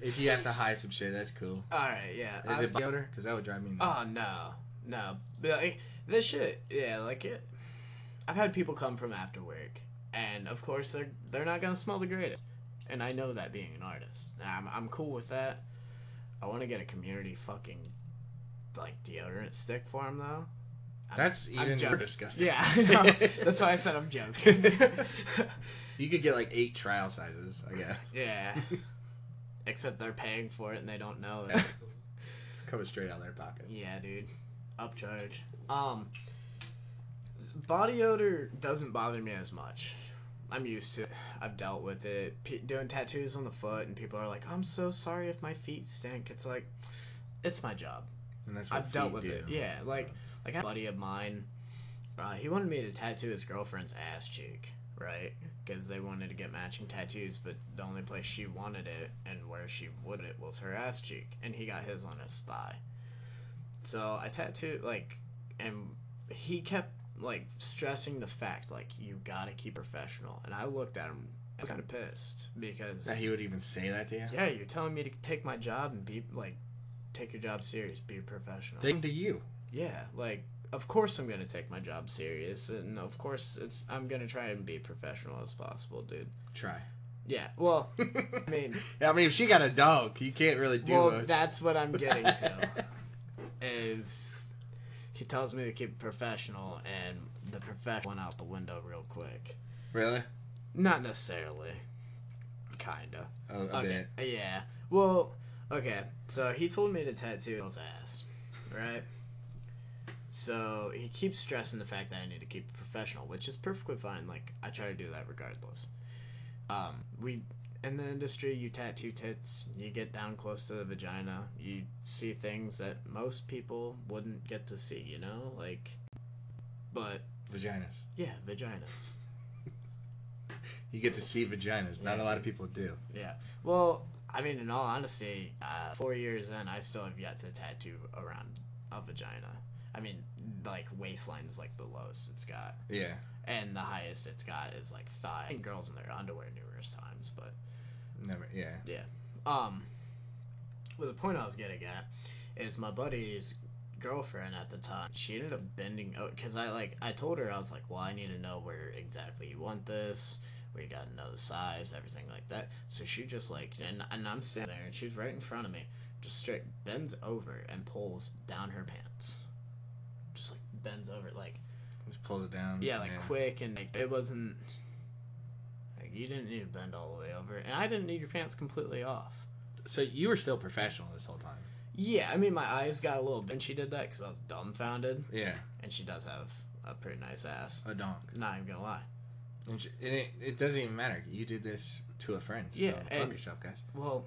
S4: if you have to hide some shit, that's cool.
S5: All right. Yeah.
S4: Is
S5: I-
S4: it Yoder? Because that would drive me nuts.
S5: Oh no, no. But, Like this shit, yeah. Like it. I've had people come from after work, and of course they're they're not gonna smell the greatest, and I know that being an artist, And I'm I'm cool with that. I want to get a community fucking like deodorant stick for them though. I'm-
S4: That's even more
S5: joking.
S4: disgusting.
S5: Yeah, I know. that's why I said I'm joking.
S4: you could get like eight trial sizes. I guess
S5: yeah. Except they're paying for it and they don't know. it.
S4: it's coming straight out of their pocket.
S5: Yeah, dude. Upcharge. Um, s- body odor doesn't bother me as much. I'm used to it. I've dealt with it. P- doing tattoos on the foot, and people are like, I'm so sorry if my feet stink. It's like, it's my job.
S4: And that's what
S5: I've dealt
S4: feet
S5: with
S4: do.
S5: it. Yeah, like, like a buddy of mine, uh, he wanted me to tattoo his girlfriend's ass cheek, right? Because they wanted to get matching tattoos, but the only place she wanted it and where she would it was her ass cheek, and he got his on his thigh. So I tattooed like, and he kept like stressing the fact like you gotta keep professional, and I looked at him. I was kind of pissed because
S4: That he would even say that to you.
S5: yeah, you're telling me to take my job and be like, take your job serious, be professional.
S4: They come to you.
S5: Yeah, like of course I'm gonna take my job serious, and of course it's I'm gonna try and be professional as possible, dude.
S4: Try.
S5: Yeah, well, I mean,
S4: Yeah, I mean, if she got a dog, you can't really do
S5: well,
S4: much.
S5: that's what I'm getting to. is he tells me to keep it professional, and the profession went out the window real quick.
S4: Really?
S5: Not necessarily. kinda.
S4: a, a
S5: okay. uh,
S4: bit.
S5: Yeah. Well, okay. So he told me to tattoo his ass, right? So he keeps stressing the fact that I need to keep it professional, which is perfectly fine. Like I try to do that regardless. Um, we in the industry, you tattoo tits, you get down close to the vagina, you see things that most people wouldn't get to see. You know, like, but
S4: Vaginas.
S5: yeah, vaginas.
S4: You get to see vaginas. Not a lot of people do.
S5: Yeah. Well, I mean, in all honesty, uh, four years in, I still have yet to tattoo around a vagina. I mean, like waistline is like the lowest it's got,
S4: Yeah.
S5: and the highest it's got is like thigh. And girls in their underwear numerous times, but
S4: Never. Yeah.
S5: yeah. Um. Well, the point I was getting at is my buddy's girlfriend at the time. She ended up bending out because I like I told her I was like, well, I need to know where exactly you want this. We got to know the size, everything like that. So she just like, and, and I'm standing there, and she's right in front of me, just straight bends over and pulls down her pants, just like bends over, like
S4: Just pulls it down.
S5: yeah, like quick and like it wasn't like you didn't need to bend all the way over, and I didn't need your pants completely off.
S4: So you were still professional this whole time.
S5: Yeah, I mean my eyes got a little bent. She did that because I was dumbfounded,
S4: Yeah.
S5: and she does have a pretty nice ass.
S4: A donk.
S5: Not even gonna lie.
S4: And, sh- and it, it doesn't even matter. You did this to a friend. So
S5: Yeah,
S4: Fuck
S5: and-
S4: yourself, guys.
S5: Well,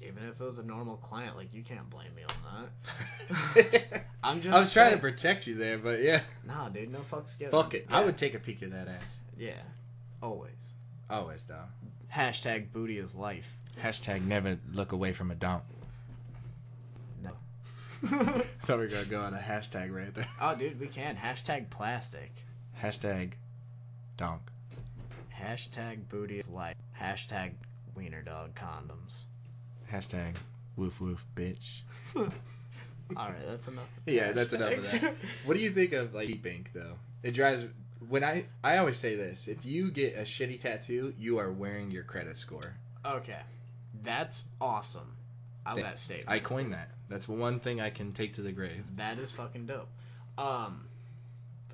S5: even if it was a normal client, like you can't blame me on that. I'm just.
S4: I was trying to
S5: saying-
S4: protect you there, but yeah.
S5: Nah, dude, no fucks given.
S4: Fuck it. I
S5: Yeah,
S4: would take a peek at that ass.
S5: Yeah, always.
S4: Always, dog.
S5: Hashtag booty is life.
S4: Hashtag never look away from a donk.
S5: No.
S4: I thought we were going to go on a hashtag right there.
S5: Oh, dude, we can. Hashtag plastic.
S4: Hashtag donk.
S5: Hashtag booty is life. Hashtag wiener dog condoms.
S4: Hashtag woof woof bitch.
S5: All right, that's enough.
S4: Yeah, that's enough of
S5: Hashtags.
S4: that. What do you think of like sheep ink though? It drives when I I always say this: if you get a shitty tattoo, you are wearing your credit score.
S5: Okay, that's awesome. I love that
S4: Thanks.
S5: statement.
S4: I coined that. That's one thing I can take to the grave.
S5: That is fucking dope. Um,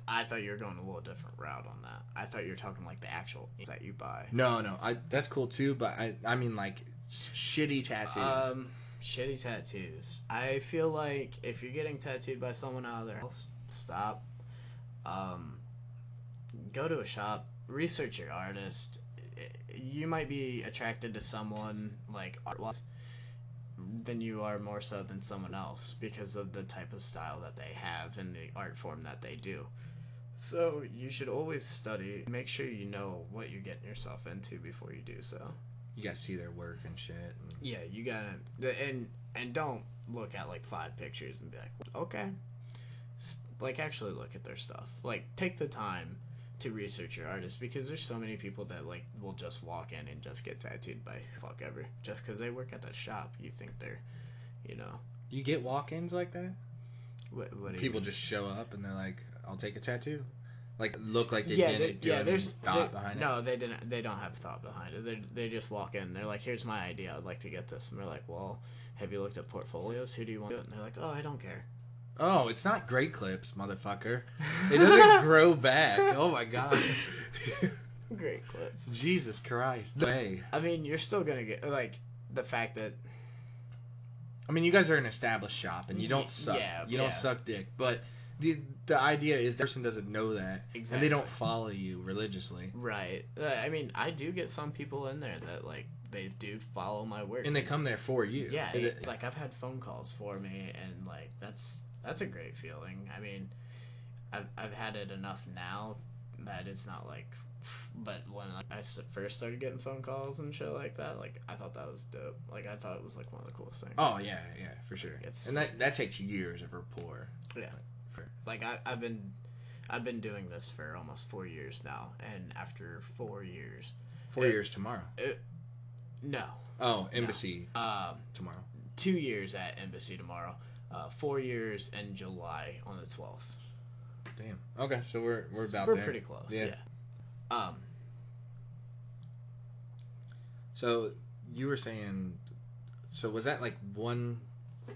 S5: I thought you were going a little different route on that. I thought you were talking like the actual inks that you buy.
S4: No, no, I that's cool too, but I I mean like shitty tattoos.
S5: Um, shitty tattoos. I feel like if you're getting tattooed by someone out of their house, stop. Um, go to a shop, research your artist. You might be attracted to someone like art wise than you are more so than someone else because of the type of style that they have and the art form that they do. So you should always study, make sure you know what you're getting yourself into before you do so.
S4: you guys see their work and shit. and-
S5: Yeah, you gotta the- and and don't look at like five pictures and be like, okay, S- like actually look at their stuff. Like take the time to research your artist because there's so many people that like will just walk in and just get tattooed by who fuck ever just because they work at a shop. You think they're, you know,
S4: you get walk-ins like that.
S5: what, what do you
S4: People
S5: mean?
S4: just show up and they're like, "I'll take a tattoo." Like look like they
S5: yeah,
S4: didn't
S5: they-
S4: do
S5: yeah.
S4: any
S5: There's
S4: thought
S5: they-
S4: behind it.
S5: no, they didn't. They don't have thought behind it. They they just walk in. They're like, "Here's my idea. I'd like to get this," and we're like, "Well, have you looked at portfolios? Who do you want?" to do it?" And they're like, "Oh, I don't care."
S4: Oh, it's not great clips, motherfucker. It doesn't grow back. Oh my god.
S5: Great clips.
S4: Jesus Christ. No way.
S5: I mean, you're still gonna get like the fact that
S4: I mean, you guys are an established shop and you
S5: Ye-
S4: don't suck.
S5: yeah,
S4: you don't
S5: yeah.
S4: suck dick, but the the idea is the person doesn't know that and
S5: Exactly.
S4: they don't follow you religiously.
S5: right. uh, I mean, I do get some people in there that like they do follow my work.
S4: And they come there for you.
S5: yeah,
S4: And
S5: it-
S4: it-
S5: like I've had phone calls for me, and like that's that's a great feeling. I mean, I've I've had it enough now that it's not like. But when I s- first started getting phone calls and shit like that, like I thought that was dope. Like I thought it was like one of the coolest things.
S4: oh yeah, yeah, for sure.
S5: It's-
S4: and that that takes years of rapport.
S5: Yeah.
S4: For-
S5: Like I, I've been, I've been doing this for almost four years now, and after four years,
S4: Four
S5: It-
S4: years tomorrow.
S5: no,
S4: Eh, Oh, embassy
S5: um,
S4: tomorrow.
S5: two years at Embassy tomorrow, uh, four years in July on the 12th.
S4: Damn. Okay, so we're we're about
S5: We're
S4: there.
S5: pretty close, yeah. Um,
S4: So you were saying, so was that like one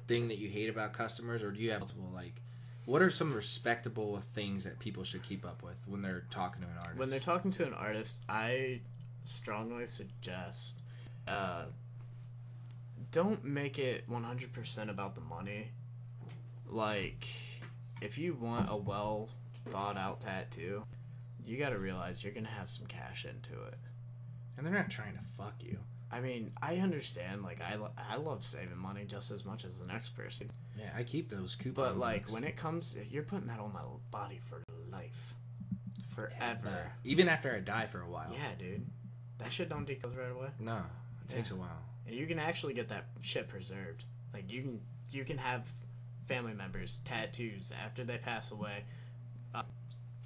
S4: thing that you hate about customers, or do you have multiple? Like, what are some respectable things that people should keep up with when they're talking to an artist?
S5: when they're talking to an artist, I strongly suggest uh, don't make it 100% about the money. Like, if you want a well thought out tattoo, you gotta realize you're gonna have some cash into it.
S4: And they're not trying to fuck you.
S5: I mean, I understand, like, I, lo- I love saving money just as much as the next person.
S4: Yeah, I keep those coupons.
S5: But, like, when it comes, you're putting that on my body for life. Forever.
S4: even after I die for a while.
S5: Yeah, dude. That shit don't decompose right away.
S4: No, it takes a while.
S5: and you can actually get that shit preserved. Like you can you can have family members tattoos after they pass away. Uh,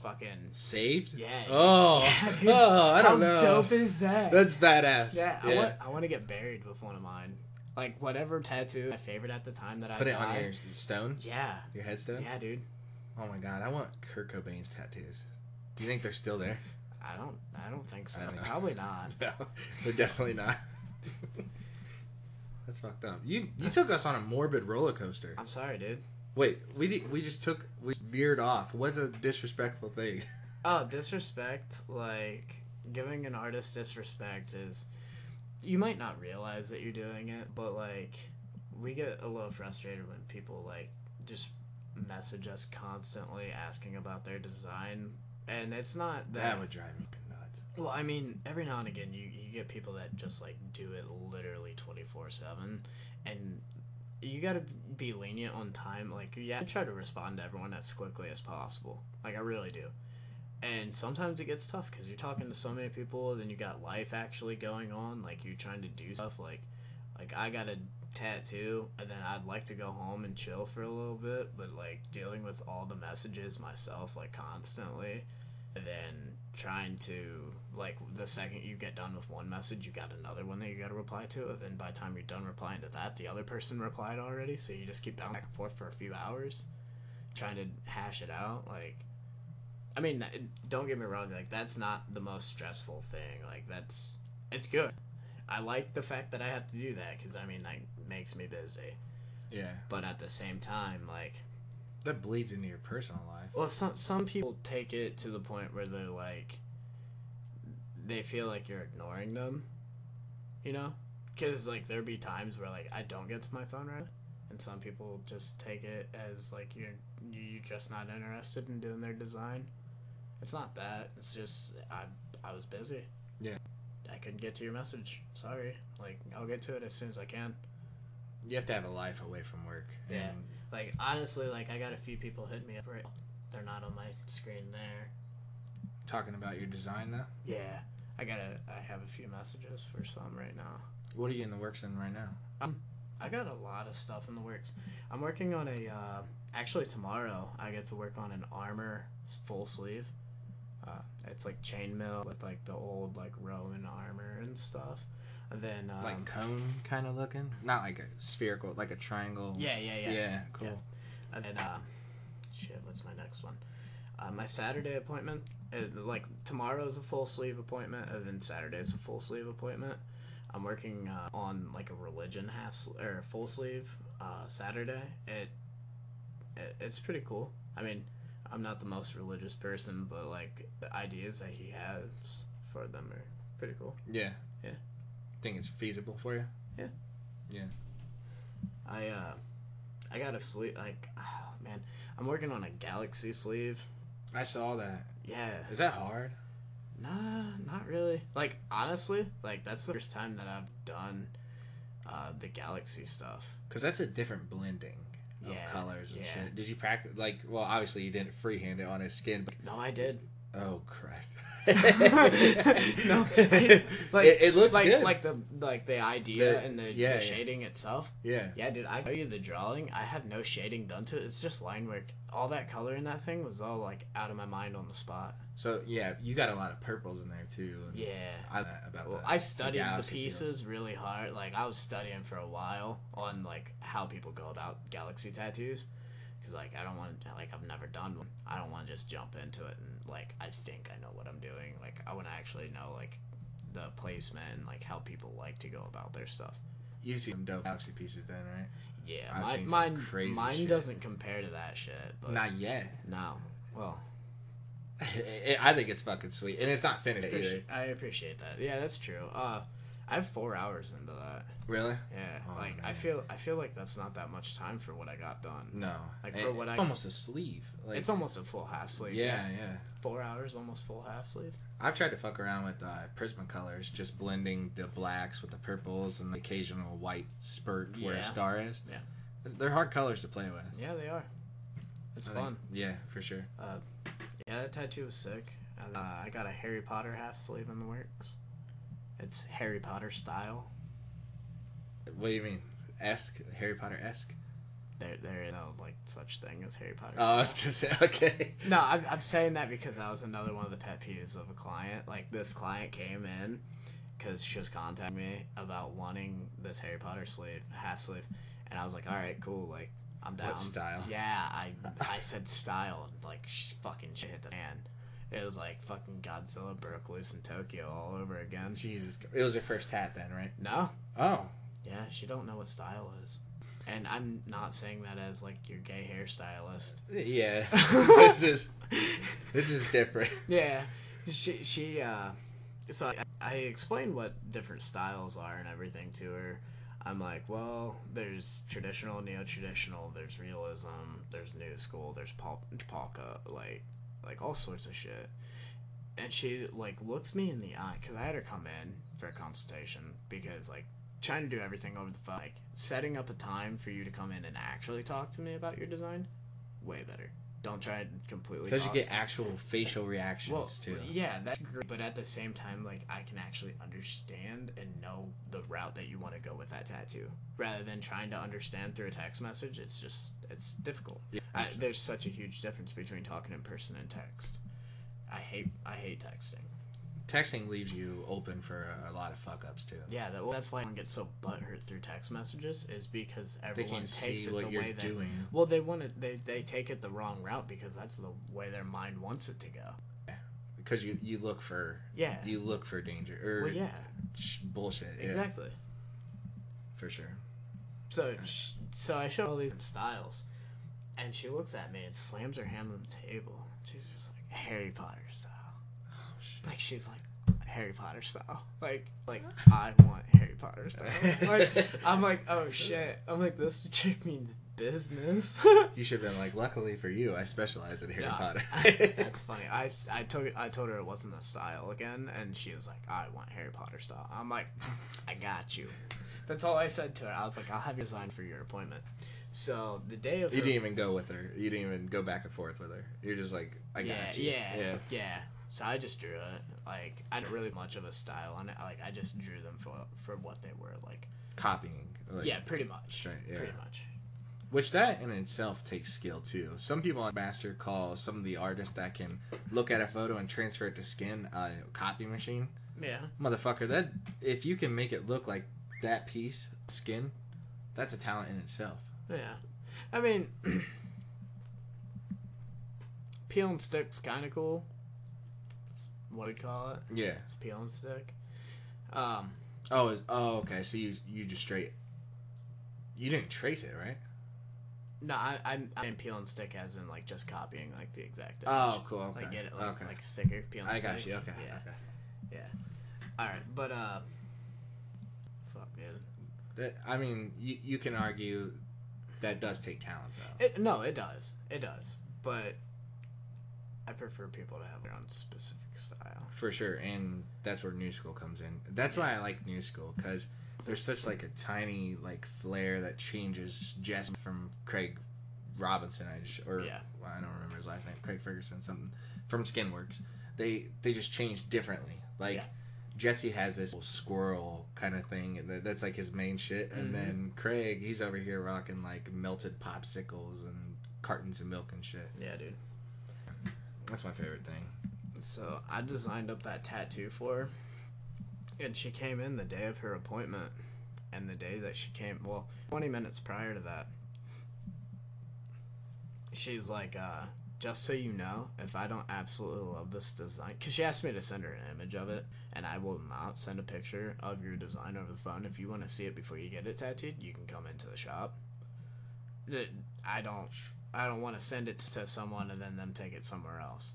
S5: fucking
S4: Saved?
S5: yeah.
S4: Oh,
S5: Yeah, dude.
S4: oh, I
S5: How
S4: don't know.
S5: dope is that?
S4: That's badass.
S5: yeah, I want I want to get buried with one of mine. Like whatever tattoo my favorite at the time that
S4: Put
S5: I
S4: it on
S5: die.
S4: your stone,
S5: Yeah,
S4: your headstone.
S5: yeah, dude.
S4: Oh my god, I want Kurt Cobain's tattoos. Do you think they're still there?
S5: I don't I don't think so.
S4: I don't know.
S5: Probably not.
S4: No, they're definitely not. That's fucked up. You you took us on a morbid roller coaster.
S5: I'm sorry, dude.
S4: Wait, we di- we just took we veered off. What's a disrespectful thing?
S5: Oh, disrespect, like giving an artist disrespect is you might not realize that you're doing it, but like we get a little frustrated when people like just message us constantly asking about their design and it's not that,
S4: That would drive me nuts.
S5: well i mean every now and again you, you get people that just like do it literally 24-7 and you gotta be lenient on time like yeah i try to respond to everyone as quickly as possible like i really do and sometimes it gets tough because you're talking to so many people then you got life actually going on like you're trying to do stuff like like i got a tattoo and then i'd like to go home and chill for a little bit but like dealing with all the messages myself like constantly and then trying to like the second you get done with one message you got another one that you got to reply to and then by the time you're done replying to that the other person replied already so you just keep bouncing back and forth for a few hours trying to hash it out like I mean, don't get me wrong. Like that's not the most stressful thing. Like that's it's good. I like the fact that I have to do that because I mean that makes me busy.
S4: Yeah,
S5: But at the same time, like
S4: that bleeds into your personal life.
S5: well, some some people take it to the point where they're like, they feel like you're ignoring them, you know? Because like there be times where like I don't get to my phone right, away, and some people just take it as like you're you're just not interested in doing their design. It's not that. It's just I I was busy.
S4: Yeah.
S5: I couldn't get to your message. Sorry. Like I'll get to it as soon as I can.
S4: You have to have a life away from work.
S5: Yeah.
S4: And
S5: Like honestly, like I got a few people hit me up. Right, they're not on my screen there.
S4: talking about your design though.
S5: Yeah, I gotta. I have a few messages for some right now. Um,
S4: What are you in the works in right now?
S5: I got a lot of stuff in the works. I'm working on a. Uh, actually, tomorrow I get to work on an armor s- full sleeve. Uh, it's like chainmail with like the old like Roman armor and stuff. And then um,
S4: Like cone kind of looking, not like a spherical, like a triangle.
S5: yeah, yeah, yeah,
S4: Yeah, cool.
S5: And then, uh, shit, what's my next one? Uh, my Saturday appointment, uh, like tomorrow's a full sleeve appointment, and then Saturday's a full sleeve appointment. I'm working uh, on like a religion half sl- or full sleeve uh, Saturday. It, it it's pretty cool. I mean, I'm not the most religious person, but like the ideas that he has for them are pretty cool.
S4: Yeah.
S5: Yeah.
S4: Think it's feasible for you?
S5: Yeah.
S4: Yeah.
S5: I uh, I got a sleeve like, oh, man, I'm working on a galaxy sleeve.
S4: I saw that.
S5: Yeah,
S4: Is that hard?
S5: Nah, not really. Like honestly, like that's the first time that I've done uh, the galaxy stuff.
S4: Because that's a different blending of
S5: Yeah,
S4: colors and
S5: yeah.
S4: shit. Did you practice? Like, well, obviously you didn't freehand it on his skin. But,
S5: No, I did.
S4: oh Christ.
S5: No, I- like
S4: it, it looked
S5: like
S4: good.
S5: like the like the idea
S4: The-
S5: and the,
S4: yeah, yeah.
S5: the shading itself.
S4: yeah.
S5: Yeah, dude, I show you the drawing. I have no shading done to it. It's just line work. All that color in that thing was all like out of my mind on the spot.
S4: So yeah, you got a lot of purples in there too. and
S5: Yeah.
S4: I about
S5: Well,
S4: the-
S5: I
S4: the
S5: studied Uh, the
S4: galaxy field.
S5: pieces really hard. Like I was studying for a while on like how people go about galaxy tattoos, because like I don't want like I've never done one. I don't want to just jump into it and like I think I know what I'm doing. Like I want to actually know like the placement and like how people like to go about their stuff.
S4: You see some dope galaxy pieces then, right?
S5: Yeah,
S4: I've
S5: my-
S4: seen some
S5: mine
S4: crazy
S5: mine
S4: shit.
S5: doesn't compare to that shit. But
S4: Not yet.
S5: no, well,
S4: I think it's fucking sweet, and it's not finished either.
S5: I appreciate that. Yeah, that's true. Uh, I have four hours into that.
S4: Really?
S5: Yeah,
S4: Oh,
S5: like I
S4: man.
S5: feel I feel like that's not that much time for what I got done.
S4: No.
S5: Like,
S4: It-
S5: for what
S4: it's
S5: I-
S4: almost a sleeve. Like,
S5: it's almost a full half sleeve.
S4: yeah, yeah.
S5: four hours, almost full half sleeve.
S4: I've tried to fuck around with uh, Prismacolors, just blending the blacks with the purples and the occasional white spurt where a
S5: Yeah.
S4: star is.
S5: Yeah.
S4: They're hard colors to play with.
S5: Yeah, they are. It's
S4: I think-
S5: fun. Uh,
S4: Yeah, for sure.
S5: Yeah, that tattoo was sick. And, uh, I got a Harry Potter half sleeve in the works. It's Harry Potter style.
S4: What do you mean? Esque? Harry Potter esque?
S5: There, there is no like such thing as Harry Potter.
S4: Oh, I
S5: style.
S4: was gonna say, okay.
S5: No, I'm, I'm saying that because that was another one of the pet peeves of a client. Like, this client came in because she was contacting me about wanting this Harry Potter sleeve, half sleeve. And I was like, all right, cool. Like, I'm down.
S4: style?
S5: Yeah, I, I said style. And, like, sh- fucking shit hit the fan. It was like fucking Godzilla broke loose in Tokyo all over again.
S4: Jesus. It was your first hat then, right?
S5: No.
S4: Oh.
S5: Yeah, she don't know what style is. And I'm not saying that as, like, your gay hairstylist.
S4: Yeah. this is this is different.
S5: yeah she she uh so I, I explained what different styles are and everything to her i'm like well there's traditional neo-traditional there's realism there's new school there's pol- polka like like all sorts of shit and she like looks me in the eye because i had her come in for a consultation because like trying to do everything over the phone like setting up a time for you to come in and actually talk to me about your design way better don't try and completely
S4: Because you
S5: talk-
S4: get actual facial reactions
S5: well,
S4: too.
S5: yeah, that's great. But at the same time, like I can actually understand and know the route that you want to go with that tattoo, rather than trying to understand through a text message. It's just it's difficult. I, there's such a huge difference between talking in person and text. I hate I hate texting.
S4: Texting leaves you open for a, a lot of fuck ups too.
S5: Yeah, that, well, that's why everyone gets so butthurt through text messages is because
S4: They
S5: everyone
S4: can't
S5: takes
S4: see
S5: it
S4: what
S5: the
S4: you're
S5: way that.
S4: doing.
S5: Well, they want it. They they take it the wrong route because that's the way their mind wants it to go.
S4: Because you, you look for
S5: Yeah.
S4: you look for danger or
S5: Well, yeah,
S4: sh- bullshit. yeah,
S5: exactly.
S4: for sure.
S5: So, sh so I show all these styles, and she looks at me and slams her hand on the table. She's just like Harry Potter style. Like she's like Harry Potter style. Like like I want Harry Potter style. Like, I'm like oh shit. I'm like this chick means business.
S4: You should have been like, luckily for you, I specialize in Harry
S5: Yeah.
S4: Potter.
S5: That's funny. I, s- I told I told her it wasn't a style again, and she was like, "I want Harry Potter style." I'm like, "I got you." That's all I said to her. I was like, "I'll have you design for your appointment." So the day of
S4: you
S5: her-
S4: didn't even go with her. You didn't even go back and forth with her. You're just like, I
S5: yeah,
S4: got you.
S5: yeah,
S4: yeah.
S5: yeah, So I just drew it. Like I didn't really much of a style on it. Like I just drew them for for what they were. Like
S4: Copying. Like,
S5: yeah, pretty much.
S4: Straight, yeah.
S5: Pretty much.
S4: Which that in itself takes skill too. Some people on Master call some of the artists that can look at a photo and transfer it to skin a copy machine.
S5: Yeah.
S4: Motherfucker, that if you can make it look like that piece skin, that's a talent in itself.
S5: Yeah. I mean, peel and stick's kind of cool. That's what we call it.
S4: Yeah.
S5: It's peel and stick. Um,
S4: Oh, is, oh, okay. So you you just straight. You didn't trace it, right?
S5: no, I, I'm I'm peel and stick as in like just copying like the exact.
S4: Oh,
S5: image.
S4: cool. Okay.
S5: Like get it like,
S4: okay.
S5: like sticker peel. And
S4: I
S5: stick.
S4: got you. Okay.
S5: Yeah.
S4: okay.
S5: Yeah. All right, but uh, fuck, dude.
S4: That, I mean, you, you can argue that does take talent though.
S5: It, no, it does. It does. But I prefer people to have their own specific style.
S4: For sure, and that's where new school comes in. That's why I like new school because there's such like a tiny like flair that changes just from Craig Robinson. I just or
S5: Yeah.
S4: well, I don't remember his last name. Craig Ferguson, something from Skinworks. They they just change differently. Like
S5: Yeah.
S4: Jesse has this squirrel kind of thing, and that- that's like his main shit.
S5: Mm-hmm.
S4: And then Craig, he's over here rocking like melted popsicles and cartons of milk and shit.
S5: Yeah, dude.
S4: That's my favorite thing.
S5: So I designed up that tattoo for her, and she came in the day of her appointment, and the day that she came, well, 20 minutes prior to that, she's like, uh, just so you know, if I don't absolutely love this design, because she asked me to send her an image of it, and I will not send a picture of your design over the phone. If you want to see it before you get it tattooed, you can come into the shop. Th- I don't, I don't want to send it to someone and then them take it somewhere else.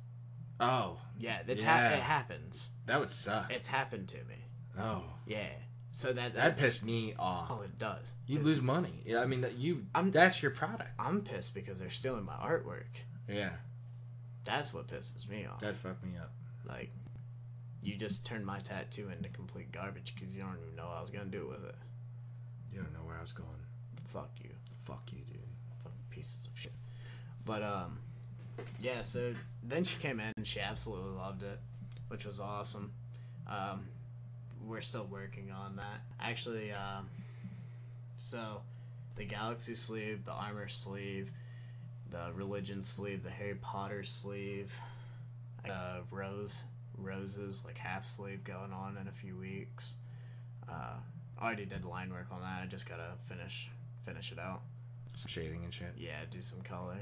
S4: Oh,
S5: Yeah, it's
S4: Yeah.
S5: Ha- it happens.
S4: that would suck.
S5: It's happened to me.
S4: Oh.
S5: Yeah. So that
S4: That
S5: that's
S4: pissed me off.
S5: all it does.
S4: You
S5: is-
S4: lose money. Yeah, I mean, that you.
S5: I'm-
S4: that's your product.
S5: I'm pissed because they're stealing my artwork.
S4: Yeah,
S5: That's what pisses me off.
S4: that fucked me up.
S5: like, you just turned my tattoo into complete garbage because you don't even know what I was gonna do with it.
S4: You don't know where I was going.
S5: Fuck you,
S4: Fuck you, dude.
S5: fucking pieces of shit. But um, yeah. So then she came in and she absolutely loved it, which was awesome. Um, we're still working on that. Actually, um, so the galaxy sleeve, the armor sleeve, the religion sleeve, the Harry Potter sleeve, uh, rose roses like half sleeve going on in a few weeks. Uh, I already did line work on that. I just gotta finish finish it out.
S4: Some shading and shit.
S5: Yeah, do some color.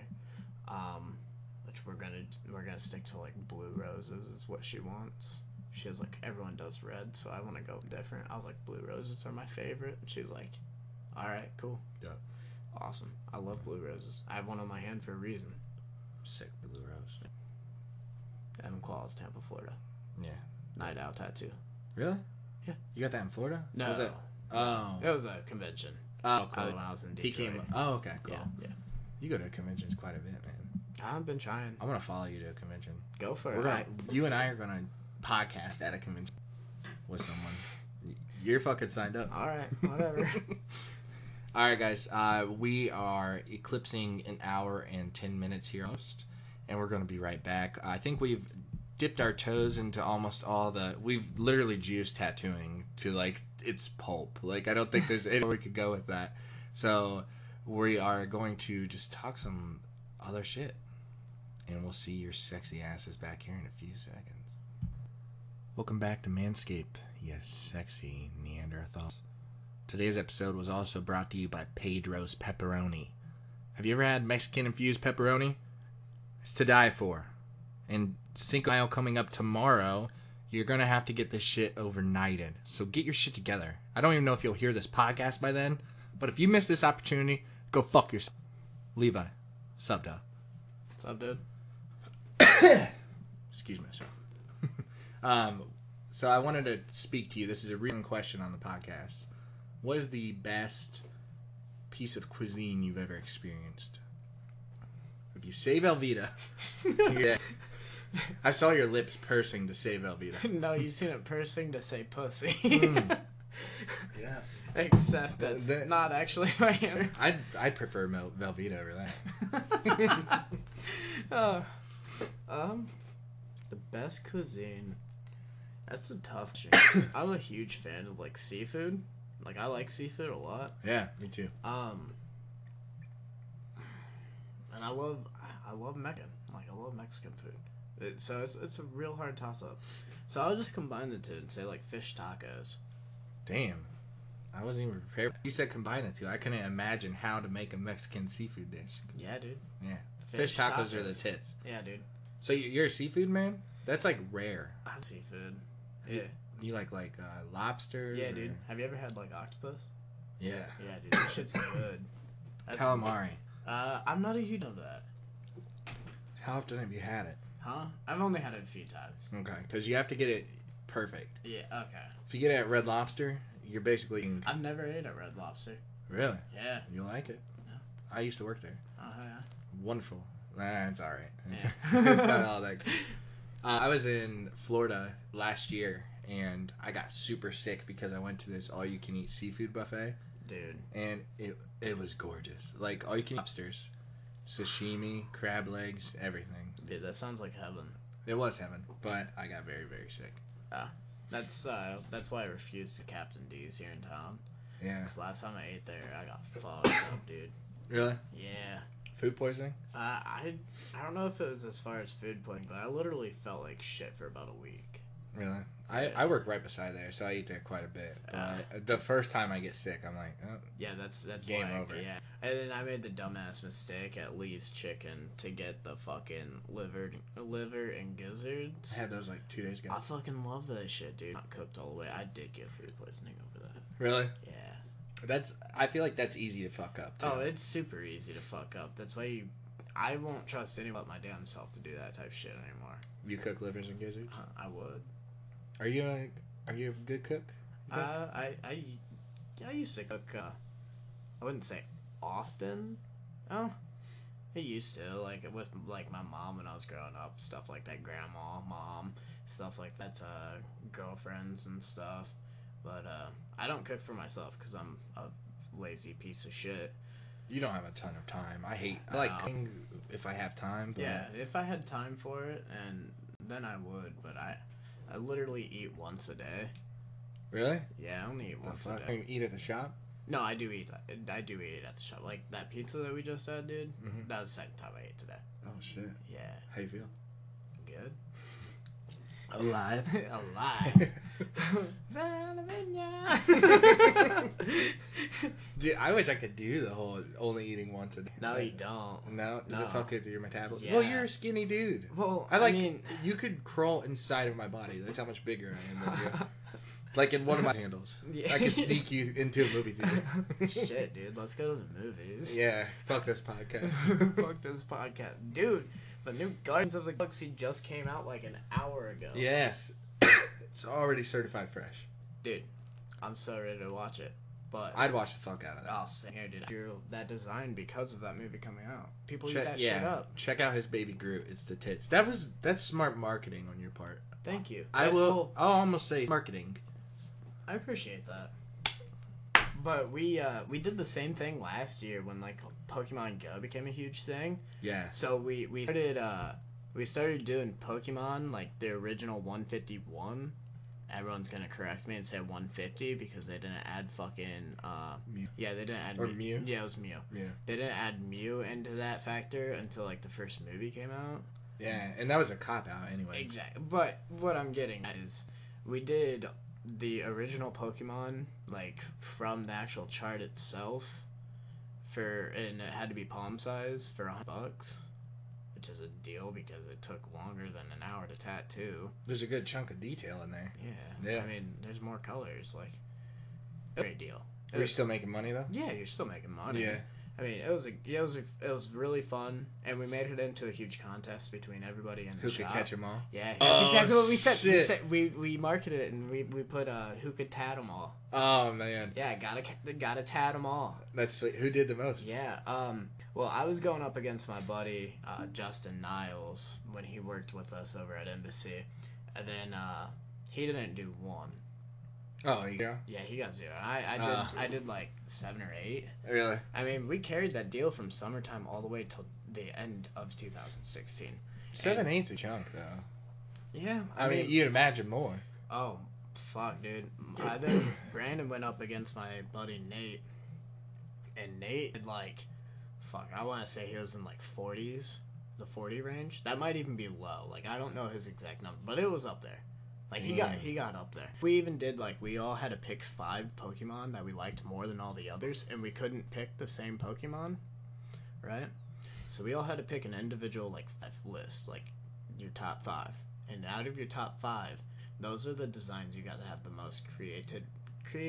S5: Um, which we're gonna we're gonna stick to like blue roses is what she wants. She was like, everyone does red, so I want to go different. I was like, blue roses are my favorite. And she's like, all right, cool,
S4: Yeah.
S5: awesome. I love blue roses. I have one on my hand for a reason.
S4: Sick blue rose.
S5: Evan Claus, Tampa, Florida.
S4: Yeah.
S5: Night Owl tattoo.
S4: Really?
S5: Yeah.
S4: You got that in Florida?
S5: No.
S4: Was it? Oh.
S5: It was a convention.
S4: Oh,
S5: I,
S4: cool.
S5: when I was in
S4: He
S5: Detroit.
S4: came. Oh, okay, cool.
S5: Yeah, yeah.
S4: You go to conventions quite a bit, man.
S5: I've been trying.
S4: I want to follow you to a convention.
S5: Go for
S4: We're
S5: it.
S4: gonna, you and I are gonna podcast at a convention with someone. You're fucking signed up.
S5: All right, whatever.
S4: All right, guys. Uh, we are eclipsing an hour and ten minutes here almost, and we're going to be right back. I think we've dipped our toes into almost all the. We've literally juiced tattooing to like its pulp. Like I don't think there's anywhere we could go with that. So we are going to just talk some other shit, and we'll see your sexy asses back here in a few seconds. Welcome back to Manscape. Yes, sexy Neanderthals. Today's episode was also brought to you by Pedro's Pepperoni. Have you ever had Mexican infused pepperoni? It's to die for. And Cinco de Mayo coming up tomorrow, you're gonna have to get this shit overnighted. So get your shit together. I don't even know if you'll hear this podcast by then, but if you miss this opportunity, go fuck yourself. Levi, subbed up.
S5: What's up, dude?
S4: excuse myself. um, so I wanted to speak to you. This is a real question on the podcast. What is the best piece of cuisine you've ever experienced? If you save Elvita, yeah. I saw your lips pursing to save Elvita.
S5: No, you seen it pursing to say pussy.
S4: Mm. Yeah,
S5: Except that's
S4: the-
S5: not actually my answer.
S4: I'd I'd prefer Mel- Velveeta over that.
S5: Oh. um, the best cuisine. That's a tough choice. I'm a huge fan of like seafood. Like I like seafood a lot.
S4: Yeah, me too.
S5: Um, and I love I love Mexican. Like I love Mexican food. It, so it's it's a real hard toss up. So I'll just combine the two and say like fish tacos.
S4: Damn, I wasn't even prepared. You said combine the two. I couldn't imagine how to make a Mexican seafood dish.
S5: Yeah, dude.
S4: Yeah, fish,
S5: Fish
S4: tacos, are the
S5: tacos.
S4: tits.
S5: Yeah, dude.
S4: So you- you're a seafood man? That's like rare.
S5: I have seafood. Yeah.
S4: You like like uh, lobsters?
S5: Yeah,
S4: or-
S5: dude. Have you ever had like octopus?
S4: Yeah.
S5: Yeah, dude. That shit's good. That's
S4: Calamari.
S5: Uh, I'm not a huge fan of that.
S4: How often have you had it?
S5: Huh? I've only had it a few times.
S4: Okay, because you have to get it perfect.
S5: Yeah, okay.
S4: If you get it at Red Lobster, you're basically eating-
S5: I've never ate at Red Lobster.
S4: really.
S5: Yeah.
S4: You like it?
S5: No.
S4: I used to work there.
S5: Uh huh.
S4: Wonderful. Nah, it's all right. It's,
S5: Yeah.
S4: it's not all that. great. Uh, I was in Florida last year, and I got super sick because I went to this all-you-can-eat seafood buffet.
S5: Dude.
S4: and it it was gorgeous. Like all you can lobsters, sashimi, crab legs, everything.
S5: Dude, that sounds like heaven.
S4: It was heaven, but I got very very sick.
S5: Yeah. That's uh that's why I refused to Captain D's here in town.
S4: Yeah,
S5: 'Cause last time I ate there I got fucked up, dude.
S4: really?
S5: Yeah.
S4: Food poisoning?
S5: Uh, I I don't know if it was as far as food poisoning, but I literally felt like shit for about a week.
S4: Really? I, I work right beside there, so I eat there quite a bit. But
S5: Uh.
S4: the first time I get sick, I'm like, oh,
S5: Yeah, that's that's
S4: Game
S5: why,
S4: over.
S5: Yeah, and then I made the dumbass mistake at Lee's Chicken to get the fucking liver, liver and gizzards.
S4: I had those like two days ago.
S5: I fucking love that shit, dude. Not cooked all the way. I did get food poisoning over that.
S4: Really?
S5: Yeah.
S4: That's I feel like that's easy to fuck up. Too.
S5: Oh, it's super easy to fuck up. That's why you. I won't trust anyone but my damn self to do that type shit anymore.
S4: you cook livers and gizzards?
S5: I would.
S4: Are you a are you a good cook?
S5: Uh, I, I, I used to cook, uh, I wouldn't say often. Oh, I used to, like, with, like, my mom when I was growing up, stuff like that, grandma, mom, stuff like that, to, uh, girlfriends and stuff. But, uh, I don't cook for myself because I'm a lazy piece of shit.
S4: You don't have a ton of time. I hate. I like
S5: No.
S4: cooking if I have time. But
S5: Yeah, if I had time for it, and then I would, but I, I literally eat once a day.
S4: Really?
S5: Yeah, I only eat once a
S4: Fuck.
S5: day.
S4: I eat at the shop.
S5: No, I do eat that. I do eat it at the shop. Like that pizza that we just had, dude.
S4: Mm-hmm.
S5: That was the second time I ate today.
S4: Oh shit.
S5: Yeah,
S4: How you feel?
S5: good.
S4: Alive.
S5: Alive.
S4: Dude, I wish I could do the whole only eating once a day.
S5: no, you don't.
S4: No, does
S5: No.
S4: it fuck with your metabolism? Well,
S5: Yeah.
S4: you're a skinny dude.
S5: Well,
S4: I like.
S5: I mean,
S4: you could crawl inside of my body. That's how much bigger I am than you. like in one of my handles,
S5: Yeah.
S4: I could sneak you into a movie theater.
S5: shit, dude. Let's go to the movies.
S4: yeah, fuck this podcast.
S5: Fuck this podcast, dude. The new Guardians of the Galaxy just came out like an hour ago.
S4: Yes, it's already certified fresh.
S5: dude. I'm so ready to watch it, but
S4: I'd watch the fuck out of that.
S5: I'll say here, dude. I drew that design because of that movie coming out. People eat that
S4: yeah,
S5: shit up.
S4: check out his baby Groot. It's the tits. That was that's smart marketing on your part.
S5: Thank you.
S4: I
S5: That-
S4: will.
S5: well,
S4: I'll almost say marketing.
S5: I appreciate that. But we uh, we did the same thing last year when like Pokemon Go became a huge thing.
S4: Yes.
S5: So we we started uh, we started doing Pokemon like the original 151. Everyone's gonna correct me and say 150 because they didn't add fucking uh,
S4: Mew.
S5: yeah they didn't add
S4: Or Mew?
S5: yeah it was Mew.
S4: Yeah.
S5: They didn't add Mew into that factor until like the first movie came out.
S4: Yeah, and that was a cop out anyway.
S5: Exactly. But what I'm getting at is we did the original Pokemon, like from the actual chart itself, for and it had to be palm size for a hundred bucks, which is a deal because it took longer than an hour to tattoo.
S4: There's a good chunk of detail in there.
S5: Yeah.
S4: Yeah.
S5: I mean, there's more colors. Like, it was a great deal. It
S4: Are you
S5: was-
S4: still making money though?
S5: yeah, you're still making money.
S4: Yeah.
S5: I mean, it was a, it was a, it was really fun, and we made it into a huge contest between everybody in the
S4: Who could
S5: shop.
S4: catch them all?
S5: Yeah, that's
S4: Oh,
S5: exactly what we said. We,
S4: shit.
S5: said we, we marketed it and we, we put uh, who could tat them all.
S4: Oh man,
S5: Yeah, gotta ca- gotta tat them all.
S4: that's sweet. Who did the most?
S5: Yeah. Um. Well, I was going up against my buddy uh, Justin Niles when he worked with us over at Embassy, and then uh, he didn't do one.
S4: Oh yeah,
S5: Yeah, he got zero. I I did
S4: Uh.
S5: I did like seven or eight.
S4: really?
S5: I mean, we carried that deal from summertime all the way till the end of 2016.
S4: Seven eight's a chunk though.
S5: Yeah.
S4: I, mean, you'd imagine more.
S5: Oh, fuck, dude. I then Brandon went up against my buddy Nate, and Nate had like, fuck, I want to say he was in like 40s, the 40 range. That might even be low. Like I don't know his exact number, but it was up there. Like he got he got up there. We even did like we all had to pick five Pokemon that we liked more than all the others, and we couldn't pick the same Pokemon, right? So we all had to pick an individual like five list, like your top five. And out of your top five, those are the designs you got to have the most created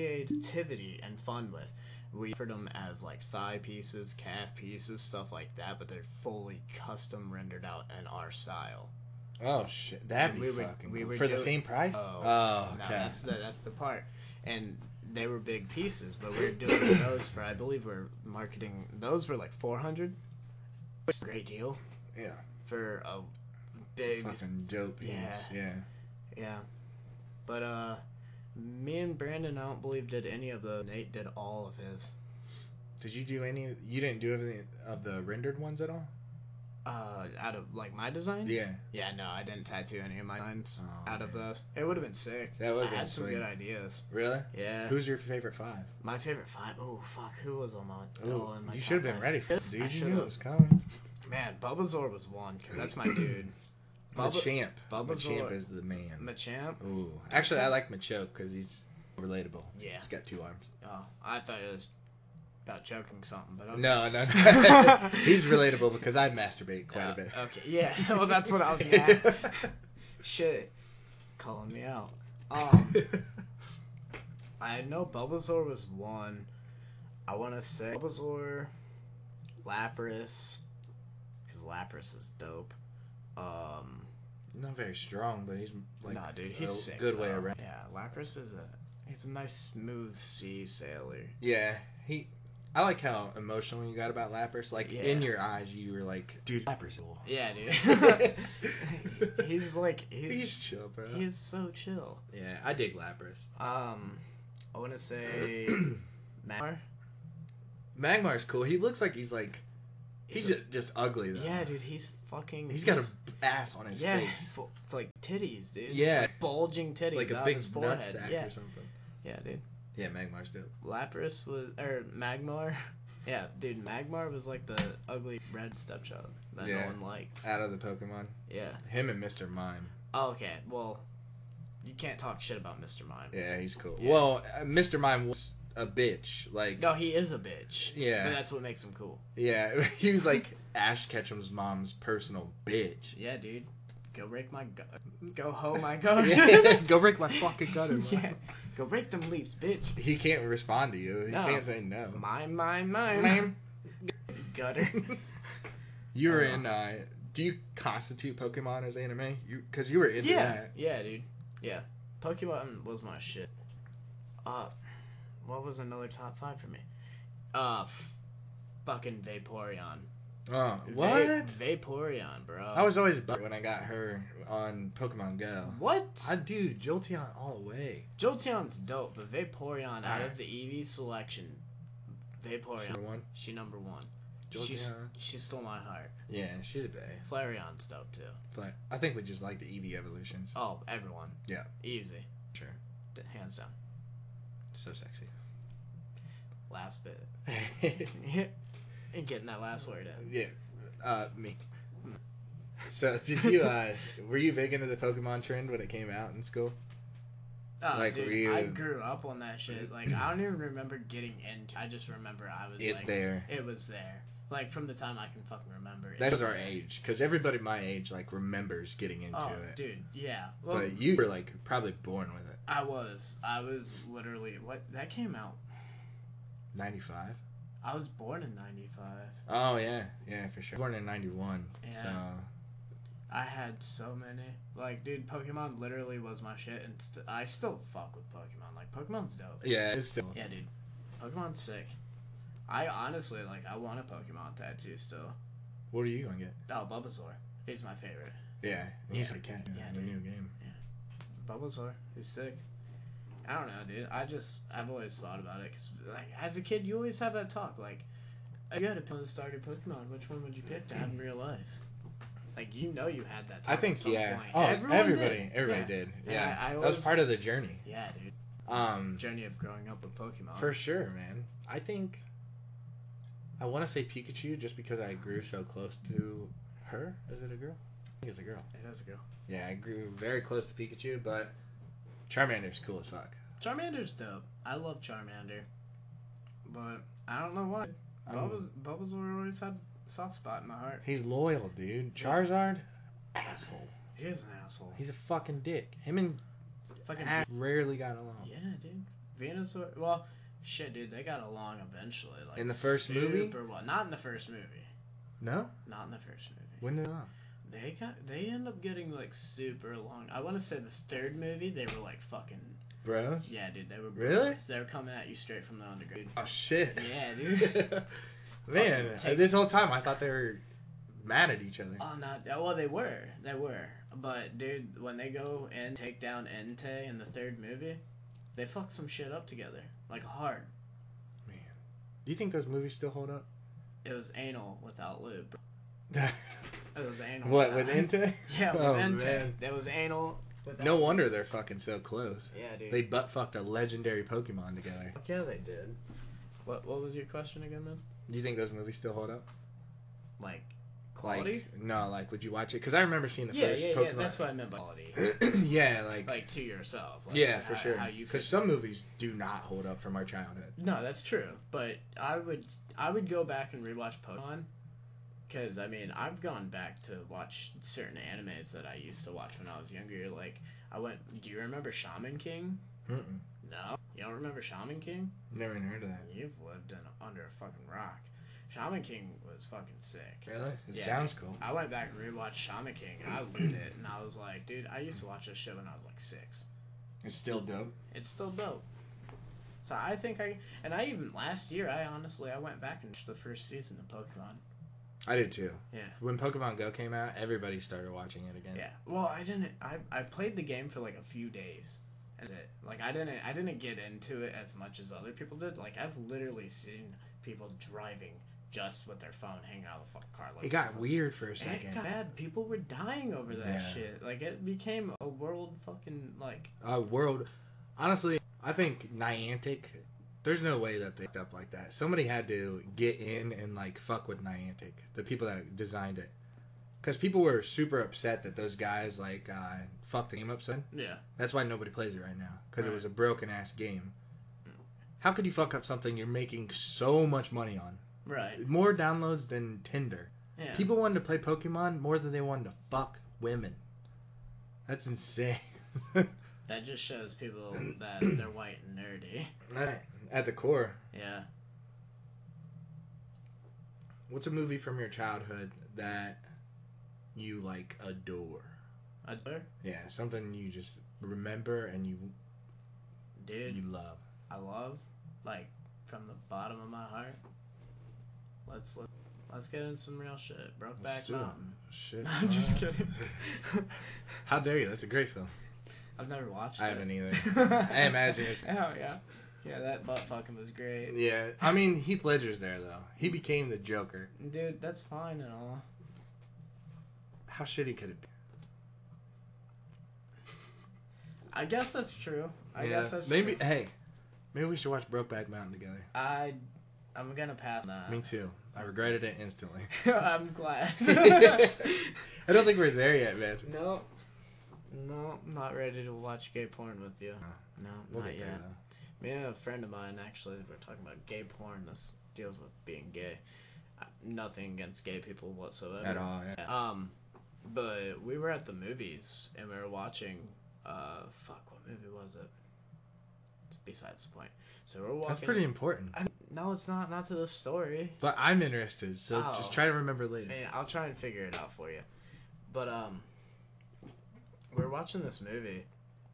S5: creativity and fun with. We offered them as like thigh pieces, calf pieces, stuff like that, but they're fully custom rendered out in our style.
S4: Oh shit, that'd
S5: And
S4: be
S5: we would-
S4: fucking
S5: we
S4: cool.
S5: would
S4: for the
S5: do-
S4: same price.
S5: Oh,
S4: oh
S5: no,
S4: okay.
S5: that's the that's the part. And they were big pieces, but we were doing those for I believe we're marketing those were like four hundred. It's a great deal
S4: yeah,
S5: for a big
S4: fucking dope. piece,
S5: Yeah.
S4: yeah.
S5: Yeah. But uh me and Brandon I don't believe did any of the Nate did all of his.
S4: Did you do any? You didn't do any of the rendered ones at all.
S5: Uh out of like my designs?
S4: Yeah.
S5: Yeah, no, I didn't tattoo any of my designs
S4: Oh,
S5: out of
S4: man.
S5: those. It would have been sick.
S4: That would've
S5: I
S4: been
S5: had some
S4: sweet.
S5: good ideas.
S4: Really?
S5: Yeah.
S4: Who's your favorite five?
S5: my favorite five oh fuck, who was on my
S4: Ooh,
S5: oh, in my
S4: you
S5: top
S4: should have been
S5: five?
S4: ready. For,
S5: I
S4: dude, you knew
S5: should've.
S4: it was coming.
S5: Man, Bulbasaur was one because that's my dude. Bubba-
S4: Machamp.
S5: Bulbasaur-
S4: Machamp is the man.
S5: Machamp.
S4: Ooh, actually, I like Machoke because he's relatable.
S5: Yeah.
S4: he's got two arms.
S5: Oh, I thought it was about choking something, but okay.
S4: No, no, no. he's relatable because I masturbate quite
S5: Uh,
S4: a bit.
S5: Okay, yeah. well, that's what I was gonna ask. Shit, calling me out. Um, I know Bulbasaur was one. I want to say Bulbasaur, Lapras, because Lapras is dope. Um,
S4: Not very strong, but he's like
S5: nah, dude, he's
S4: a
S5: sick.
S4: good way
S5: though.
S4: around.
S5: Yeah, Lapras is a He's a nice, smooth sea sailor.
S4: Yeah, he. I like how emotional you got about Lapras. Like
S5: Yeah.
S4: in your eyes, you were like, "Dude, Lapras." Cool.
S5: Yeah, dude. he's like he's
S4: he's
S5: he's,
S4: chill, bro.
S5: so chill.
S4: yeah, I dig Lapras.
S5: Um, I want to say Magmar.
S4: Magmar's cool. He looks like he's like, he's just, just ugly though.
S5: Yeah, dude, he's fucking.
S4: he's got a b- ass on his
S5: yeah,
S4: face,
S5: bu- it's like titties, dude.
S4: Yeah.
S5: Like bulging titties
S4: like a
S5: out
S4: big
S5: of his
S4: nut
S5: forehead.
S4: sack
S5: Yeah,
S4: or something.
S5: yeah, dude.
S4: Yeah, Magmar's dope.
S5: Lapras was or Magmar. Yeah, dude, Magmar was like the ugly red stepchild that
S4: Yeah. Uh,
S5: no one likes.
S4: Out of the Pokemon,
S5: yeah.
S4: him and Mr. Mime.
S5: Oh, okay. Well, you can't talk shit about Mr. Mime.
S4: Yeah, he's cool. Well, uh, Mr. Mime was a bitch. Like,
S5: No, he is a bitch.
S4: Yeah.
S5: But that's what makes him cool.
S4: yeah, he was like Ash Ketchum's mom's personal bitch.
S5: Yeah, dude. Go rake my gu- go hoe my gun.
S4: Go break my fucking gutter. Mime.
S5: yeah. Go rake them leaves, bitch.
S4: He can't respond to you. He
S5: No.
S4: can't say no.
S5: Mime, mime, mime.
S4: Mime.
S5: Gutter.
S4: You were in. Uh, do you constitute Pokemon as anime? You because you were into
S5: yeah.
S4: that.
S5: Yeah, dude. Yeah. Pokemon was my shit. Uh, what was another top five for me? Uh, f- fucking Vaporeon.
S4: Oh,
S5: Va-
S4: what?
S5: Vaporeon, bro.
S4: I was always bu- when I got her on Pokemon Go.
S5: What?
S4: I do Jolteon all the way.
S5: Jolteon's dope, but Vaporeon out
S4: Alright.
S5: of the Eevee selection, Vaporeon,
S4: Number one.
S5: she number one. Oh, She's,
S4: Jolteon.
S5: she stole my heart.
S4: Yeah, she's a bae.
S5: Flareon's dope too.
S4: But I think we just like the Eevee evolutions.
S5: Oh, everyone.
S4: Yeah.
S5: Easy.
S4: Sure.
S5: D- Hands down.
S4: So sexy.
S5: Last bit. and getting that last word in.
S4: yeah. Uh, me. So did you? Uh, were you big into the Pokemon trend when it came out in school?
S5: Oh,
S4: Like,
S5: dude,
S4: were you-
S5: I grew up on that shit. Like, I don't even remember getting into I just remember I was
S4: It
S5: like,
S4: there.
S5: it was there. Like, from the time I can fucking remember. it
S4: That was
S5: was
S4: our
S5: there.
S4: age, because everybody my age like remembers getting into
S5: Oh,
S4: it.
S5: dude, yeah. Well,
S4: But you were like probably born with it.
S5: I was. I was literally. What? That came out
S4: Ninety five.
S5: I was born in '95.
S4: Oh yeah, yeah for sure. Born in ninety one.
S5: Yeah.
S4: So
S5: I had so many. Like, dude, Pokemon literally was my shit, and st- I still fuck with Pokemon. Like, Pokemon's dope.
S4: yeah, it's still
S5: Yeah, dude, Pokemon's sick. I honestly like. I want a Pokemon tattoo still.
S4: What are you gonna get?
S5: Oh, Bulbasaur. He's my favorite.
S4: Yeah, he's a cat
S5: Yeah,
S4: in the new
S5: dude.
S4: game.
S5: Bulbasaur. He's sick. I don't know, dude. I just I've always thought about it because like as a kid, you always have that talk. Like, if you had to pick a starter Pokemon, which one would you pick to have in real life? Like you know, you had that. Talk
S4: I
S5: at
S4: think
S5: some
S4: yeah.
S5: Point.
S4: Oh,
S5: Everyone
S4: everybody,
S5: did.
S4: everybody
S5: Yeah.
S4: did.
S5: And
S4: Yeah,
S5: I, I
S4: that was
S5: always-
S4: part of the journey.
S5: Yeah, dude.
S4: Um,
S5: Journey of growing up with Pokemon.
S4: for sure, man. I think I want to say Pikachu just because I grew so close to her. Is it a girl? I think it's a girl.
S5: it does go.
S4: Yeah, I grew very close to Pikachu, but Charmander's cool as fuck.
S5: Charmander's dope. I love Charmander, but I don't know why.
S4: Um,
S5: Bulbas- Bulbasaur always had a soft spot in my heart.
S4: He's loyal, dude. Charizard, asshole.
S5: He is an asshole.
S4: He's a fucking dick. Him and
S5: Fucking
S4: Ash rarely got along.
S5: Yeah, dude. Venusaur. Well, shit, dude. They got along eventually. Like
S4: In the first
S5: super
S4: movie?
S5: Well. Not in the first movie.
S4: No,
S5: Not in the first movie.
S4: when did not?
S5: They got. They end up getting like super along. I want to say the third movie. They were like fucking.
S4: Bros.
S5: Yeah, dude. They were.
S4: Really?
S5: bros. They were coming at you straight from the underground.
S4: Oh shit.
S5: Yeah, dude.
S4: Man,
S5: Take-
S4: uh, this whole time I thought they were mad at each other.
S5: oh, not. Well, they were. They were. But dude, when they go and take down Entei in the third movie, they fuck some shit up together. Like hard.
S4: Man, do you think those movies still hold up?
S5: It was anal without lube. bro. It was anal.
S4: what with
S5: without-
S4: Inte?
S5: Uh, Yeah, with
S4: Oh,
S5: Entei.
S4: man.
S5: That was anal. With
S4: No wonder they're fucking so close.
S5: Yeah, dude.
S4: They butt fucked a legendary Pokemon together.
S5: yeah, they did. What What was your question again, man?
S4: Do you think those movies still hold up?
S5: Like
S4: Like,
S5: quality?
S4: no, like would you watch it? Because I remember seeing the
S5: yeah,
S4: first
S5: yeah,
S4: Pokemon.
S5: yeah. That's what I meant by quality.
S4: yeah, like,
S5: like to yourself. Like,
S4: yeah, for
S5: how-
S4: sure.
S5: How you feel.
S4: Because some movies do not hold up from our childhood.
S5: No, that's true. But I would I would go back and rewatch Pokemon. Because, I mean, I've gone back to watch certain animes that I used to watch when I was younger. Like, I went. Do you remember Shaman King?
S4: Mm-mm.
S5: No? You don't remember Shaman King?
S4: Never even heard of that.
S5: You've lived in, under a fucking rock. Shaman King was fucking sick.
S4: Really? It
S5: Yeah.
S4: sounds cool.
S5: I went back and rewatched Shaman King and I loved it and I was like, dude, I used to watch this shit when I was like six.
S4: It's still dope.
S5: It's still dope. So I think I and I even last year I honestly I went back and watched the first season of Pokemon.
S4: I did too.
S5: Yeah.
S4: When Pokemon Go came out, everybody started watching it again.
S5: Yeah. Well, I didn't. I I played the game for like a few days. And that's it. Like I didn't. I didn't get into it as much as other people did. Like I've literally seen people driving just with their phone, hanging out of the fucking car. Like
S4: It got weird for a
S5: And
S4: second.
S5: It got bad. People were dying over that
S4: Yeah.
S5: shit. Like it became a world fucking like.
S4: uh, world. Honestly, I think Niantic. There's no way that they fucked up like that. Somebody had to get in and like fuck with Niantic, the people that designed it, because people were super upset that those guys like uh, fucked the game up. Son,
S5: Yeah.
S4: that's why nobody plays it right now because
S5: Right.
S4: it was a broken ass game. How could you fuck up something you're making so much money on?
S5: Right.
S4: More downloads than Tinder.
S5: Yeah.
S4: People wanted to play Pokemon more than they wanted to fuck women. That's insane.
S5: That just shows people that they're white and nerdy.
S4: Right. At the core,
S5: Yeah.
S4: what's a movie from your childhood that you like adore?
S5: A
S4: Yeah, something you just remember and you
S5: dude.
S4: you love.
S5: I love, like, from the bottom of my heart. Let's let's, let's get in some real shit.
S4: Let's
S5: Brokeback
S4: do it.
S5: Mountain.
S4: Shit.
S5: I'm just
S4: alright.
S5: kidding.
S4: How dare you? That's a great film.
S5: I've never watched
S4: I
S5: it.
S4: haven't either. I imagine it's.
S5: Oh yeah, yeah. That butt fucking was great,
S4: Yeah, I mean Heath Ledger's there though. He became the Joker.
S5: dude. That's fine and all.
S4: How shitty could it be?
S5: I guess that's true. I
S4: yeah,
S5: guess that's
S4: maybe.
S5: True.
S4: Hey, maybe we should watch Brokeback Mountain together.
S5: I I'm gonna pass. Nah.
S4: Me too. I regretted it instantly.
S5: I'm glad.
S4: I don't think we're there yet, man.
S5: no, no, not ready to watch gay porn with you. No,
S4: We'll
S5: not
S4: get there
S5: yet.
S4: though.
S5: Me and a friend of mine actually were talking about gay porn. This deals with being gay. I- Nothing against gay people whatsoever.
S4: At all, yeah.
S5: Um, but we were at the movies and we were watching. Uh, fuck, what movie was it? It's besides the point. So we're walking.
S4: That's pretty important.
S5: I, no, it's not. Not to the story.
S4: But I'm interested, so
S5: Oh.
S4: just try to remember later.
S5: Man, I'll try and figure it out for you. But um, we were watching this movie,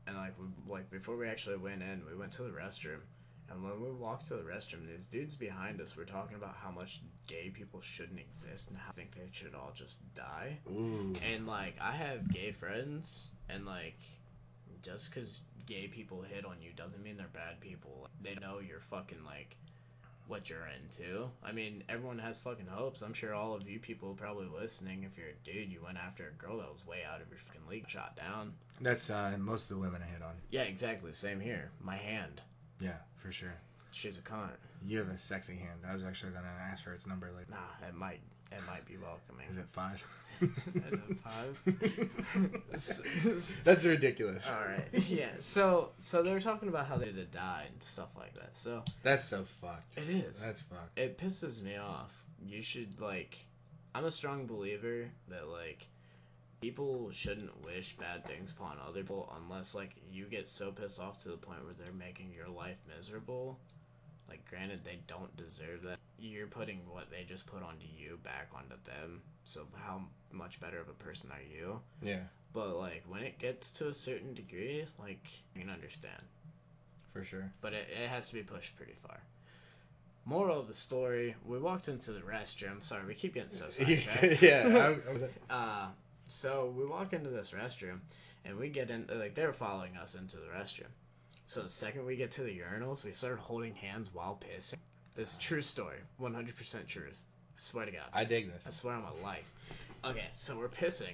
S5: and like we, like before we actually went in, we went to the restroom, and when we walked to the restroom, these dudes behind us were talking about how much gay people shouldn't exist and how they think they should all just die.
S4: Ooh.
S5: And like I have gay friends, and like just because gay people hit on you doesn't mean they're bad people. They know you're fucking like what you're into. I mean, everyone has fucking hopes. I'm sure all of you people probably listening, if you're a dude, you went after a girl that was way out of your fucking league, shot down.
S4: That's uh, most of the women I hit on.
S5: Yeah, exactly. Same here. My hand.
S4: Yeah, for sure.
S5: She's a cunt.
S4: You have a sexy hand. I was actually gonna ask for its number later.
S5: Nah, it might it might be welcoming.
S4: Is it five?
S5: Is it five? S- s-
S4: That's ridiculous.
S5: All right. Yeah. So so they were talking about how they did have died and stuff like that. So
S4: That's so fucked.
S5: it is.
S4: That's fucked.
S5: it pisses me off. You should like. I'm a strong believer that like people shouldn't wish bad things upon other people unless like you get so pissed off to the point where they're making your life miserable. Like granted they don't deserve that. You're putting what they just put onto you back onto them. So how much better of a person are you?
S4: Yeah,
S5: But like when it gets to a certain degree, like you can understand.
S4: for sure.
S5: But it, it has to be pushed pretty far. Moral of the story: We walked into the restroom. Sorry, we keep getting so sidetracked.
S4: yeah. I'm, I'm-
S5: Uh, so we walk into this restroom, and we get in. Like they're following us into the restroom. So the second we get to the urinals, we start holding hands while pissing. This is true story, one hundred percent truth. I swear to God.
S4: I dig
S5: I
S4: this.
S5: swear on my life. Okay, so we're pissing.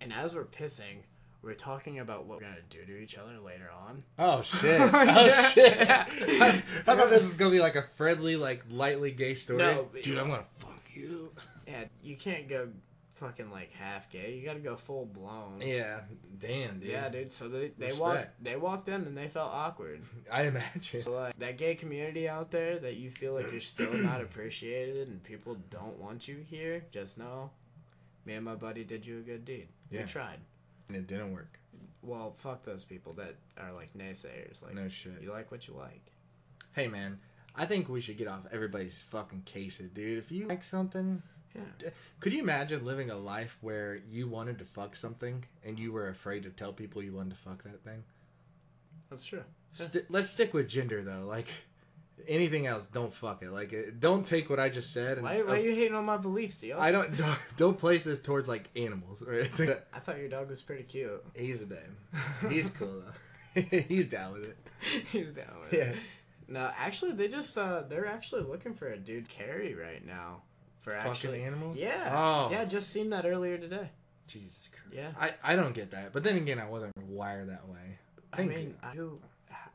S5: And as we're pissing, we're talking about what we're gonna do to each other later on.
S4: Oh shit! Oh shit! I, I thought this was gonna be like a friendly, like lightly gay story.
S5: No, but-
S4: dude, I'm gonna fuck you.
S5: Yeah, you can't go fucking like half gay. You gotta go full blown. Yeah,
S4: Yeah, damn, dude.
S5: dude. So they, they walked
S4: Respect.
S5: they walked in and they felt awkward.
S4: I imagine.
S5: So like that gay community out there that you feel like you're still not appreciated and people don't want you here, just know me and my buddy did you a good deed. We
S4: Yeah.
S5: tried.
S4: And it didn't work.
S5: Well, fuck those people that are like naysayers. Like
S4: No shit.
S5: you like what you like.
S4: Hey man, I think we should get off everybody's fucking cases, dude. If you like something,
S5: Yeah.
S4: could you imagine living a life where you wanted to fuck something and you were afraid to tell people you wanted to fuck that thing?
S5: That's true.
S4: St- let's stick with gender though. Like anything else, don't fuck it. Like uh, don't take what I just said. And,
S5: Why, why
S4: uh,
S5: are you hating on my beliefs, yo?
S4: I don't don't place this towards like animals or anything.
S5: I thought your dog was pretty cute.
S4: He's a man. He's cool though. He's down with it.
S5: he was down with it. No, actually, they just uh, they're actually looking for a dude carry right now for
S4: Fucking
S5: actually
S4: animals?
S5: Yeah.
S4: Oh.
S5: Yeah, just seen that earlier today.
S4: Jesus Christ.
S5: Yeah.
S4: I, I don't get that. But then again, I wasn't wired that way.
S5: I
S4: Thank
S5: mean, I, who,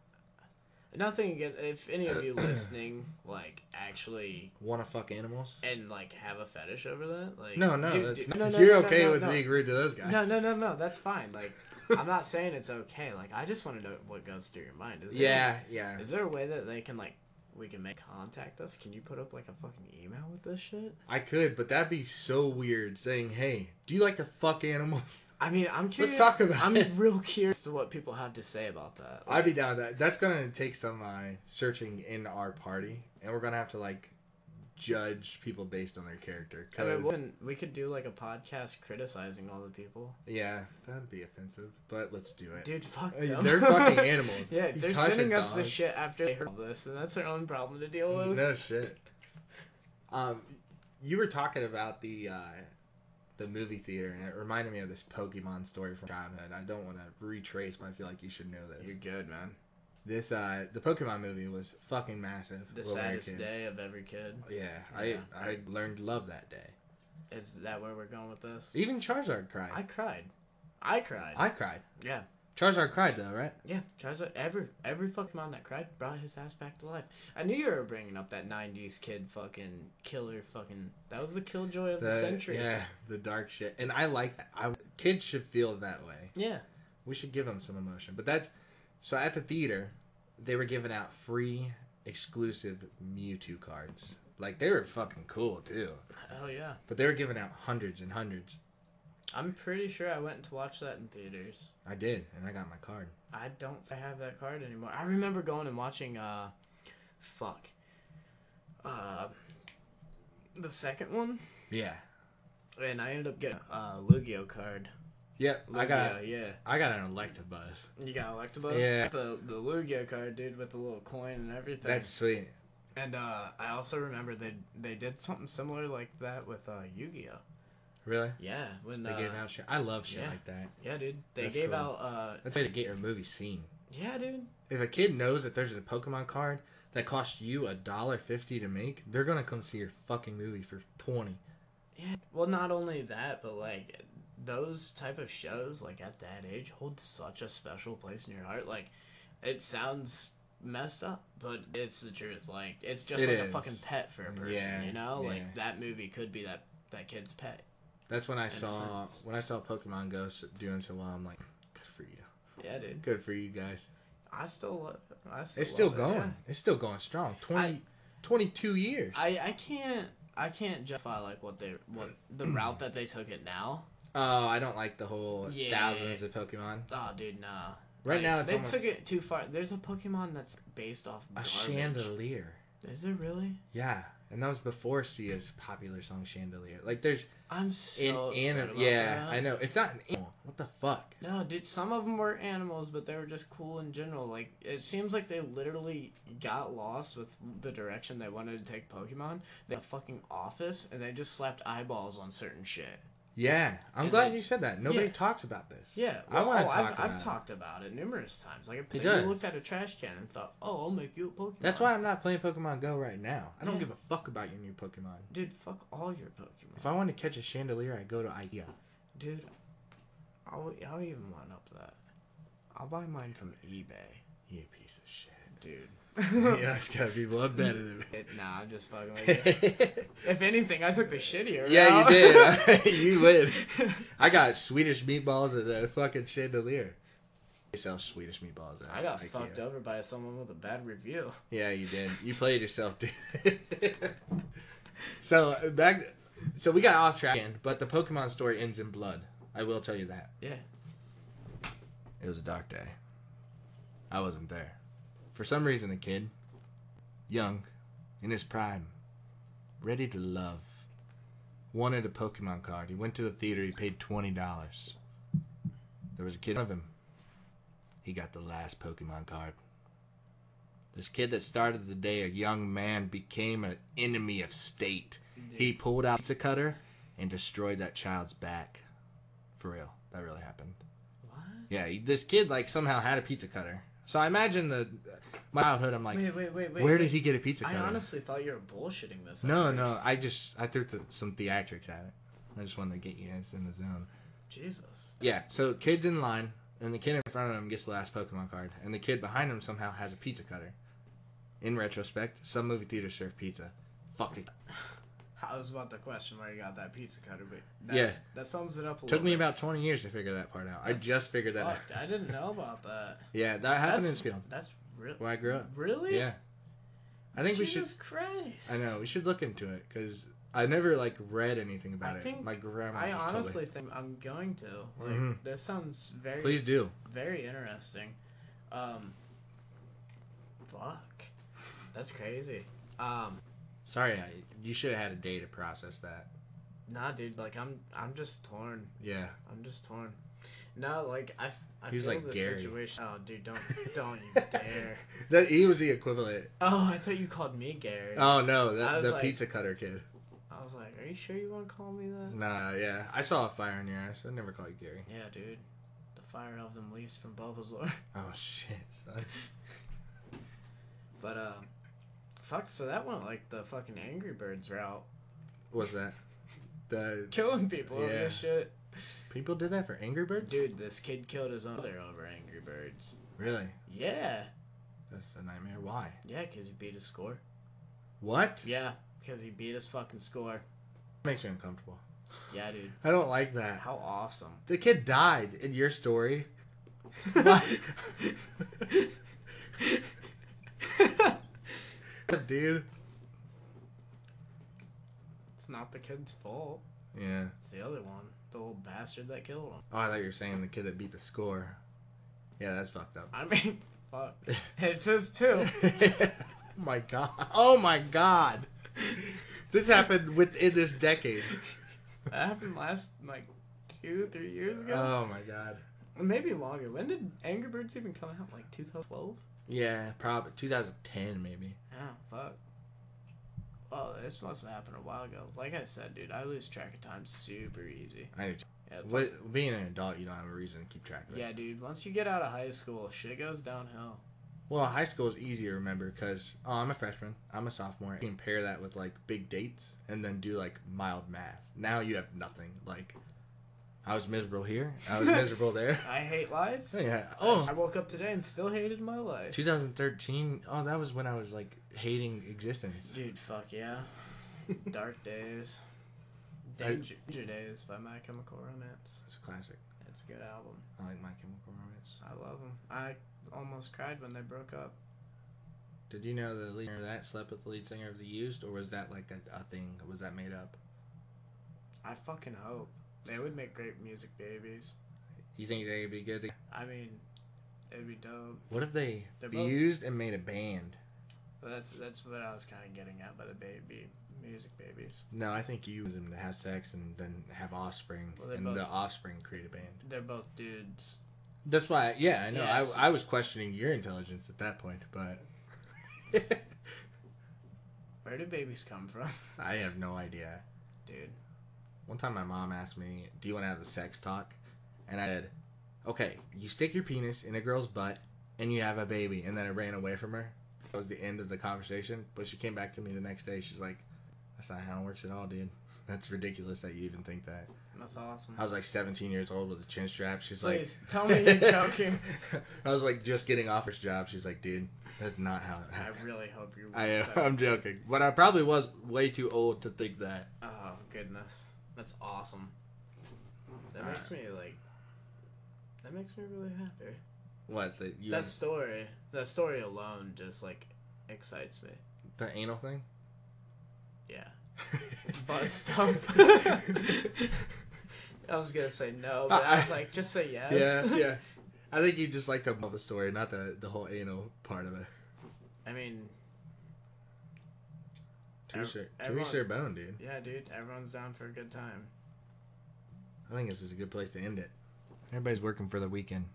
S5: nothing against if any of you listening like actually
S4: Want to fuck animals?
S5: and like have a fetish over that like
S4: No, no,
S5: eh, dude,
S4: that's
S5: dude-
S4: not, you're
S5: no,
S4: okay
S5: no,
S4: with
S5: no.
S4: being rude to those guys.
S5: No, no, no, no. That's fine. Like, I'm not saying it's okay. Like, I just want to know what goes through your mind. Is there-
S4: Yeah, yeah.
S5: is there a way that they can like we can make contact us? Can you put up like a fucking email with this shit?
S4: I could, but that'd be so weird. Saying, "Hey, do you like to fuck animals?"
S5: I mean, I'm curious.
S4: talk about
S5: I'm
S4: it.
S5: real curious to what people have to say about that.
S4: I'd be down with that. That's gonna take some uh, searching in our party, and we're gonna have to like judge people based on their character.
S5: I
S4: 'cause-
S5: mean, we, can, we could do like a podcast criticizing all the people.
S4: yeah, that'd be offensive, but let's do it.
S5: Dude, fuck
S4: Hey, Uh,
S5: them.
S4: they're fucking animals.
S5: yeah,
S4: You
S5: they're
S4: touch a
S5: sending us
S4: dog. Mm-hmm.
S5: this shit after they heard all this, and that's their own problem to deal with.
S4: No shit. Um, you were talking about the uh, the movie theater, and it reminded me of this Pokemon story from childhood. I don't want to retrace, but I feel like you should know this.
S5: You're good, man.
S4: This uh, the Pokemon movie was fucking massive. when
S5: The
S4: we were
S5: saddest
S4: kids.
S5: day of every kid.
S4: Yeah,
S5: Yeah.
S4: I I learned love that day.
S5: Is that where we're going with this?
S4: Even Charizard cried.
S5: I cried. I cried.
S4: I cried.
S5: yeah.
S4: Charizard cried though, right?
S5: Yeah, Charizard. Every every fucking mom that cried brought his ass back to life. I knew you were bringing up that '90s kid, fucking killer, fucking. That was the killjoy of the, century.
S4: Yeah, the dark shit, and I like that. I kids should feel that way.
S5: Yeah.
S4: We should give them some emotion. But that's so at the theater, they were giving out free exclusive Mewtwo cards. Like they were fucking cool too.
S5: Hell yeah.
S4: But they were giving out hundreds and hundreds.
S5: I'm pretty sure I went to watch that in theaters.
S4: I did, and I got my card.
S5: I don't think I have that card anymore. I remember going and watching. uh Fuck. Uh, the second one,
S4: Yeah.
S5: and I ended up getting uh Lugia card.
S4: Yep. I got
S5: Lugia, yeah.
S4: I got an Electabuzz.
S5: You got Electabuzz?
S4: Yeah.
S5: The the Lugia card, dude, with the little coin and everything.
S4: That's sweet.
S5: And uh, I also remember they they did something similar like that with uh, Yu-Gi-Oh.
S4: Really?
S5: Yeah, when
S4: They
S5: uh,
S4: gave out shit. I love shit
S5: yeah.
S4: like that.
S5: Yeah, dude, they
S4: That's
S5: gave
S4: cool.
S5: out. Uh,
S4: That's a way to get your movie seen.
S5: yeah, dude.
S4: If a kid knows that there's a Pokemon card that costs you a dollar fifty to make, they're gonna come see your fucking movie for twenty.
S5: Yeah. Well, not only that, but like those type of shows, like at that age, hold such a special place in your heart. Like, it sounds messed up, but it's the truth. Like, it's just
S4: It
S5: like a
S4: is.
S5: fucking pet for a person,
S4: Yeah,
S5: you know?
S4: yeah.
S5: Like that movie could be that that kid's pet.
S4: That's when I saw
S5: sense.
S4: when I saw Pokemon Go s- doing so well. I'm like, good for you,
S5: Yeah, dude.
S4: good for you guys.
S5: I still love. I still
S4: It's still
S5: love it,
S4: going.
S5: yeah.
S4: It's still going strong. 20,
S5: I-
S4: 22 years.
S5: I I can't I can't justify like what they what the route that they took it now.
S4: oh, I don't like the whole
S5: Yeah.
S4: thousands of Pokemon.
S5: Oh, dude, nah.
S4: Right
S5: Like,
S4: now, it's
S5: they
S4: almost
S5: took it too far. There's a Pokemon that's based off
S4: a
S5: garbage.
S4: chandelier.
S5: Is there really?
S4: Yeah, and that was before Sia's popular song "Chandelier." Like, there's
S5: I'm so
S4: an
S5: upset
S4: animal.
S5: about
S4: Yeah,
S5: that.
S4: I know. It's not an animal. What the fuck?
S5: No, dude. Some of them were animals, but they were just cool in general. Like it seems like they literally got lost with the direction they wanted to take Pokemon. They had a fucking office, and they just slapped eyeballs on certain shit.
S4: Yeah, I'm
S5: And
S4: glad
S5: they-
S4: you said that. Nobody
S5: yeah.
S4: talks about this.
S5: Yeah,
S4: I want to
S5: oh,
S4: talk.
S5: I've,
S4: about
S5: I've
S4: it.
S5: talked about it numerous times. Like, I
S4: does.
S5: looked at a trash can and thought, "Oh, I'll make you a Pokemon."
S4: That's why I'm not playing Pokemon Go right now. I don't
S5: Yeah.
S4: give a fuck about your new Pokemon.
S5: dude, fuck all your Pokemon,
S4: If I want to catch a chandelier, I go to IKEA.
S5: dude. I'll, I'll even line up that. I'll buy mine from eBay,
S4: You piece of shit.
S5: dude.
S4: yeah, it's gotta be blood better than me.
S5: It, nah, I'm just fucking with you. if anything, I took the shittier.
S4: yeah,
S5: route.
S4: you did. you win. I got Swedish meatballs and a fucking chandelier. They sell Swedish meatballs. At
S5: I got
S4: Ikea.
S5: fucked over by someone with a bad review.
S4: Yeah, you did. You played yourself, dude. so back, so we got off track, but the Pokemon story ends in blood. I will tell you that.
S5: Yeah,
S4: It was a dark day. I wasn't there. For some reason, a kid, young, in his prime, ready to love, wanted a Pokemon card. He went to the theater, he paid $20. There was a kid in front of him. He got the last Pokemon card. This kid that started the day a young man became an enemy of state. He pulled out a pizza cutter and destroyed that child's back. For real. That really happened.
S5: What?
S4: Yeah, he- this kid like somehow had a pizza cutter. So I imagine the my childhood. I'm like,
S5: Wait, wait, wait, wait.
S4: where
S5: wait.
S4: did he get a pizza
S5: I
S4: cutter?
S5: honestly thought you were bullshitting this. at
S4: no, no.
S5: first.
S4: I just I threw th- some theatrics at it. I just wanted to get you guys in the zone.
S5: Jesus.
S4: Yeah. So kids in line, and the kid in front of him gets the last Pokemon card, and the kid behind him somehow has a pizza cutter. In retrospect, some movie theaters serve pizza. Fuck it.
S5: I was about to question where you got that pizza cutter, but that,
S4: Yeah.
S5: that sums it up a
S4: Took
S5: little
S4: me
S5: bit.
S4: about 20 years to figure that part out. I
S5: That's
S4: just figured that out.
S5: Fucked, I didn't know about that.
S4: Yeah, that happened in
S5: That's,
S4: Springfield,
S5: that's really.
S4: where I grew up.
S5: Really?
S4: Yeah. I think we should
S5: Jesus Christ.
S4: I know we should look into it because I never like read anything about
S5: I
S4: it.
S5: think-
S4: My grandma.
S5: I
S4: just told me.
S5: honestly think I'm going to. Like,
S4: Mhm.
S5: this sounds very,
S4: Please do.
S5: very interesting. Um, fuck, that's crazy. Um,
S4: Sorry, I, you should have had a day to process that.
S5: nah, dude. Like, I'm, I'm just torn.
S4: Yeah.
S5: I'm just torn. No, like I, f- I
S4: He was
S5: feel
S4: like
S5: the
S4: Gary.
S5: situation. Oh, dude, don't, don't you dare.
S4: That he was the equivalent.
S5: Oh, I thought you called me Gary.
S4: Oh no,
S5: I
S4: that,
S5: was
S4: the
S5: like-
S4: pizza cutter kid.
S5: I was like, are you sure you want to call me that?
S4: Nah, yeah. I saw a fire in your eyes. I never call you Gary.
S5: Yeah, dude. The fire them leaves from Bulbasaur.
S4: Oh shit. son.
S5: But um, fuck. So that went like the fucking Angry Birds route,
S4: What's that? The
S5: killing people over
S4: Yeah.
S5: this shit.
S4: people did that for Angry Birds.
S5: Dude, this kid killed his mother over Angry Birds.
S4: Really?
S5: Yeah,
S4: That's a nightmare. Why?
S5: yeah, because he beat his score.
S4: What?
S5: Yeah, because he beat his fucking score.
S4: Makes me uncomfortable.
S5: Yeah, dude.
S4: I don't like that.
S5: How awesome.
S4: The kid died in your story. Dude.
S5: it's not the kid's fault.
S4: Yeah.
S5: It's the other one, the old bastard that killed him.
S4: Oh, I thought you were saying the kid that beat the score. Yeah, that's fucked up.
S5: I mean, fuck. It says two.
S4: my god. Oh my god. This happened within this decade.
S5: That happened last like two, three years ago.
S4: Oh my god.
S5: Maybe longer. When did Angry Birds even come out? Like 2012?
S4: Yeah, probably 2010 maybe.
S5: Yeah, fuck. Well, this must have happened a while ago. Like I said, dude, I lose track of time super easy.
S4: I know.
S5: Yeah, fuck-
S4: What, being an adult, you don't have a reason to keep track of it.
S5: yeah, dude. Once you get out of high school, shit goes downhill.
S4: Well, high school is easy to remember because oh, I'm a freshman, I'm a sophomore. You can pair that with like big dates and then do like mild math. Now you have nothing. Like, I was miserable here. I was miserable there.
S5: I hate life.
S4: yeah.
S5: Oh,
S4: Oh,
S5: I woke up today and still hated my life.
S4: 2013. Oh, that was when I was like hating existence.
S5: Dude, fuck yeah. Dark days. Danger, Danger Days by My Chemical Romance.
S4: It's a classic.
S5: It's a good album.
S4: I like My Chemical Romance.
S5: I love them. I almost cried when they broke up.
S4: Did you know the lead singer of that slept with the lead singer of the Used, or was that like a, a thing? Was that made up?
S5: I fucking hope. They would make great music babies.
S4: You think they'd be good? To...
S5: I mean, it'd be dope.
S4: What if they
S5: They're both-
S4: fused and made a band?
S5: But that's that's what I was kind of getting at by the baby music babies.
S4: No, I think you use them to have sex and then have offspring,
S5: Well, they
S4: and
S5: both-
S4: the offspring create a band.
S5: They're both dudes.
S4: That's why, yeah, I know.
S5: Yeah, so-
S4: I, I was questioning your intelligence at that point, but
S5: Where do babies come from,
S4: I have no idea.
S5: dude?
S4: One time, my mom asked me, "Do you want to have the sex talk?" And I said, "Okay, you stick your penis in a girl's butt, and you have a baby." And then I ran away from her. That was the end of the conversation. But she came back to me the next day. She's like, "That's not how it works at all, dude. That's ridiculous that you even think that."
S5: That's awesome.
S4: I was like 17 years old with a chin strap. She's like,
S5: Please tell me you're joking.
S4: I was like just getting off her job. She's like, "Dude, that's not how it
S5: I
S4: happened."
S5: really hope you're.
S4: I am. I'm joking, but I probably was way too old to think that.
S5: Oh goodness, that's awesome. That
S4: Alright.
S5: makes me like. That makes me really happy.
S4: What the you
S5: That story, that story alone, just like excites me.
S4: the anal thing?
S5: Yeah, but stuff. I was gonna say no, but I was like, just say yes.
S4: yeah, yeah. I think you just like to tell the story, not the the whole anal part of it.
S5: I mean,
S4: Teresa,
S5: everyone-
S4: Teresa Bone, dude.
S5: yeah, dude, everyone's down for a good time.
S4: I think this is a good place to end it. Everybody's working for the weekend.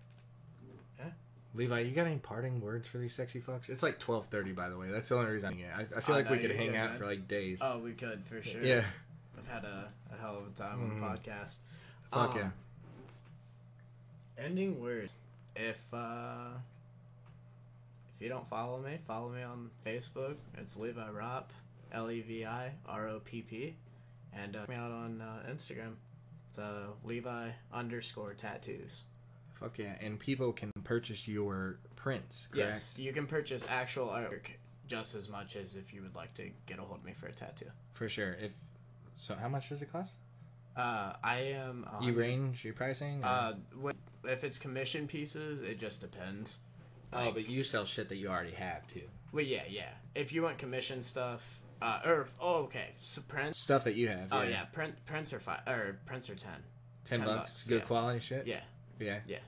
S5: Yeah.
S4: Levi, you got any parting words for these sexy fucks? It's like twelve thirty, by the way. That's the only reason. I'm I, I feel
S5: I
S4: like
S5: know
S4: we could
S5: you're
S4: hang
S5: good,
S4: out
S5: man.
S4: for like days.
S5: Oh, we could for sure.
S4: yeah, Mm.
S5: I've had a, a hell of a time on the podcast.
S4: fuck
S5: Um,
S4: yeah.
S5: Ending words. If uh, if you don't follow me, follow me on Facebook. It's Levi Rop, L E V I R O P P, and uh, check me out on uh, Instagram. It's uh, Levi underscore tattoos.
S4: Fuck yeah. And people can purchase your prints, correct?
S5: Yes, you can purchase actual artwork just as much as if you would like to get a hold of me for a tattoo.
S4: For sure. If so how much does it cost?
S5: Uh, I am. Um,
S4: You range your pricing? or-
S5: Uh, wh- if it's commission pieces, it just depends.
S4: oh, but you sell shit that you already have too.
S5: Well, yeah, yeah. If you want commission stuff, uh, or oh, okay, so prints.
S4: Stuff that you have.
S5: Oh yeah, print prints are five or prints are ten.
S4: Ten,
S5: 10
S4: bucks.
S5: bucks,
S4: Good
S5: yeah.
S4: quality shit.
S5: Yeah,
S4: Yeah.
S5: yeah.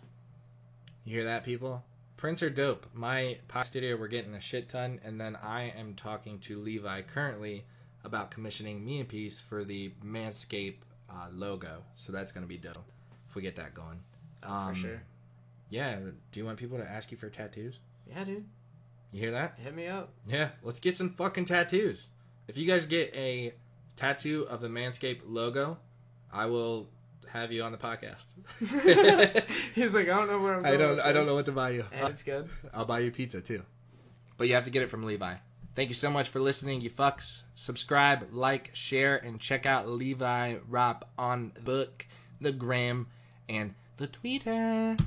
S4: You hear that people? Prints are dope. My pod studio we're getting a shit ton, and then I am talking to Levi currently about commissioning me a piece for the Manscape uh, logo. So that's gonna be dope if we get that going. Um,
S5: for sure.
S4: Yeah. Do you want people to ask you for tattoos?
S5: Yeah, dude.
S4: You hear that?
S5: Hit me up.
S4: Yeah, let's get some fucking tattoos. If you guys get a tattoo of the Manscaped logo, I will have you on the podcast.
S5: He's like, I don't know where I'm.
S4: I
S5: going
S4: don't
S5: with
S4: I don't
S5: this."
S4: know what to buy you.
S5: And it's good.
S4: I'll buy you pizza too. But you have to get it from Levi. Thank you so much for listening, you fucks. Subscribe, like, share, and check out Levi Rop on book, the gram, and the Twitter.